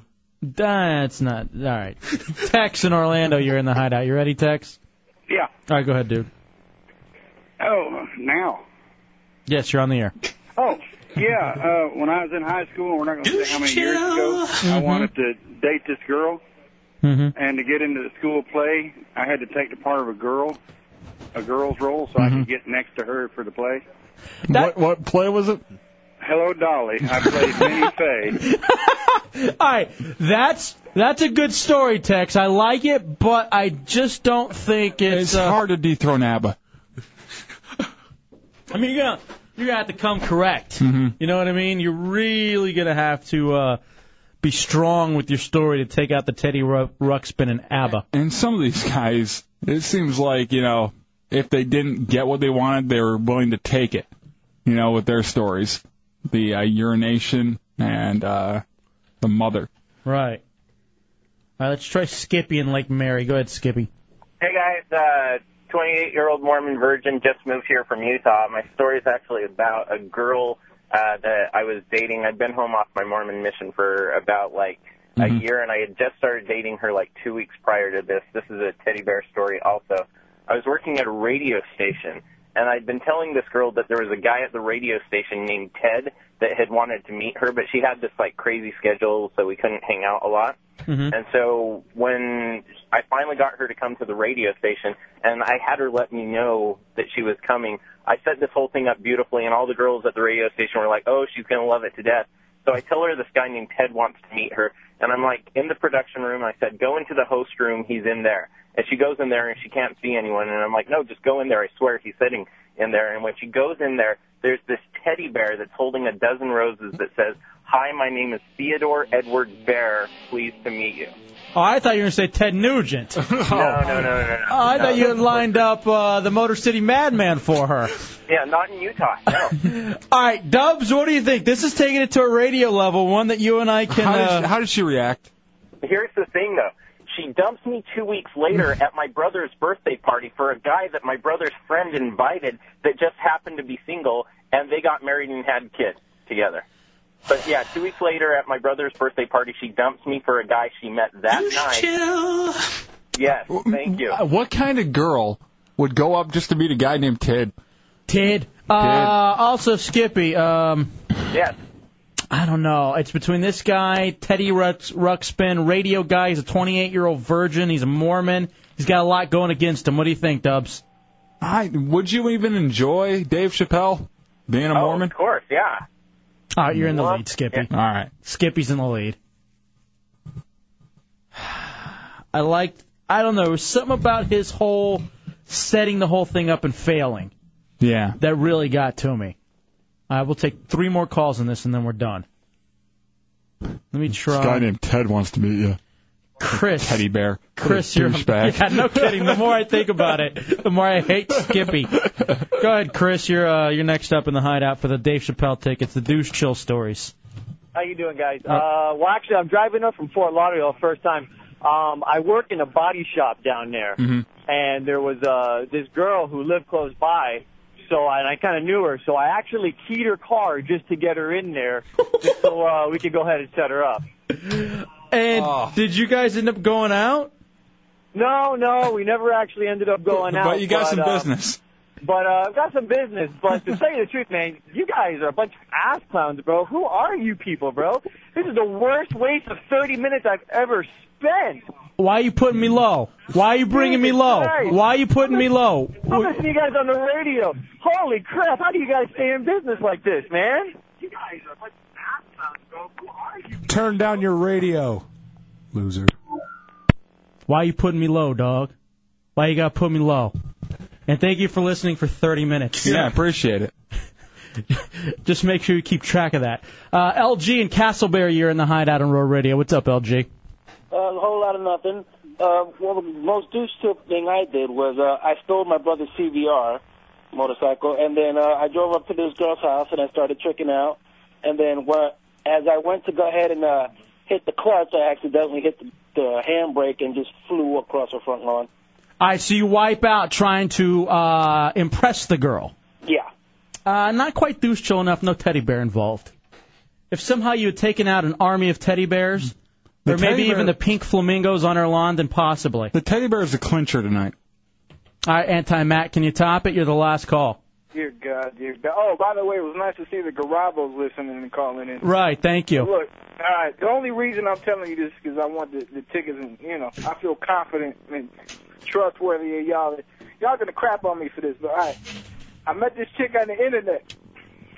That's not all right. Tex in Orlando, you're in the hideout. You ready, Tex?
Yeah.
All right, go ahead, dude.
Oh, now.
Yes, you're on the air.
Oh, yeah. Uh, when I was in high school, we're not going to say how many years ago, I
Mhm.
wanted to date this girl,
Mm-hmm.
and to get into the school play, I had to take the part of a girl, a girl's role, so I could get next to her for the play.
what what play was it?
Hello, Dolly. I played Minnie
<laughs>
Faye.
All right, that's that's a good story, Tex. I like it, but I just don't think it's,
It's
uh,
hard to dethrone ABBA.
I mean, you're gonna you're gonna have to come correct.
Mm-hmm.
You know what I mean? You're really gonna have to uh, be strong with your story to take out the Teddy Ru- Ruxpin and ABBA.
And some of these guys, it seems like, you know, if they didn't get what they wanted, they were willing to take it, you know, with their stories. The uh, urination and uh, the mother.
Right. All right, let's try Skippy and Lake Mary. Go ahead, Skippy.
Hey guys, uh, 28 year old Mormon virgin just moved here from Utah. My story is actually about a girl uh, that I was dating. I'd been home off my Mormon mission for about like a year, and I had just started dating her like two weeks prior to this. This is a teddy bear story, also. I was working at a radio station, and I'd been telling this girl that there was a guy at the radio station named Ted that had wanted to meet her, but she had this like crazy schedule, so we couldn't hang out a lot.
Mm-hmm.
And so when I finally got her to come to the radio station and I had her let me know that she was coming, I set this whole thing up beautifully and all the girls at the radio station were like, oh, she's going to love it to death. So I tell her this guy named Ted wants to meet her and I'm like in the production room and I said, go into the host room, he's in there. And she goes in there and she can't see anyone and I'm like, no, just go in there, I swear he's sitting in there. And when she goes in there, there's this teddy bear that's holding a dozen roses that says, Hi, my name is Theodore Edward Bear. Pleased to meet you.
Oh, I thought you were going to say Ted Nugent.
<laughs> No, no, no, no, no. no.
Oh, I thought you had lined up uh, the Motor City Madman for her.
Yeah, not in Utah. No.
All right, Dubs, what do you think? This is taking it to a radio level, one that you and I can.
How did
uh,
she-
how did she react?
Here's the thing, though. She dumps me two weeks later at my brother's birthday party for a guy that my brother's friend invited that just happened to be single, and they got married and had kids together. But yeah, two weeks later at my brother's birthday party, she dumps me for a guy she met that night. Yes, thank you.
Uh, What kind of girl would go up just to meet a guy named Ted?
Ted. Uh, also, Skippy. Um,
yes.
I don't know. It's between this guy, Teddy Rux, Ruxpin, radio guy. He's a 28 year old virgin. He's a Mormon. He's got a lot going against him. What do you think, Dubs?
I would you even enjoy Dave Chappelle being a Mormon?
Oh, Of course, yeah.
All right, you're in the lead, Skippy.
All right.
Skippy's in the lead. <sighs> I liked. I don't know. It was something about his whole setting the whole thing up and failing
Yeah.
that really got to me. I will take three more calls on this and then we're done. Let me try.
This guy named Ted wants to meet you.
Chris.
Teddy bear.
Chris,
What a
you're
<laughs> douchebag.
yeah, no kidding. The
<laughs>
more I think about it, the more I hate Skippy. Go ahead, Chris. You're uh, you're next up in the hideout for the Dave Chappelle tickets, the douche chill stories.
How you doing, guys? Uh, well, actually, I'm driving up from Fort Lauderdale first time. Um, I work in a body shop down there, and there was uh, this girl who lived close by. So I, and I kind of knew her, so I actually keyed her car just to get her in there, just so uh, we could go ahead and set her up.
And did you guys end up going out?
No, no, we never actually ended up going out.
But you got some
uh,
business.
But uh, I've got some business. But to tell you the truth, man, you guys are a bunch of ass clowns, bro. Who are you people, bro? This is the worst waste of 30 minutes I've ever spent.
Why are you putting me low? Why are you bringing me low? Why are you putting me low?
I'm listening to you guys on the radio. Holy crap! How do you guys stay in business like this, man? You guys are a bunch of ass clowns, bro. Who are you?
Turn down your radio, loser.
Why you putting me low, dog? Why you got to put me low? And thank you for listening for 30 minutes.
Yeah, I appreciate it.
Just make sure you keep track of that. Uh, LG and Castleberry, you're in the hideout on Road Radio. What's up, LG?
Uh, a whole lot of nothing. Uh, well, the most douche tip thing I did was uh, I stole my brother's CVR motorcycle, and then uh, I drove up to this girl's house and I started tricking out. And then what? As I went to go ahead and uh, hit the clutch, I accidentally hit the, the handbrake and just flew across her front lawn.
All right, so you wipe out trying to uh, impress the girl.
Yeah.
Uh, not quite douche chill enough, no teddy bear involved. If somehow you had taken out an army of teddy bears,
The
or maybe
teddy bear-
even the pink flamingos on her lawn, then possibly.
The teddy bear is a clincher tonight.
All right, Anti Matt, can you top it? You're the last call.
Dear God, dear God. Oh, by the way, it was nice to see the Garabos listening and calling in.
Right, thank you.
Look, all right. The only reason I'm telling you this is 'cause I want the, the tickets, and you know, I feel confident and trustworthy of y'all. Y'all gonna crap on me for this, but all right. I met this chick on the internet,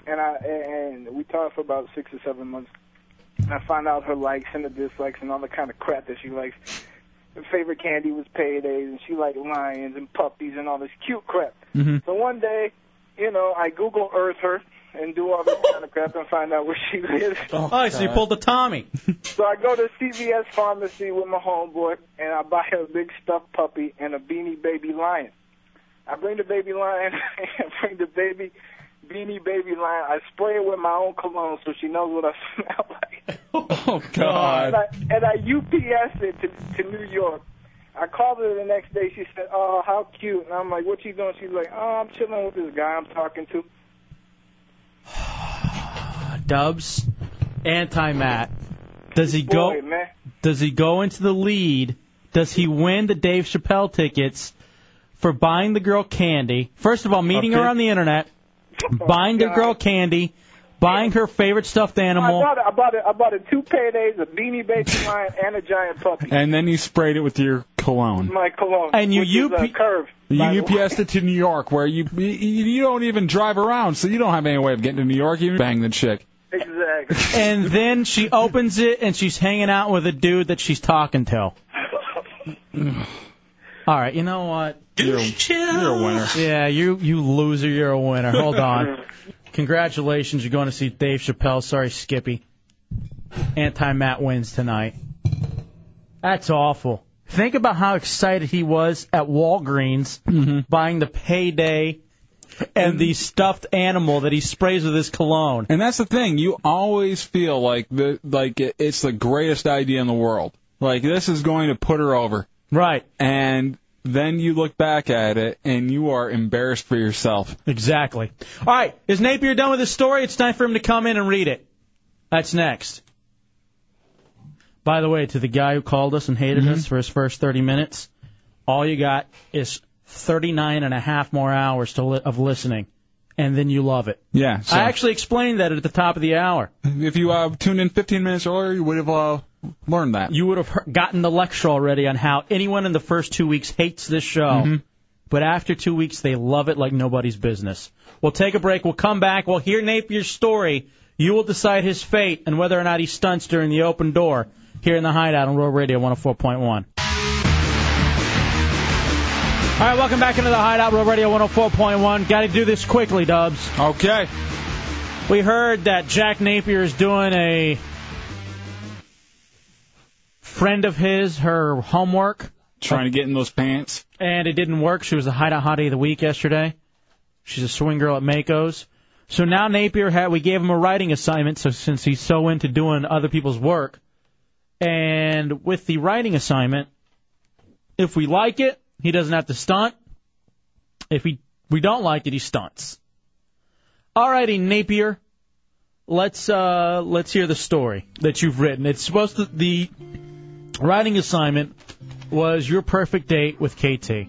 and I and we talked for about six or seven months. And I found out her likes and the dislikes and all the kind of crap that she likes. Her favorite candy was paydays, and she liked lions and puppies and all this cute crap.
Hmm.
So one day, you know, I Google Earth her and do all
<laughs>
this kind of crap and find out where she lives.
All right, so Oh, you pulled the Tommy.
So I go to CVS pharmacy with my homeboy, and I buy her a big stuffed puppy and a beanie baby lion. I bring the baby lion, <laughs> and bring the baby beanie baby lion. I spray it with my own cologne so she knows what I <laughs> smell like.
Mm-hmm.
Oh
And I, and I UPS it to, to New York. I called her the next day. She said, "Oh, how cute!" And I'm like, "What you doing?" She's like, "Oh, I'm chilling with this guy I'm talking to."
Dubs, Anti Matt. Does he go?
Boy, man.
Does he go into the lead? Does he win the Dave Chappelle tickets for buying the girl candy? First of all, meeting her
Okay.
on the internet, buying the girl candy, buying her favorite stuffed
I
animal.
bought it. I bought it. I bought it two paydays, a beanie
<laughs>
baby lion, and a giant puppy.
And then you sprayed it with your cologne.
My cologne.
And you
which is, uh,
UP
curve.
You UPS'd it to New York, where you you you don't even drive around, so you don't have any way of getting to New York. You bang the chick.
Exactly.
<laughs> And then she opens it and she's hanging out with a dude that she's
<laughs>
talking to. All right, you know what?
You're, you're a winner.
Yeah, you you loser, you're a winner. Hold on. Congratulations, you're going to see Dave Chappelle. Sorry, Skippy. anti Matt wins tonight. That's awful. Think about how excited he was at Walgreens
Mm-hmm.
buying the payday and the stuffed animal that he sprays with his cologne.
And that's the thing. You always feel like the like it- it's the greatest idea in the world. Like this is going to put her over.
Right.
And then you look back at it and you are embarrassed for yourself.
Exactly. All right, is Napier done with his story? It's time for him to come in and read it. That's next. By the way, to the guy who called us and hated us for his first 30 minutes, all you got is 39 and a half more hours to li- of listening, and then you love it.
Yeah. So
I actually explained that at the top of the hour.
if you uh, tuned in 15 minutes earlier, you would have uh, learned that.
You would have heard, gotten the lecture already on how anyone in the first two weeks hates this show.
Mm-hmm.
But after two weeks, they love it like nobody's business. We'll take a break. We'll come back. We'll hear Napier's story. You will decide his fate and whether or not he stunts during the open door here in the Hideout on Rural Radio 104.1. All right, welcome back into the Hideout, Rural Radio 104.1. Got to do this quickly, Dubs.
Okay.
We heard that Jack Napier is doing a friend of his her homework.
Trying to get in those pants.
And it didn't work. She was the hideout hottie of the week yesterday. She's a swing girl at Mako's. So now Napier had we gave him a writing assignment. So since he's so into doing other people's work, and with the writing assignment, if we like it, he doesn't have to stunt. If he we don't like it, he stunts. Alrighty, Napier. Let's uh let's hear the story that you've written. It's supposed to the writing assignment was your perfect date with KT.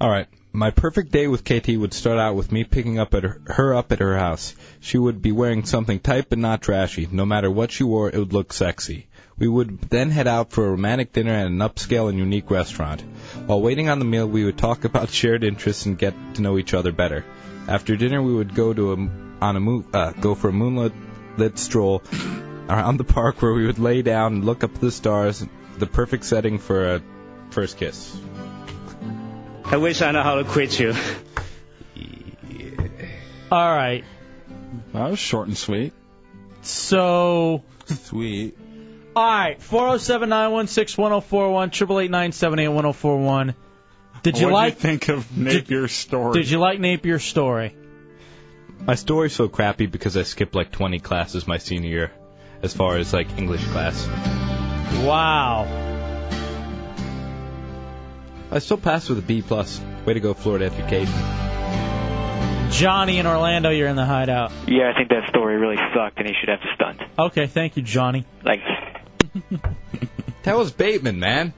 All right. My perfect day with KT would start out with me picking up at her, her up at her house. She would be wearing something tight but not trashy. No matter what she wore, it would look sexy. We would then head out for a romantic dinner at an upscale and unique restaurant. While waiting on the meal, we would talk about <laughs> shared interests and get to know each other better. After dinner, we would go to a on a mo- uh, go for a moonlit lit stroll around the park where we would lay down and look up at the stars. The perfect setting for a first kiss.
I wish I know how to quit you.
All right.
That was short and sweet.
So
Sweet.
all right, four zero seven nine one six one zero four one triple eight nine seven eight one zero four one. Did you
What'd
like?
think of Napier's story?
Did you like Napier's story?
My story's so crappy because I skipped like 20 classes my senior year, as far as like English class.
Wow.
I still passed with a B plus. Way to go, Florida education.
Johnny in Orlando, you're in the hideout.
Yeah, I think that story really sucked, and he should have to stunt.
Okay, thank you, Johnny.
Like,
That was
<laughs>
Bateman, man.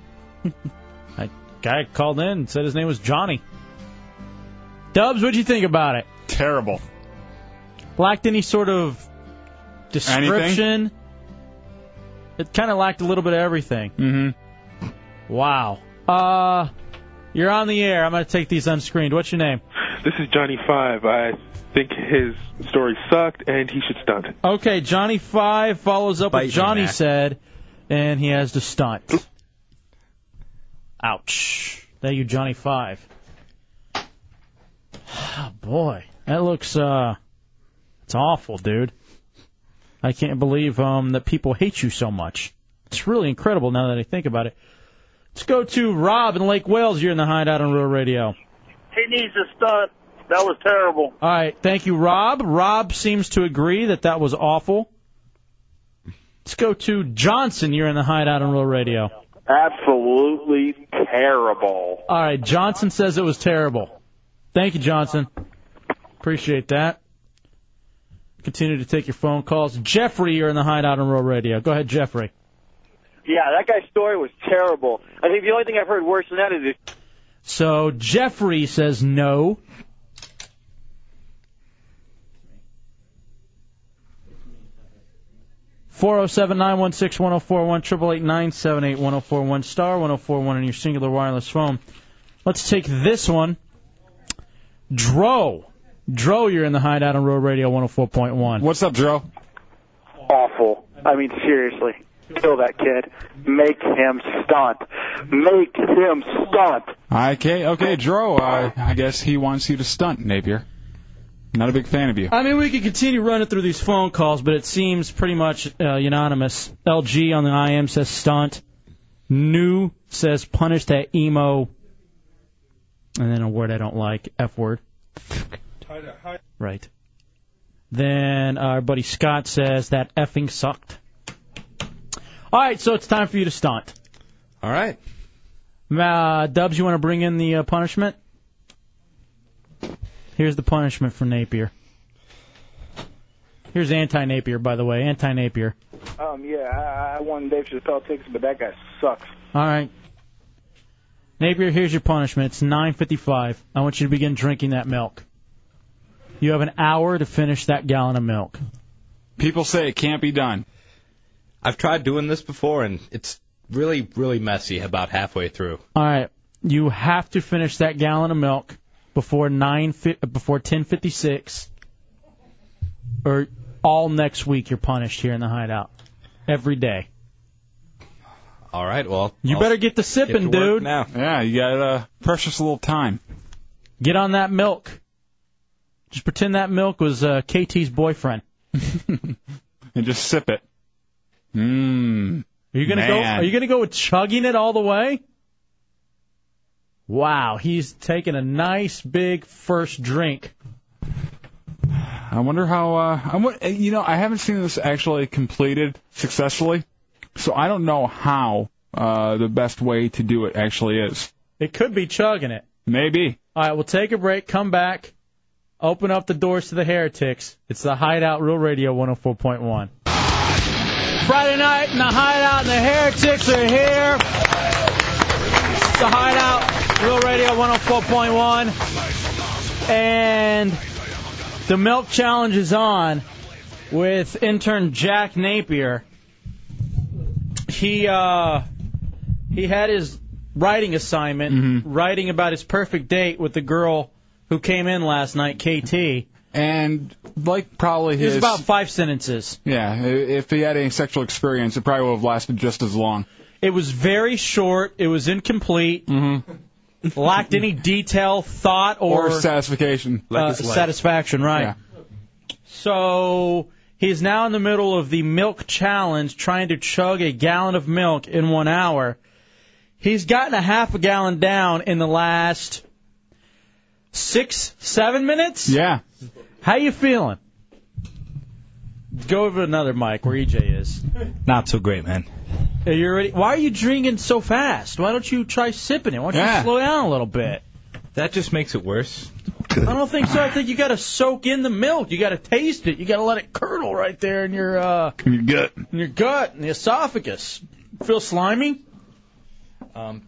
I guy called in and said his name was Johnny. Dubs, what'd you think about it?
Terrible.
Lacked any sort of description. It kind of lacked a little bit of everything.
Mm-hmm.
Wow. Uh, you're on the air. I'm gonna take these unscreened. What's your name?
This is Johnny Five. I think his story sucked, and he should stunt.
Okay, Johnny Five follows up
Bite me,
with Johnny
Mac.
said, and he has to stunt. Ouch. There you, Johnny Five. Oh, boy, that looks uh, it's awful, dude. I can't believe um that people hate you so much. It's really incredible now that I think about it. Let's go to Rob in Lake Wales. You're in the hideout on Rural Radio.
He needs a stunt. That was terrible.
All right, thank you, Rob. Rob seems to agree that that was awful. Let's go to Johnson. You're in the hideout on Real Radio.
Absolutely terrible.
All right, Johnson says it was terrible. Thank you, Johnson. Appreciate that. Continue to take your phone calls. Jeffrey, you're in the hideout on Real Radio. Go ahead, Jeffrey.
Yeah, that guy's story was terrible. I think the only thing I've heard worse than that is his
So Jeffrey says no. Four zero seven nine one six one zero four one triple eight nine seven eight one zero four one star one zero four one on your singular wireless phone. Let's take this one. Dro, Dro, you're in the hideout on Road Radio one zero four point one.
What's up, Dro?
Awful. I mean, seriously. Kill that kid. Make him stunt. Make him stunt.
Okay, okay, Dro. Uh, I guess he wants you to stunt Napier. Not a big fan of you.
I mean, we could continue running through these phone calls, but it seems pretty much uh, unanimous. LG on the IM says stunt. New says punish that emo. And then a word I don't like, F word. Right. Then our buddy Scott says that effing sucked. All right, so it's time for you to stunt.
All right.
Uh, Dubs, you want to bring in the uh, punishment? Here's the punishment for Napier. Here's anti Napier, by the way. Anti Napier.
Um, yeah, I, I won Dave Chappelle tickets, but that guy sucks.
All right. Napier, here's your punishment. It's 9:55. I want you to begin drinking that milk. You have an hour to finish that gallon of milk.
People say it can't be done.
I've tried doing this before, and it's really, really messy about halfway through.
All right. You have to finish that gallon of milk before nine fi- uh, before 10:56, or all next week you're punished here in the hideout. Every day.
All right, well.
You
I'll
better get to sipping,
to work
dude.
Now.
Yeah, you got uh, precious little time.
Get on that milk. Just pretend that milk was uh, KT's boyfriend.
And just sip it. Mmm.
Are you gonna go? Are you gonna go with chugging it all the way? Wow, he's taking a nice big first drink.
I wonder how. Uh, I won- uh, you know, I haven't seen this actually completed successfully, so I don't know how uh, the best way to do it actually is.
It could be chugging it.
Maybe.
All right, we'll take a break. Come back. Open up the doors to the heretics. It's the Hideout Real Radio 104.1. Friday night in the Hideout, and the heretics are here. It's the Hideout Real Radio 104.1, and the milk challenge is on with intern Jack Napier. He uh, he had his writing assignment,
Mm-hmm.
writing about his perfect date with the girl who came in last night, KT.
And like probably
It was
his-
about five sentences.
Yeah, i- if he had any sexual experience, it probably would have lasted just as long.
It was very short. It was incomplete. Lacked any detail, thought, or,
Mm-hmm. Or satisfaction.
uh, satisfaction. Right. So he's now in the middle of the milk challenge, trying to chug a gallon of milk in one hour. He's gotten a half a gallon down in the last six, seven minutes.
Yeah.
How you feeling? Go over to another mic where EJ is.
Not so great, man.
Are you ready? Why are you drinking so fast? Why don't you try sipping it? Why don't you slow down a little bit?
That just makes it worse.
I don't think so. I think you got to soak in the milk. You got to taste it. You got to let it curdle right there in your uh,
your gut,
in your gut, in the esophagus. Feel slimy?
Um,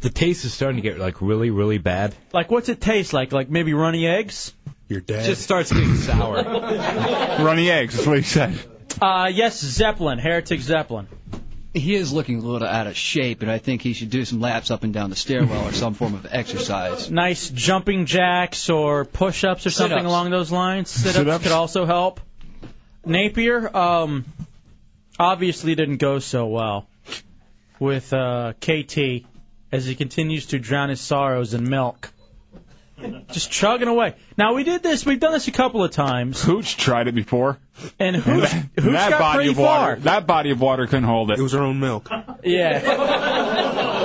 the taste is starting to get like really, really bad.
Like what's it taste like? Like maybe runny eggs?
You're dead. It just starts getting
<laughs>
sour.
Runny eggs, that's what he said.
Uh, yes, Zeppelin, heretic Zeppelin.
He is looking a little out of shape, and I think he should do some laps up and down the stairwell or some form of exercise.
Nice jumping jacks or push-ups or something
Sit-ups.
along those lines. Sit-ups,
Sit-ups.
could also help. Napier, um, obviously didn't go so well with uh, KT as he continues to drown his sorrows in milk. Just chugging away. Now we did this. We've done this a couple of times.
Hooch tried it before.
And Hooch,
And
Hooch
that
got
body
pretty
of water,
far.
that body of water couldn't hold it. It
was her own milk.
Yeah. <laughs>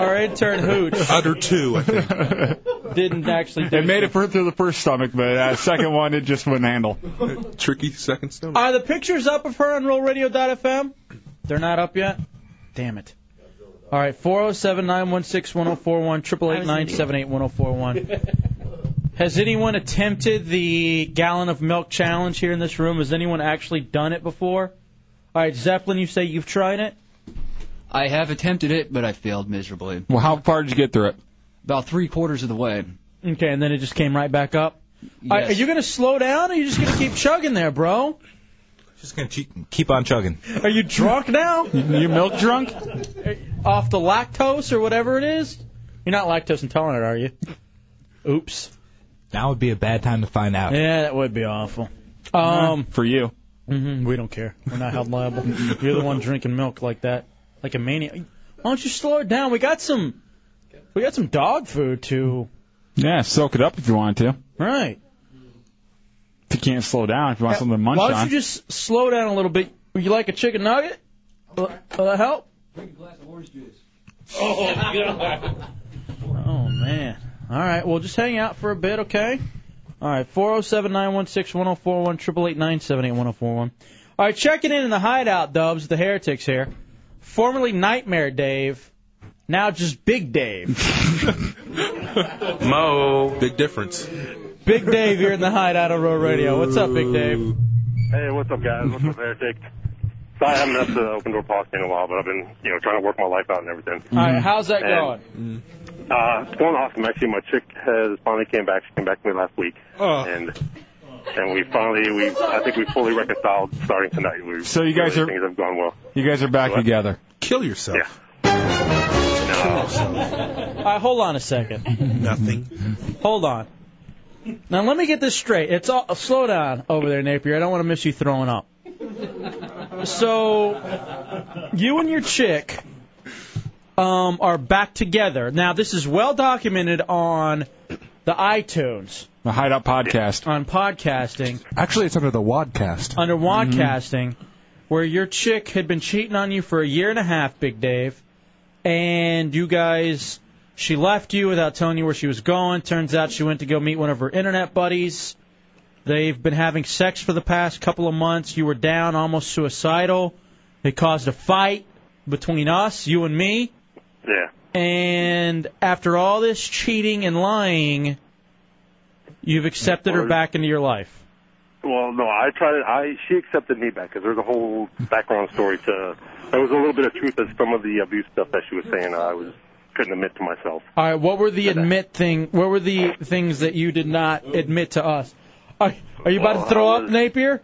Our intern
<laughs>
Hooch
Uh,
Utter two, I think.
didn't actually. Do
It made it through the first stomach, but uh, second one it just wouldn't handle.
Tricky second stomach.
Are the pictures up of her on RollRadio.fm? They're not up yet. Damn it. All right, four zero seven nine one six one zero four one triple eight nine seven eight one zero four one. Has anyone attempted the gallon of milk challenge here in this room? Has anyone actually done it before? All right, Zeppelin, you say you've tried it.
I have attempted it, but I failed miserably.
Well, how far did you get through it?
About three quarters of the way.
Okay, and then it just came right back up. All right, are you going to slow down, or are you just going to keep chugging there, bro?
Just gonna che- keep on chugging.
Are you drunk now?
You milk drunk?
Off the lactose or whatever it is? You're not lactose intolerant, are you? Oops.
Now would be a bad time to find out.
Yeah, that would be awful. Um,
Uh, for you.
hmm we don't care. We're not held liable. You're the one drinking milk like that, like a maniac. Why don't you slow it down? We got some, we got some dog food to.
Yeah, soak it up if you wanted to.
Right.
you can't slow down if you want something to munch
Why don't
on.
you just slow down a little bit? Would you like a chicken nugget? Will will that help?
Oh, God.
Oh man. All right. Well, just hang out for a bit, okay? All right. Four zero seven nine one six one zero four one triple eight nine seven eight one zero four one. All right. Checking in in the hideout, Dubs. The heretics here. Formerly Nightmare Dave, now just Big Dave. <laughs>
Mo. Big difference.
Big Dave here in the hideout on Road Radio. What's up, Big Dave?
Hey, what's up, guys? What's up, Heretic? Sorry, I haven't had the open door policy in a while, but I've been, you know, trying to work my life out and everything.
All right. How's that
And,
going?
Uh, it's going awesome. Actually, my chick has finally came back. She came back to me last week,
Oh.
and and we finally, we I think we fully reconciled starting tonight. We
So you guys
really,
are-
things have gone well.
You guys are back together.
Kill yourself.
All right, hold on a second. Nothing. Hold on. Now let me get this straight. It's all slow down over there, Napier. I don't want to miss you throwing up. So you and your chick um, are back together. Now this is well documented on the iTunes
The Hideout Podcast.
on podcasting
Actually, it's under the Wadcast.
under Wadcasting, where your chick had been cheating on you for a year and a half, Big Dave, and you guys, she left you without telling you where she was going. Turns out she went to go meet one of her internet buddies. They've been having sex for the past couple of months. You were down, almost suicidal. It caused a fight between us, you and me.
Yeah.
And after all this cheating and lying, you've accepted her back into your life.
Well, no, I tried it. I she accepted me back because there's a whole background story to. There was a little bit of truth as some of the abuse stuff that she was saying. I was couldn't admit to myself.
All right, what were the admit thing? What were the things that you did not admit to us? Are, are you about
Well,
to throw
I
up, Napier?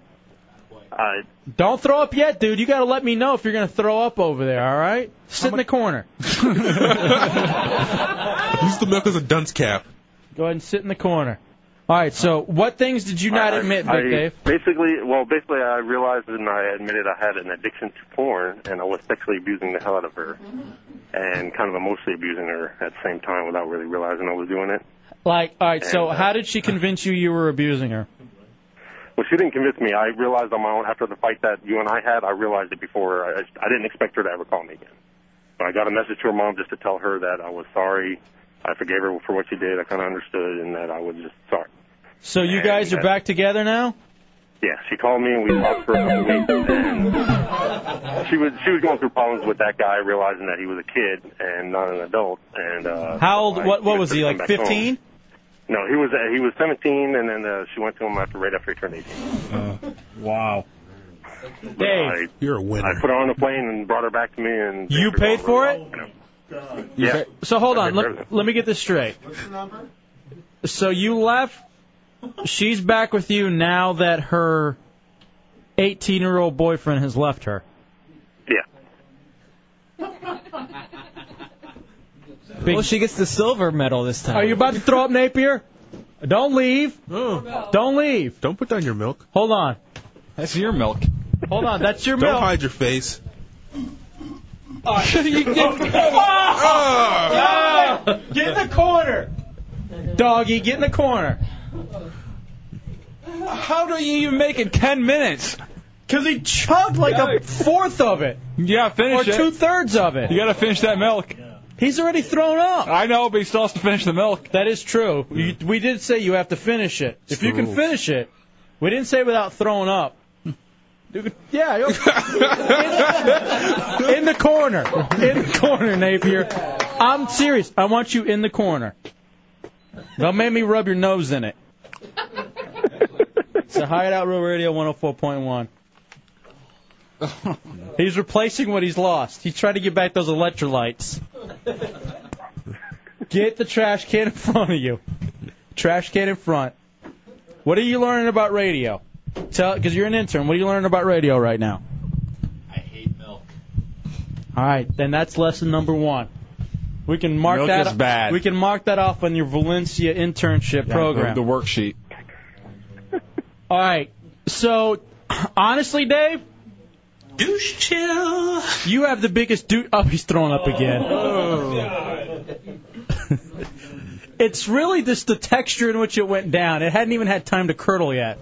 I
Don't throw up yet, dude. You got to let me know if you're going to throw up over there, all right? Sit in the corner.
Use the milk as a dunce cap.
Go ahead and sit in the corner. All right, so what things did you not
I-
admit, Big
I,
Dave?
Basically, well, basically, I realized and I admitted I had an addiction to porn, and I was sexually abusing the hell out of her, and kind of emotionally abusing her at the same time without really realizing I was doing it.
Like, all right, so
And, uh,
how did she convince you you were abusing her?
Well, she didn't convince me. I realized on my own after the fight that you and I had. I realized it before. I, I didn't expect her to ever call me again. But I got a message to her mom just to tell her that I was sorry. I forgave her for what she did. I kind of understood, and that I was just sorry.
So you guys are back together now?
Yeah, she called me and we talked for a couple weeks. And she was she was going through problems with that guy, realizing that he was a kid and not an adult. And uh,
How old?
I-
What, what
he
was he,
took him
like
back home.
15?
No, he was uh, he was 17, and then uh, she went to him after right after he turned 18.
wow.
But I,
Uh, You're a winner.
I put her on a plane and brought her back to me, and
You paid for it?
Yeah.
So hold
I
on.
paid for
Let,
everything.
let me get this straight.
What's the number?
So you left. She's back with you now that her 18 year old boyfriend has left her.
Well, she gets the silver medal this time.
Are you about to throw up Napier? Don't leave.
Oh.
Don't leave.
Don't put down your milk.
Hold on.
That's your milk.
Hold on. That's your
Don't
milk. Oh,
hide your face.
<laughs> you <laughs> get, Ah! Ah! Get in the corner. Doggy, get in the corner.
How do you even make it 10 minutes?
Because he chugged like a fourth of it.
Yeah, finish
Or
it.
two-thirds of it.
You gotta finish that milk.
He's already thrown up.
I know, but he still has to finish the milk.
That is true. You, we did say you have to finish it. if you can finish it, we didn't say without throwing up. You could- Yeah,
<laughs>
you'll- in, the corner, in the corner, Napier. I'm serious. I want you in the corner. Don't make me rub your nose in it. It's a Hideout Real Radio 104.1. He's replacing what he's lost. He's trying to get back those electrolytes. Get the trash can in front of you. Trash can in front. What are you learning about radio? Tell, because you're an intern. What are you learning about radio right now? All right, then that's lesson number one. We can mark
Milk
that.
is bad.
We can mark that off on your Valencia internship program.
The, the worksheet.
All right. So, honestly, Dave. Douche chill. You have the biggest douche. Oh, he's throwing up again. <sighs> it's really just the texture in which it went down. It hadn't even had time to curdle yet.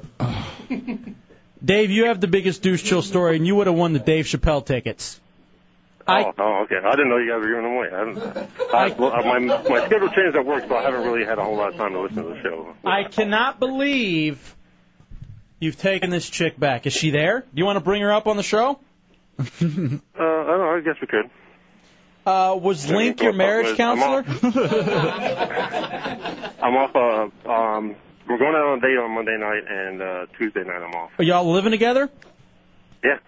Dave, you have the biggest douche chill story, and you would have won the Dave Chappelle tickets. I-
oh, oh, okay. I didn't know you guys were giving them away. I haven't, I, well, my, my schedule changed at work, so I haven't really had a whole lot of time to listen to the show.
I cannot believe you've taken this chick back. Is she there? Do you want to bring her up on the show?
Uh, I don't know. I guess we could.
Uh, was
Yeah,
Link
we'll
your
talk
marriage
with- I'm
counselor?
off- <laughs> I'm off. Uh, um, we're going out on a date on Monday night, and uh, Tuesday night I'm off.
<laughs> Are y'all living together?
Yeah.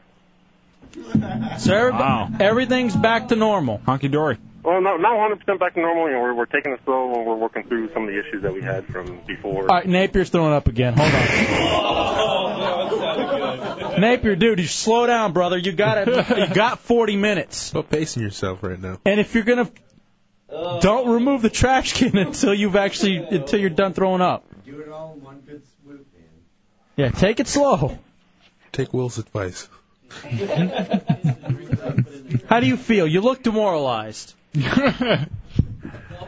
So everyb- everything's back to normal.
Honky dory.
Well, no, not 100% back to normal. You know, we're, we're taking it slow, and we're working through some of the issues that we had from before.
All right, Napier's throwing up again. Hold on. Napier, dude, you slow down, brother. You got it. You got 40 minutes. Stop
pacing yourself right now.
And if you're gonna, don't remove the trash can until you've actually until you're done throwing up. Yeah, take it slow.
Take Will's advice.
How do you feel? You look demoralized.
<laughs>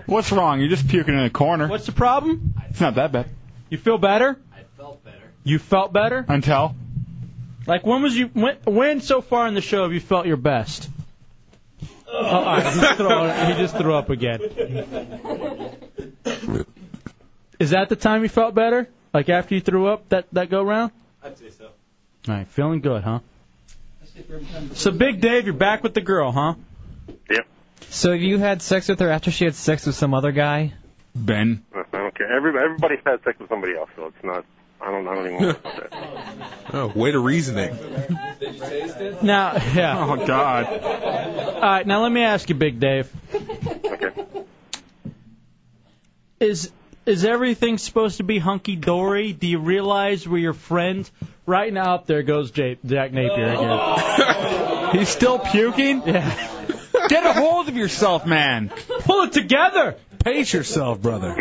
What's wrong? You're just puking in a corner.
What's the problem?
It's not that bad.
You feel better? I felt better. You felt better?
Until?
Like when was you when when so far in the show have you felt your best? Oh, all right, he just threw- <laughs> he just threw up again. Is that the time you felt better? Like after you threw up that that go round?
I'd say so.
All right, feeling good, huh? So Big Dave, you're back with the girl, huh?
So have you had sex with her after she had sex with some other guy?
Ben.
I don't care. Everybody, everybody's had sex with somebody else, so it's not. I don't. I don't even. Want to
Oh, way to reasoning. <laughs>
Now, yeah.
Oh God.
All right, now let me ask you, Big Dave. Is is everything supposed to be hunky dory? Do you realize we're your friend? Right now, up there goes J- Jack Napier again.
<laughs> He's still puking.
Yeah.
<laughs> Get a hold of yourself, man.
Pull it together.
Pace yourself, brother.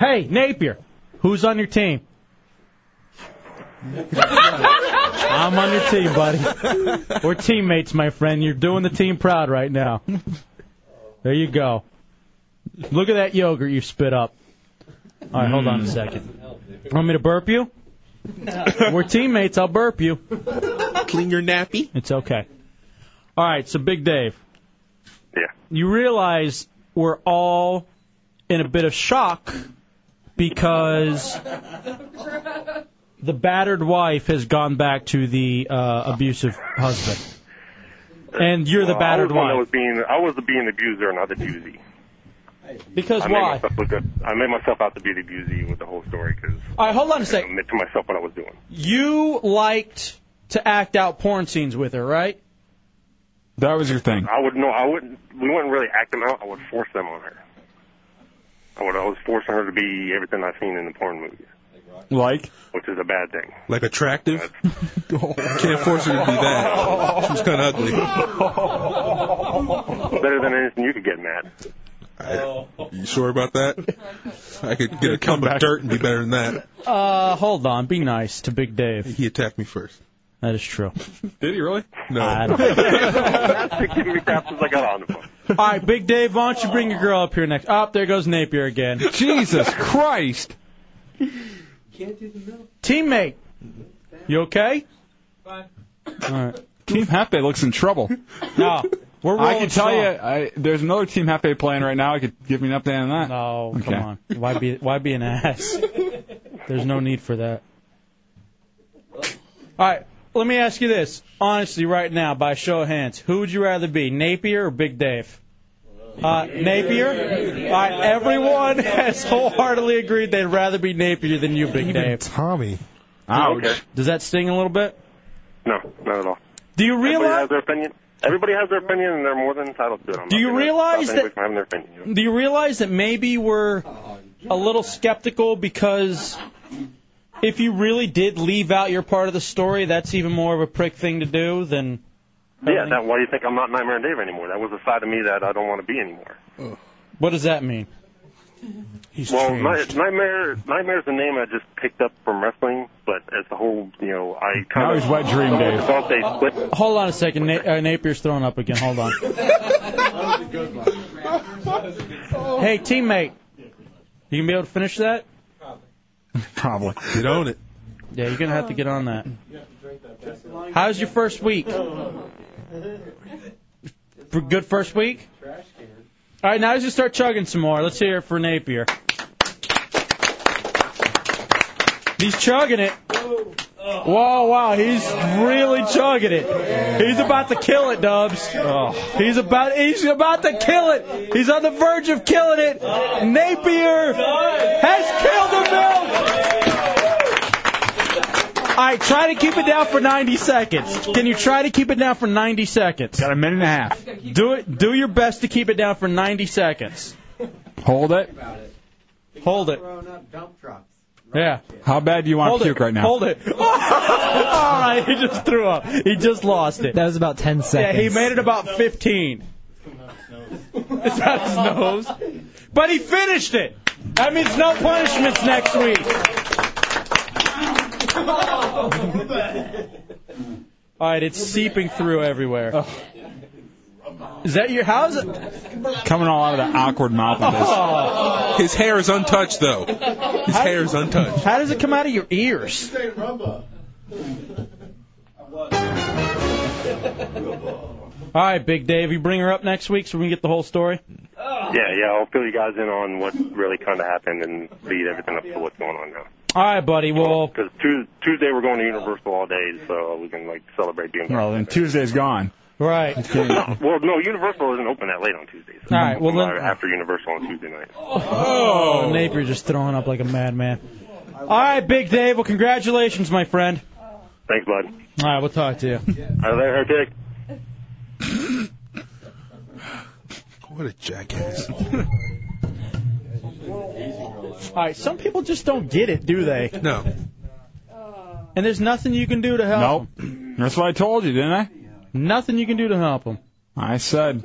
Hey, Napier, who's on your team? I'm on your team, buddy. We're teammates, my friend. You're doing the team proud right now. There you go. Look at that yogurt you spit up. All right, hold on a second. Want me to burp you? We're teammates. I'll burp you. Clean your nappy. It's okay. All right, so Big Dave.
Yeah.
You realize we're all in a bit of shock because the battered wife has gone back to the uh, abusive husband. <laughs> And you're the
Well,
battered
I was the one that
wife.
was being. I was the being abuser, not the doozy.
Because
I
why?
Made myself look good. I made myself out to be the doozy with the whole story because
All right, hold on a
I
second.
admit to myself what I was doing.
You liked to act out porn scenes with her, right?
That was your thing.
I would no. I wouldn't. We wouldn't really act them out. I would force them on her. I would. I was forcing her to be everything I've seen in the porn movies,
Like?
which is a bad thing.
Like attractive? <laughs> Can't force her to be that. She was kind of ugly.
Better than anything you could get, Matt.
You sure about that? I could get a cup of dirt and be better than that.
Uh, hold on. Be nice to Big Dave.
He attacked me first.
That is true.
Did he really?
No.
I don't think
Give me crap since I got on the phone.
All right, Big Dave, why don't you bring your girl up here next? Up there goes Napier again.
Jesus Christ!
Teammate, you okay?
Fine.
All right.
Team Hefe looks in
<laughs>
trouble.
No, we're
I
rolling
can tell
strong.
you, I, there's another Team Hefe playing right now. I could give me an update on that.
No,
Okay.
come on. Why be why be an ass? There's no need for that. All right, let me ask you this honestly, right now, by show of hands, who would you rather be, Napier or Big Dave? Uh, Napier. <laughs> All right, everyone has wholeheartedly agreed they'd rather be Napier than you, Big Dave.
Tommy.
Ouch.
Okay.
Does that sting a little bit?
No, not at all.
Do you
Everybody
realize?
has their opinion. Everybody has their opinion, and they're more than entitled to it. I'm
Do
not
you
gonna
realize that-
stop anybody From having their opinion.
Do you realize that maybe we're a little skeptical because if you really did leave out your part of the story, that's even more of a prick thing to do than
Yeah, that, why do you think I'm not Nightmare and Dave anymore? That was a side of me that I don't want to be anymore.
what does that mean?
well, Night- Nightmare Nightmare is the name I just picked up from wrestling, but as the whole, you know, I kind
Now
of
he's Wet Dream Dave.
Thought they split.
Hold on a second. Na- uh, Napier's throwing up again. Hold on. hey, teammate, you gonna be able to finish that?
Probably.
You'd own it.
Yeah, you're gonna have to get on that. How's your first week? For good first week? All right, now let's just start chugging some more. Let's hear it for Napier. He's chugging it. Whoa, wow, he's really chugging it. He's about to kill it, Dubs. He's about he's about to kill it. He's on the verge of killing it. Napier has killed the milk. All right, try to keep it down for 90 seconds. Can you try to keep it down for 90 seconds? Got
a minute and a half.
Do it. Do your best to keep it down for 90 seconds.
Hold it.
Hold it. Yeah.
How bad do you want
Hold
to puke
it.
right now?
Hold it. <laughs> All right, he just threw up. He just lost it.
That was about 10 seconds.
Yeah, he made it about 15. It's out his nose. But he finished it. That means no punishments next week. All right, it's seeping through everywhere.
Oh.
Is that your how's it?
Coming all out of the awkward mouth of this.
Oh.
His hair is untouched, though. His hair is untouched.
How does it come out of your ears? All right, Big Dave, you bring her up next week so we can get the whole story.
Yeah, yeah, I'll fill you guys in on what really kind of happened and lead everything up to what's going on now.
All right, buddy. Well,
Because Tuesday we're going to Universal all day, so we can like celebrate being.
<laughs>
Well, then Tuesday's gone.
Right.
No, well, no, Universal isn't open that late on Tuesdays.
All right, well, then-
Or after Universal on Tuesday night.
Oh, Napier just throwing up like a madman. All right, Big Dave. Well, congratulations, my friend.
Thanks, bud.
All right, we'll talk to you.
Are there her dick?
<laughs> What a jackass.
All right, some people just don't get it, do they?
No.
And there's nothing you can do to help.
Nope. That's what I told you, didn't I?
Nothing you can do to help him.
I said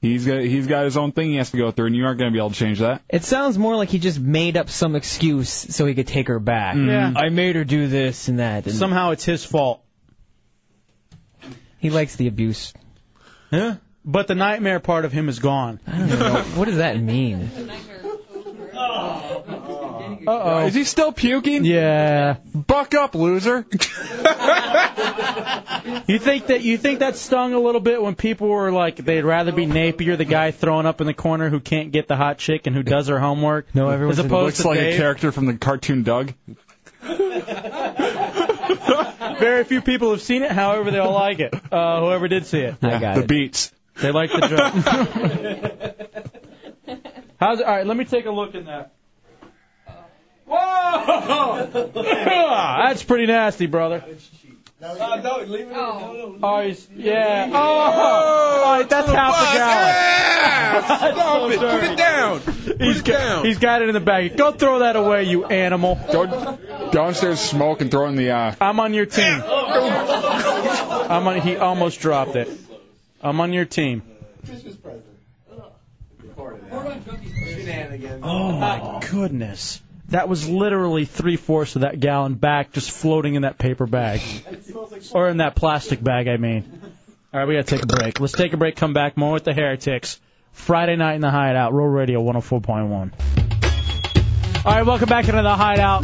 he's got he's got his own thing he has to go through, and you aren't going to be able to change that.
It sounds more like he just made up some excuse so he could take her back.
Yeah.
Mm.
Mm.
I made her do this and that. And
Somehow it's his fault.
He likes the abuse.
Yeah. But the nightmare part of him is gone. I
don't
<laughs>
know. what does that mean?
Uh-oh. <laughs>
Is he <laughs> still puking?
Yeah.
Buck up, loser. <laughs>
You think that you think that stung a little bit when people were like they'd rather be Napier, the guy throwing up in the corner who can't get the hot chick and who does her homework. No, as opposed
looks
to
like
Dave.
a character from the cartoon Doug.
Very few people have seen it. However, they all like it. Uh, whoever did see it,
Yeah, the beats.
They like the joke. How's it? All right, let me take a look in that. <laughs>
<laughs>
Whoa! Ah, That's pretty nasty, brother. Uh,
no, leave it alone.
Oh, he's- yeah. Oh, all right, that's half a <laughs> gallon. Stop it. Put it down. He's got, He's got it in the bag. Go throw that away, you animal.
Go downstairs, smoke, and throw it in the. Uh...
I'm on your team. I'm on. He almost dropped it. I'm on your team. Oh my goodness. That was literally three fourths of that gallon back just floating in that paper bag. Or in that plastic bag, I mean. All right, we got to take a break. Let's take a break, come back, more with the Heretics. Friday night in the Hideout, Roll Radio 104.1. All right, welcome back into the Hideout.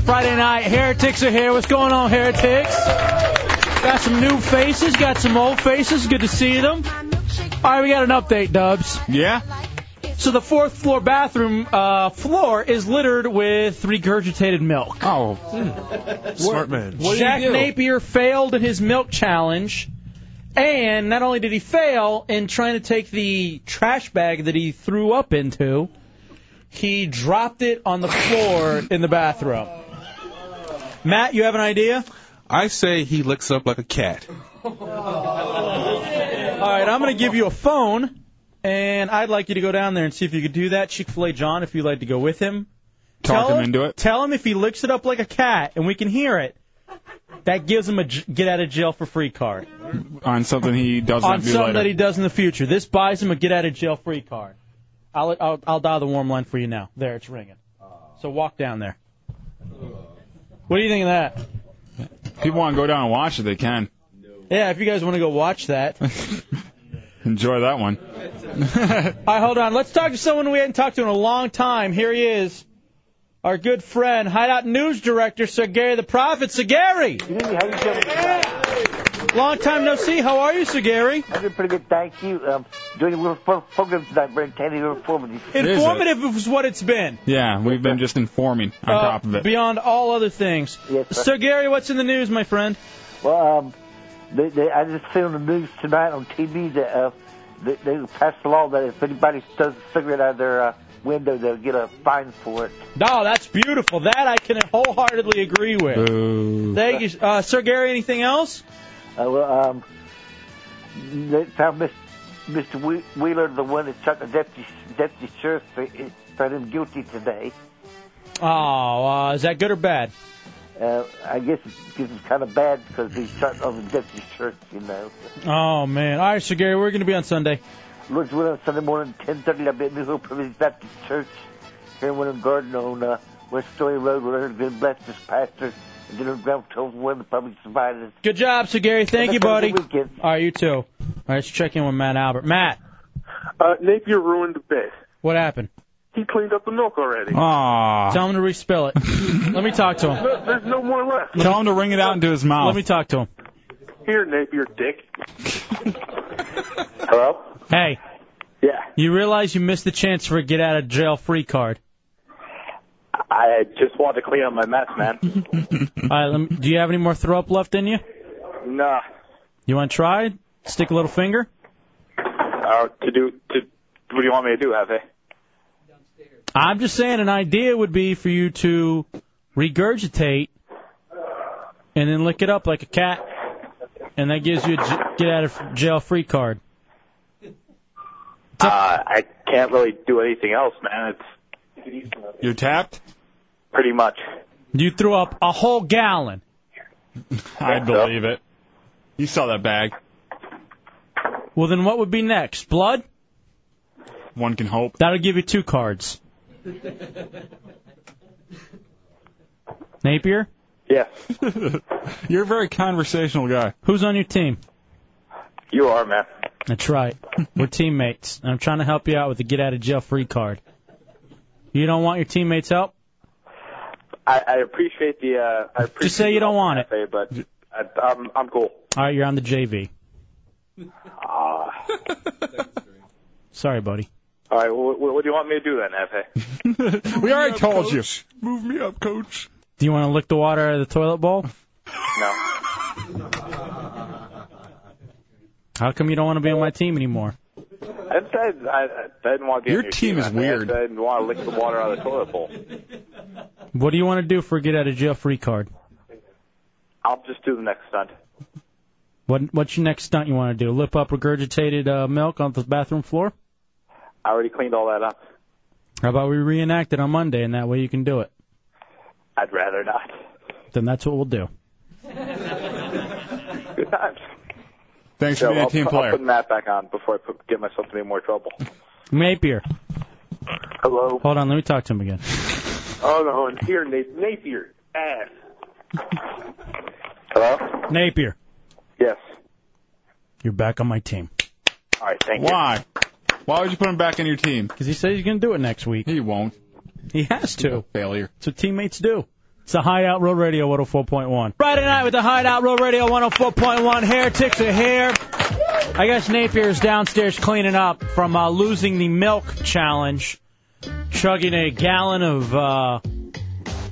Friday night,
<laughs>
Heretics are here. What's going on, Heretics? Got some new faces, got some old faces. Good to see them. All right, we got an update, Dubs.
Yeah.
So the fourth floor bathroom uh, floor is littered with regurgitated milk.
Oh,
Smart man.
What Jack Napier failed in his milk challenge, and not only did he fail in trying to take the trash bag that he threw up into, he dropped it on the floor in the bathroom. Matt, you have an idea?
I say he licks up like a cat.
All right, I'm going to give you a phone, and I'd like you to go down there and see if you could do that. Chick fil A John, if you'd like to go with him.
Talk
tell
him into it.
Tell him if he licks it up like a cat and we can hear it, that gives him a j- get out of jail for free card.
on something he doesn't
on
do
something
later.
that he does in the future. This buys him a get out of jail free card. I'll, I'll I'll dial the warm line for you now. There, it's ringing. So walk down there. What do you think of that?
People want to go down and watch it. They can
Yeah, if you guys want to go
<laughs>
watch that.
enjoy that one.
All right, hold on. Let's talk to someone we hadn't talked to in a long time. Here he is. our good friend, Hideout News Director, Sir Gary the Prophet. Sir Gary! Long time no see. How are you, Sir Gary?
I'm doing pretty good, thank you. Um, doing a little pro- program tonight, very entertaining, very informative.
Informative is what it's been.
Yeah, we've been just informing on
Uh,
top of it.
Beyond all other things.
Yes, sir.
Sir Gary, what's in the news, my friend?
Well, um, they, they, I just seen on the news tonight on TV that uh, they, they passed a law that if anybody throws a cigarette out of their uh, window, they'll get a fine for it.
Oh, that's beautiful. That I can wholeheartedly agree with. Thank you, uh, Sir Gary. Anything else?
Uh, well, um, they found Miss, Mr. Whe- Wheeler, the one that shot the deputy, deputy sheriff, they- they found him guilty today.
Oh, uh, is that good or bad?
Uh, I guess it's, it's kind of bad because he shot on the deputy sheriff, you know.
Oh man. All right, Sir Gary, we're going to be on Sunday.
Lord's will on Sunday morning, 10.30, I'll be at New Hope Providence Baptist Church here in Winter Garden on uh, West Story Road. We're going to bless this pastor and get on ground patrol for one of the public survivors.
Good job, Sir Gary. Thank you,
Have a
buddy.
good
All right, you too. All right, let's check in with Matt Albert. Matt,
Uh, Napier ruined the bet.
what happened?
He cleaned up the milk already. <laughs>
Aww.
Tell him to respell
<laughs>
it. Let me talk to him.
No, there's no more left.
Tell him to wring it out into his mouth.
Let me talk to him.
Here, Napier,
<laughs>
dick. Hello?
Hey.
Yeah.
You realize you missed the chance for a get out of jail
<laughs>
free card.
I just wanted to clean up my mess, man.
All right, let me, do you have any more throw up left in you?
nah.
You want to try? Stick a little finger?
Uh, to do to what do you want me to do, Hefe?
I'm just saying an idea would be for you to regurgitate and then lick it up like a cat, and that gives you a j- get out of jail free card.
Uh, I can't really do anything else, man. It's
You're tapped.
pretty much.
You threw up a whole gallon.
<laughs> I believe it. You saw that bag.
Well, then what would be next? Blood?
One can hope.
That'll give you two cards.
<laughs>
Napier?
Yes.
You're a very conversational guy.
Who's on your team?
You are, man.
That's right. We're teammates. and I'm trying to help you out with the get out of jail free card. You don't want your teammates' help?
I, I appreciate the. Uh, I appreciate
Just say you don't want it.
Hefe, but I, I'm I'm cool.
All right, you're on the JV.
Uh,
Sorry, buddy.
all right. What, what do you want me to do then, Hefe?
<laughs> we already told you.
Move me up, coach.
Do you want to lick the water out of the toilet bowl?
No.
How come you don't want to be on my team anymore?
I, I, I, I didn't want to be
Your
on your
team is
I- I
weird.
didn't want to lick the water out of the toilet bowl.
What do you want to do for a get out of jail free card?
I'll just do the next stunt.
What What's your next stunt you want to do? Lip up regurgitated uh, milk on the bathroom floor?
I already cleaned all that up.
How about we reenact it on Monday, and that way you can do it.
I'd rather not. <laughs>
Then that's what we'll do.
Good times.
Thanks
Joe,
for being
I'll,
a team
I'll
player.
put Matt back on before I put, get myself into any more trouble.
Napier.
Hello.
Hold on, let me talk to him again.
Oh no, here Nate, Napier. Ass. Hello.
Napier,
Yes.
you're back on my team.
All right. Thank
Why? Why would you put him back on your team?
Because he said he's going to do it next week.
He won't.
He has to.
Failure.
That's what teammates do. It's the Hideout Road Radio 104.1. Friday night with the Hideout Road Radio 104.1. Heretics are here. I guess Napier's downstairs cleaning up from uh, losing the milk challenge, chugging a gallon of uh,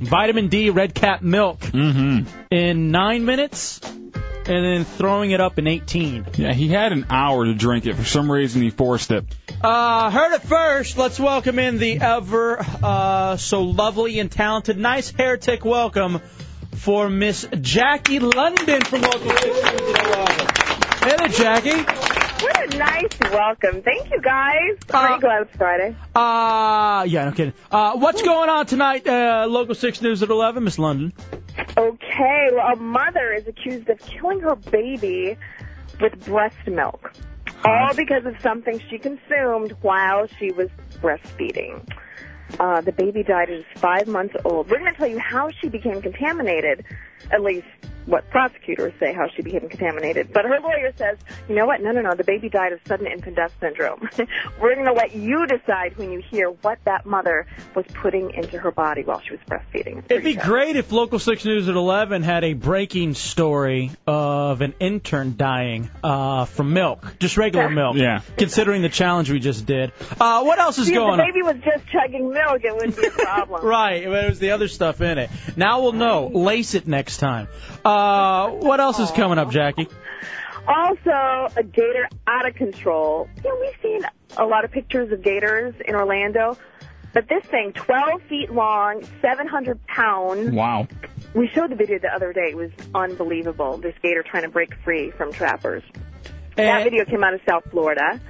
vitamin D red cap milk
Mm-hmm.
in nine minutes, and then throwing it up in 18.
Yeah, he had an hour to drink it. For some reason, he forced it.
Uh, heard it first. Let's welcome in the ever uh, so lovely and talented, nice heretic welcome for Miss Jackie London from Local 600. Hello, Jackie.
What a nice welcome. Thank you, guys. Are you glad it's Friday?
Uh, yeah, no kidding. Uh, what's going on tonight, uh, Local 6 News at 11, Miss London?
Okay, well, a mother is accused of killing her baby with breast milk, all because of something she consumed while she was breastfeeding. Uh, the baby died at just five months old. We're going to tell you how she became contaminated, at least what prosecutors say how she became contaminated. But her lawyer
<laughs>
says, you know what? No, no, no. The baby died of sudden infant death syndrome. <laughs> We're going to let you decide when you hear what that mother was putting into her body while she was breastfeeding.
It'd be great if Local 6 News at 11 had a breaking story of an intern dying uh, from milk, just regular milk.
Yeah.
Considering the challenge we just did. Uh, what else is
See,
going
if the
on?
baby was just chugging milk,
<laughs>
it wouldn't be a problem.
Right, but it was the other stuff in it. Now we'll know. Lace it next time. Uh, what else is coming up, Jackie?
Also, a gator out of control. You know, we've seen a lot of pictures of gators in Orlando, but this thing, 12 feet long, 700 pounds.
Wow.
We showed the video the other day. It was unbelievable. This gator trying to break free from trappers. that video came out of South Florida.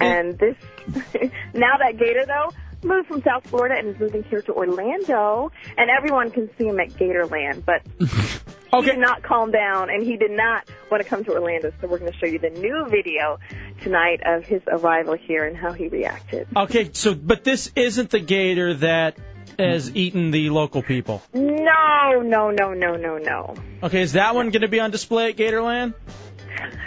And this, <laughs> now that gator though, moved from South Florida and is moving here to Orlando. And everyone can see him at Gatorland, but he did not calm down and he did not want to come to Orlando. So we're going to show you the new video tonight of his arrival here and how he reacted.
Okay, so but this isn't the gator that has eaten the local people.
No, no, no, no, no, no.
Okay, is that one going to be on display at Gatorland?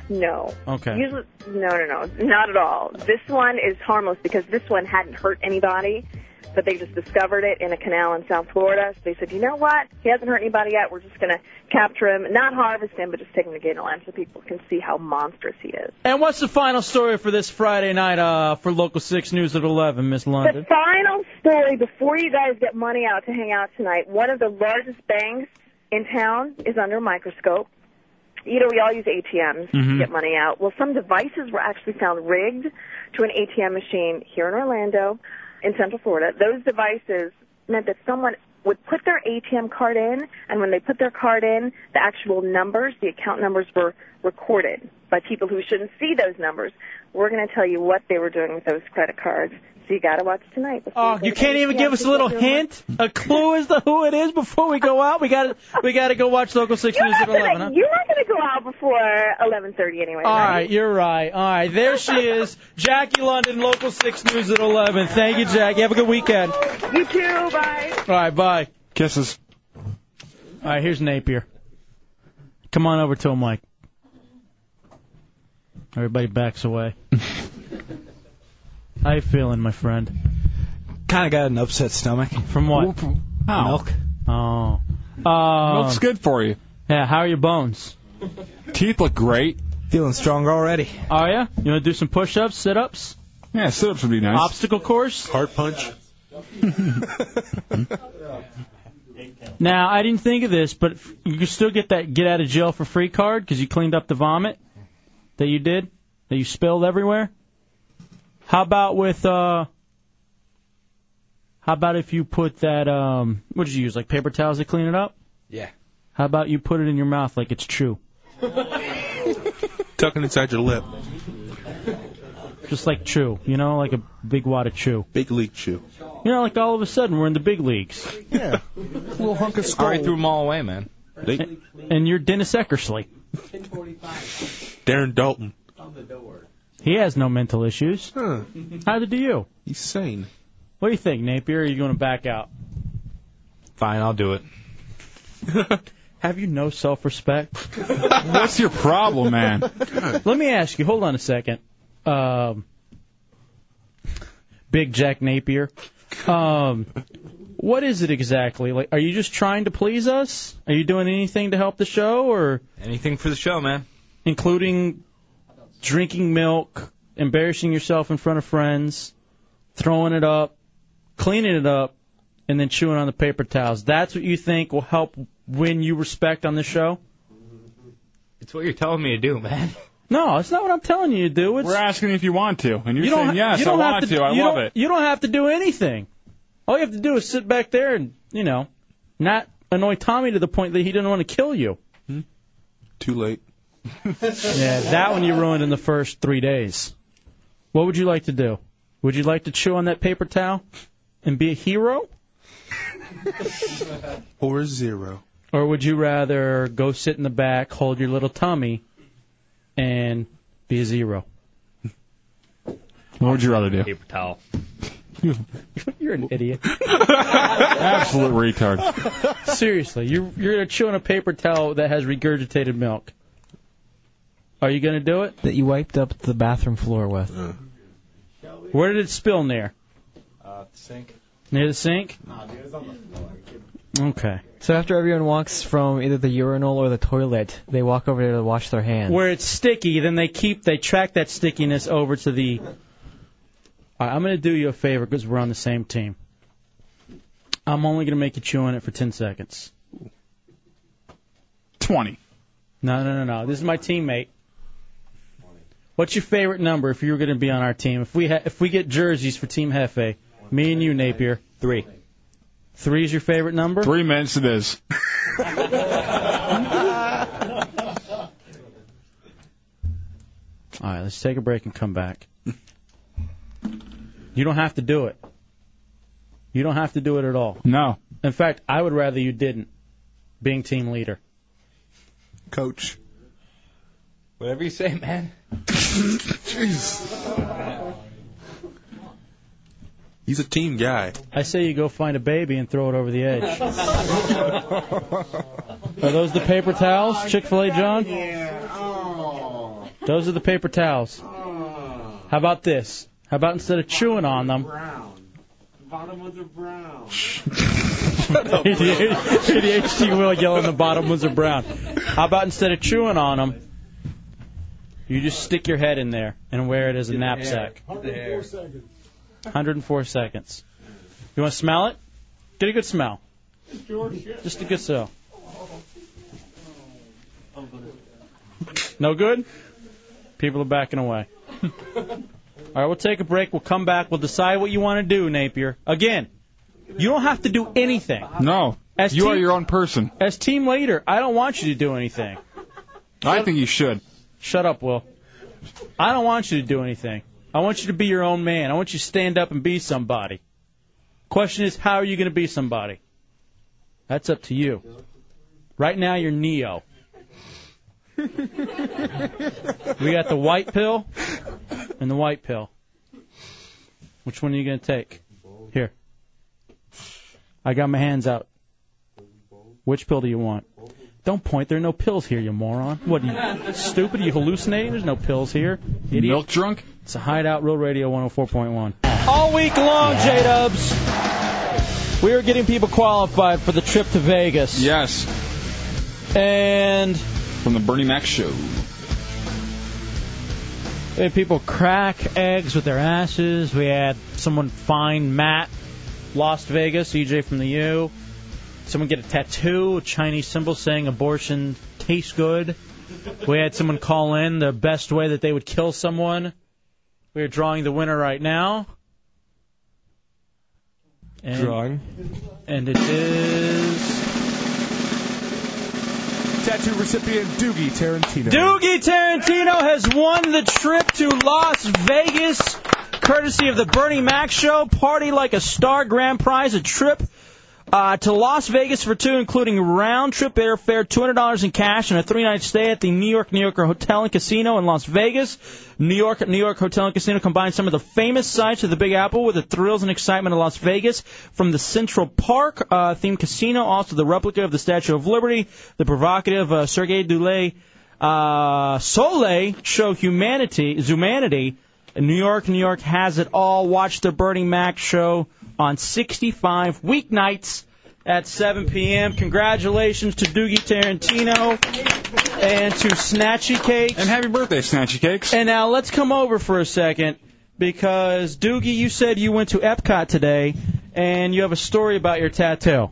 No.
Okay.
Usually, no, no, no, not at all. This one is harmless because this one hadn't hurt anybody, but they just discovered it in a canal in South Florida. So they said, you know what? He hasn't hurt anybody yet. We're just going to capture him, not harvest him, but just take him to Gatorland so people can see how monstrous he is.
And what's the final story for this Friday night uh, for Local 6 News at 11, Miss
The <laughs>
London?
final story before you guys get money out to hang out tonight, one of the largest banks in town is under a microscope. You know, we all use ATMs to
Mhm.
get money out. Well, some devices were actually found rigged to an ATM machine here in Orlando, in Central Florida. Those devices meant that someone would put their ATM card in, and when they put their card in, the actual numbers, the account numbers were recorded by people who shouldn't see those numbers. We're going to tell you what they were doing with those credit cards. So you got to watch tonight.
Oh, you can't even give us a little hint, a clue as to who it is before we go out. We got to we got to go watch Local 6
You're
News
not
at 11. huh?
gonna, you're not gonna go out before 11:30 anyway.
All
right?
right, you're right. All right, there she is, Jackie London, Local 6 News at 11. Thank you, Jackie. Have a good weekend. All
You too. Bye.
right, bye.
Kisses.
All right, here's Napier. Come on over to him, Mike. Everybody backs
<laughs>
away. How you feeling, my friend?
Kind of got an upset stomach.
From what?
Milk.
Oh. Uh,
Milk's good for you.
Yeah, how are your bones?
Teeth look great.
Feeling stronger already.
Are ya? Oh, You want to do some push-ups, sit-ups?
Yeah, sit-ups would be nice.
Obstacle course?
Heart punch.
<laughs> Now, I didn't think of this, but f- you can still get that get out of jail for free card because you cleaned up the vomit that you did, that you spilled everywhere. How about with uh? How about if you put that um? What did you use? Like paper towels to clean it up?
Yeah.
How about you put it in your mouth like it's chew,
Tucking inside your lip.
just like chew, you know, like a big wad of chew.
Big league chew.
You know, like all of a sudden we're in the big leagues.
<laughs> Yeah.
little hunk of
Sorry, threw them all away, man.
And, and you're Dennis Eckersley.
Darren Dalton.
He has no mental issues.
Huh.
Neither do you.
He's sane.
What do you think, Napier? Are you going to back out?
Fine, I'll do it.
<laughs> Have you no self respect?
What's your problem, man?
Let me ask you. Hold on a second. Um, Big Jack Napier. Um, what is it exactly? Like, are you just trying to please us? Are you doing anything to help the show, or
Anything for the show, man.
including drinking milk, embarrassing yourself in front of friends, throwing it up, cleaning it up, and then chewing on the paper towels? That's what you think will help win you respect on the show?
It's what you're telling me to do, man.
No, it's not what I'm telling you to do. It's
We're asking if you want to, and you're
you don't
saying
ha-
yes.
you don't
I
have
want
to.
to. I
you
love
don't-
it.
You don't have to do anything. All you have to do is sit back there and you know not annoy Tommy to the point that he didn't want to kill you.
Hmm?
Too late.
Yeah, that one you ruined in the first three days. What would you like to do? Would you like to chew on that paper towel and be a hero,
Or zero.
or would you rather go sit in the back, hold your little tummy, and be a zero?
What would you rather do?
Paper towel.
<laughs> You're an idiot.
<laughs> Absolute retard.
Seriously, you're you're chewing a paper towel that has regurgitated milk. Are you gonna do it?
That you wiped up the bathroom floor with.
Uh. Where did it spill near?
Uh, sink.
Near the sink? Okay.
So after everyone walks from either the urinal or the toilet, they walk over there to wash their <laughs> hands.
Where it's sticky, then they keep they track that stickiness over to the. All right, I'm gonna do you a favor because we're on the same team. I'm only gonna make you chew on it for ten seconds.
Twenty.
No, no, no, no. This is my teammate. What's your favorite number if you were gonna be on our team? If we ha- if we get jerseys for Team Hefe, me and you, Napier.
Three.
Three is your favorite number.
Three minutes it is.
All right, let's take a break and come back. You don't have to do it. You don't have to do it at all.
No.
In fact, I would rather you didn't, being team leader.
Coach. Whatever you say,
<laughs>
man.
He's a team guy.
I say you go find a baby and throw it over the edge. Are those the paper towels, Chick fil A John?
Oh.
Those are the paper towels. How about this? How about instead of chewing on them,
Bottom of the
<laughs>
brown.
ADHD will yelling the bottom ones are brown. How about instead of chewing on them, you just stick your head in there and wear it as a knapsack?
104 seconds.
104 seconds. You want to smell it? Get a good smell. Just a good
<laughs>
smell. No good? People are backing away. All right, we'll take a break. We'll come back. We'll decide what you want to do, Napier. Again, you don't have to do anything.
No.
As
you
team-
are your own person.
As team leader, I don't want you to do anything.
<laughs> I think you should.
Shut up, Will. I don't want you to do anything. I want you to be your own man. I want you to stand up and be somebody. Question is, how are you going to be somebody? That's up to you. Right now, you're Neo. We got the white pill and the white pill. Which one are you going to take? Here. I got my hands out. Which pill do you want? Don't point. There are no pills here, you moron. What, are you stupid? Are you hallucinating? There's no pills here. Idiot.
Milk drunk?
It's a hideout, Real Radio 104.1. All week long, J Dubs. We are getting people qualified for the trip to Vegas.
Yes.
And.
From the Bernie Mac show.
We had people crack eggs with their asses. We had someone find Matt, Las Vegas, EJ from the U. Someone get a tattoo, a Chinese symbol saying abortion tastes good. We had someone call in the best way that they would kill someone. We are drawing the winner right now. And,
Drawing.
And it is.
Tattoo recipient Doogie Tarantino.
Doogie Tarantino has won the trip to Las Vegas, courtesy of the Bernie Mac Show. Party like a star grand prize, a trip uh, to Las Vegas for two, including round trip airfare, $200 in cash, and a three night stay at the New York New Yorker Hotel and Casino in Las Vegas. New York New York Hotel and Casino combines some of the famous sights of the Big Apple with the thrills and excitement of Las Vegas, from the Central Park uh, themed casino, also the replica of the Statue of Liberty, the provocative uh, Sergei Dulé. Uh, Soleil show humanity, humanity. New York, New York has it all. Watch the Bernie Mac show on 65 weeknights at 7 p.m. Congratulations to Doogie Tarantino and to Snatchy Cakes. And
happy birthday, Snatchy Cakes.
And now let's come over for a second because Doogie, you said you went to Epcot today and you have a story about your tattoo.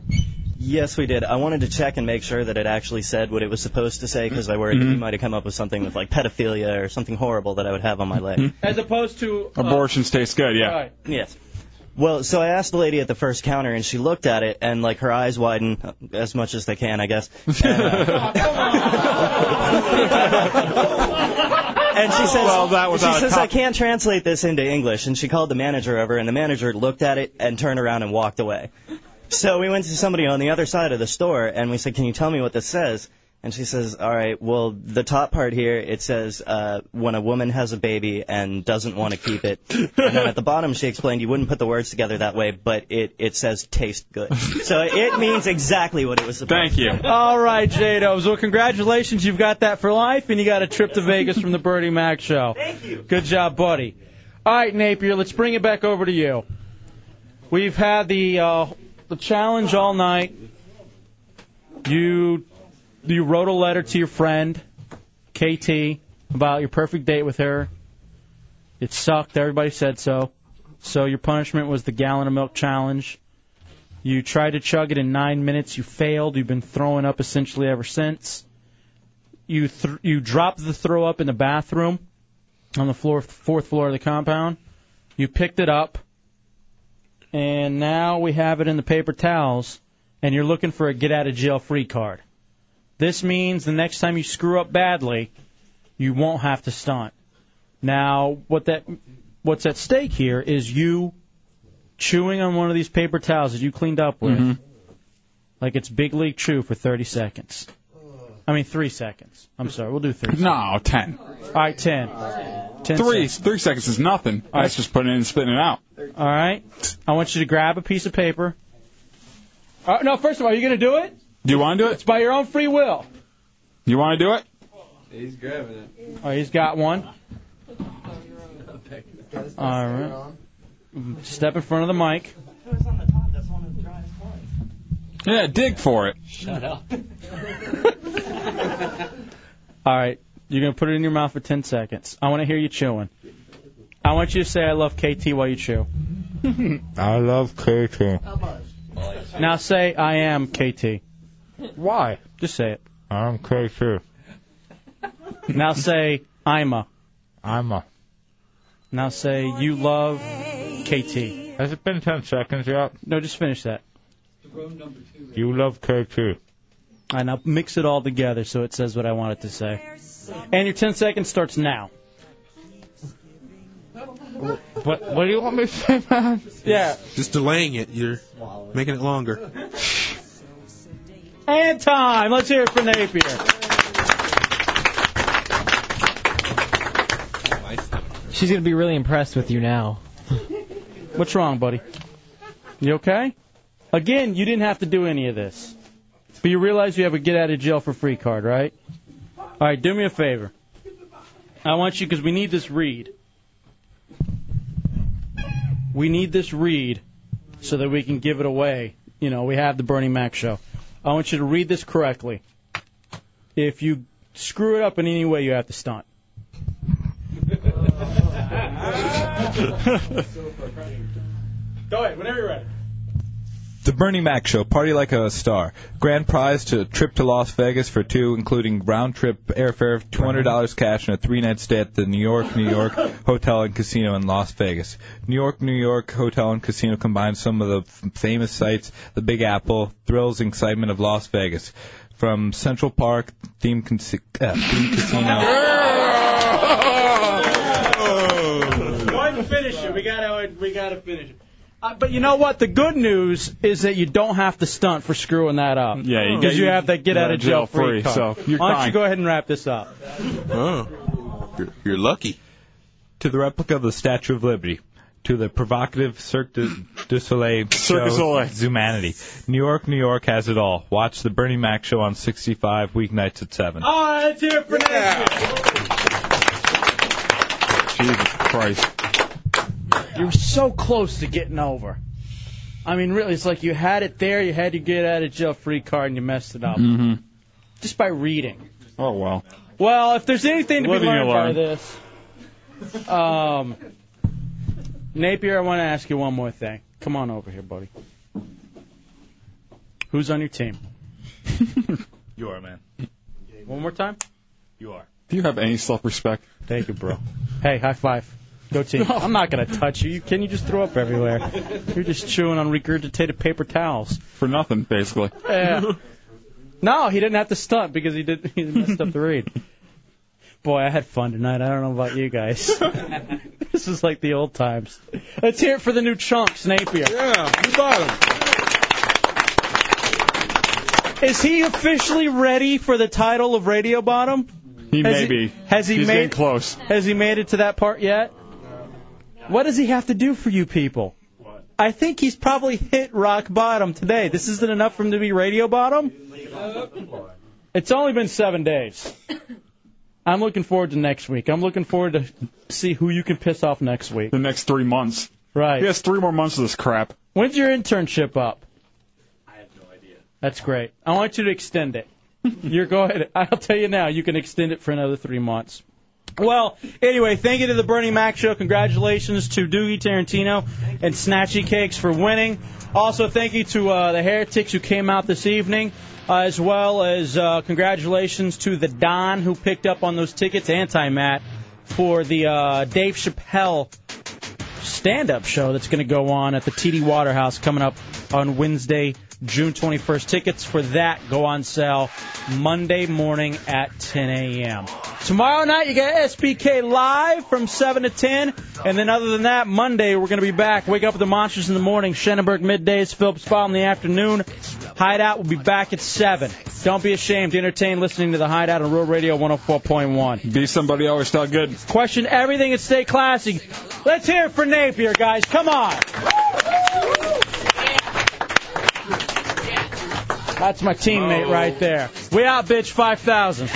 Yes, we did. I wanted to check and make sure that it actually said what it was supposed to say because I worried that you might have come up with something with like pedophilia or something horrible that I would have on my leg.
As opposed to
Hmm?
uh,
Abortions taste good, yeah.
Right.
Yes. Well, so I asked the lady at the first counter, and she looked at it, and like her eyes widen uh, as much as they can, I
<laughs>
guess. And, uh, and she says,
Well, that was
she
out of
says
top-
I can't translate this into English, and she called the manager over, and the manager looked at it and turned around and walked away. So we went to somebody on the other side of the store, and we said, "Can you tell me what this says?" And she says, "All right, well, the top part here it says uh, when a woman has a baby and doesn't want to keep it." and then at the bottom, she explained you wouldn't put the words together that way, but it it says taste good, so it means exactly what it was supposed. Thank
you.
<laughs> All right, Jados. Well, congratulations. You've got that for life, and you got a trip to Vegas from the Birdie Mac Show. Thank you. Good job, buddy. All right, Napier, let's bring it back over to you. We've had the uh, the challenge all night. You you wrote a letter to your friend KT about your perfect date with her. It sucked. Everybody said so. So your punishment was the gallon of milk challenge. You tried to chug it in nine minutes. You failed. You've been throwing up essentially ever since. You th- you dropped the throw up in the bathroom on the floor, fourth floor of the compound. You picked it up, and now we have it in the paper towels, and you're looking for a get out of jail free card. This means the next time you screw up badly, you won't have to stunt. Now, what that what's at stake here is you chewing on one of these paper towels that you cleaned up with,
Mm-hmm.
like it's big league chew for 30 seconds. I mean, three seconds. I'm sorry, we'll do three.
No, Oh, ten.
All right, ten. Ten
Three three seconds is nothing.
right.
That's just putting it in and spitting it out.
All right. I want you to grab a piece of paper. Uh, no, first of all, are you going to do it?
Do you want to do it?
By your own free will.
You want to do it?
He's grabbing it. Oh, he's got one. All right. Step in front of the mic.
Yeah, dig for it.
Shut up. <laughs>
All right. You're going to put it in your mouth for 10 seconds. I want to hear you chewing. I want you to say, I love KT while you chew.
I love KT.
Oh,
Now say, I am KT. Why? Just say it.
I'm KT.
Now say, I'm a.
I'm a.
Now say, you love KT.
Has it been 10 seconds yet?
No, just finish that.
You love KT.
And I'll mix it all together so it says what I want it to say. And your 10 seconds starts now.
What, what do you want me to say, man?
Yeah.
Just delaying it. You're making it longer.
And time. Let's hear it for Napier.
She's gonna be really impressed with you now.
What's wrong, buddy? You okay? Again, you didn't have to do any of this. But you realize you have a get out of jail for free card, right? All right, do me a favor. I want you, because we need this read. We need this read so that we can give it away. You know, we have the Bernie Mac show. I want you to read this correctly. If you screw it up in any way, you have to stunt. Go ahead, whenever you're ready.
The Bernie Mac Show, Party Like a Star. Grand prize to a trip to Las Vegas for two, including round trip airfare, $200 cash, and a three night stay at the New York, New York Hotel and Casino in Las Vegas. New York, New York Hotel and Casino combines some of the f- famous sights, the Big Apple, thrills, excitement of Las Vegas. From Central Park, theme, con- uh, theme casino.
One finish it. We gotta we gotta finish it. Uh, but you know what? The good news is that you don't have to stunt for screwing that up.
Yeah, you
because
get-
you have that get
you're
out of jail free.
so
card.
you're
Why don't
fine.
you go ahead and wrap this up?
Oh. You're, you're lucky. To the replica of the Statue of Liberty. To the provocative Cirque du, du Soleil
<laughs> Cirque du
show,
Soleil.
Zumanity. New York, New York has it all. Watch the Bernie Mac show on 65 weeknights at 7.
Oh, that's here for
Jesus Christ.
You're so close to getting over. I mean, really, it's like you had it there. You had to get out of jail free card, and you messed it up
Mm-hmm.
just by reading.
Oh well.
Well, if there's anything to
Living
be
you
learned by
learn.
this, um, Napier, I want to ask you one more thing. Come on over here, buddy. Who's on your <laughs> team?
You are, man.
One more time.
You are.
Do you have any self-respect?
Thank you, bro. Hey, high five. Go team. <laughs> I'm not gonna touch you. you. Can you just throw up everywhere? You're just chewing on regurgitated paper towels.
For nothing, basically.
Yeah. No, he didn't have to stunt because he did. <laughs> He messed up the read. Boy, I had fun tonight. I don't know about you guys. <laughs> this is like the old times. Let's hear it for the new chunks, Napier.
Yeah, you bought 'em.
Is he officially ready for the title of Radio Bottom?
He
Has
may be.
Has he
He's
made
getting close?
Has he made it to that part yet? What does he have to do for you people? I think he's probably hit rock bottom today. This isn't enough for him to be radio bottom. It's only been seven days. I'm looking forward to next week. I'm looking forward to see who you can piss off next week.
The next three months.
Right.
He has three more months of this crap.
When's your internship up? That's great. I want you to extend it. <laughs> You're going. I'll tell you now. You can extend it for another three months. Well, anyway, thank you to the Bernie Mac Show. Congratulations to Doogie Tarantino and Snatchy Cakes for winning. Also, thank you to uh, the Heretics who came out this evening, uh, as well as uh, congratulations to the Don who picked up on those tickets, Anti Matt, for the uh, Dave Chappelle stand-up show that's going to go on at the TD Waterhouse coming up on Wednesday, June 21st. Tickets for that go on sale Monday morning at 10 a.m. Tomorrow night you got SBK live from 7 to 10, and then other than that, Monday we're going to be back. Wake up with the monsters in the morning, Shenanberg middays, Phillips File in the afternoon. Hideout will be back at 7. Don't be ashamed to entertain listening to the Hideout on Rural Radio 104.1.
Be somebody always thought good.
Question everything and stay classy. Let's hear it for Napier, guys. Come on. That's my teammate right there. We out, bitch, 5,000.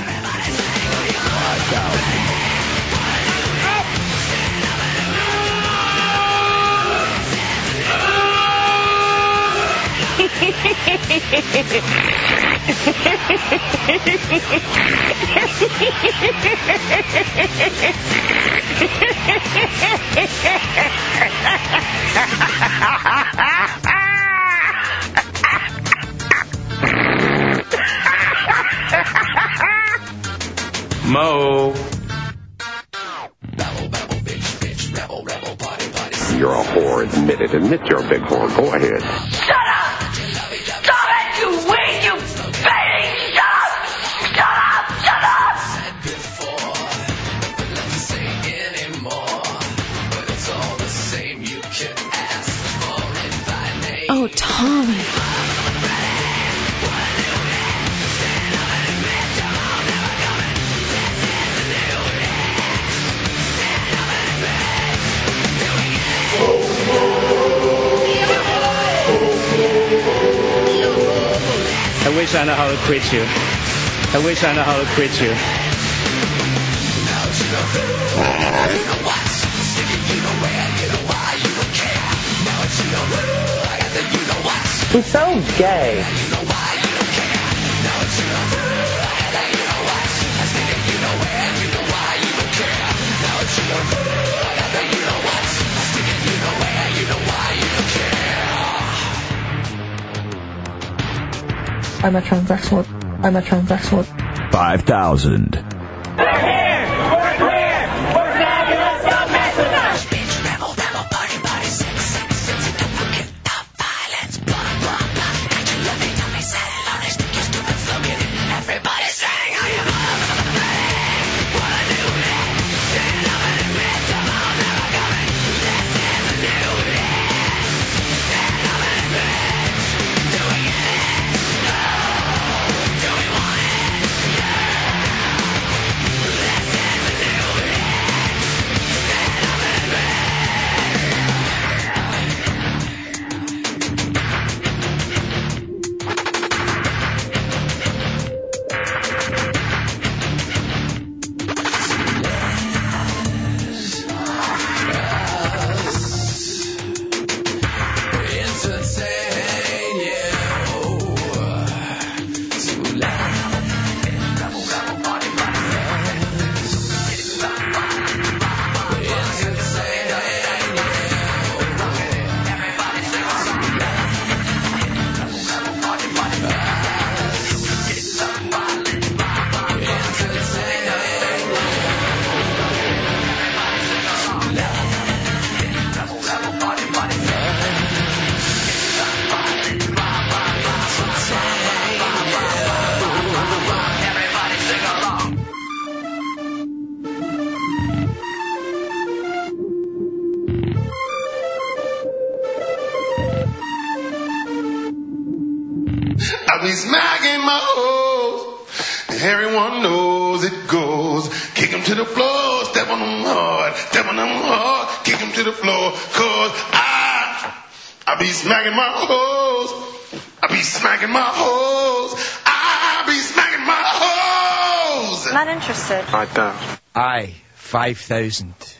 Mo.
You're a whore. Admit it. Admit you're a big whore. Go ahead.
Stop it, you wig, you baby! Shut up! Shut up! Shut up!
Oh, Tommy.
I wish I know how to quit you. I wish I know how to quit you.
He's so gay.
I'm a transsexual. I'm a transsexual.
5,000.
Everybody
to the floor, step on them hard, step on them hard, kick them to the floor, cause I, I be smacking my hoes, I be smacking my hoes, I be smacking my hoes.
Not interested.
I, 5,000.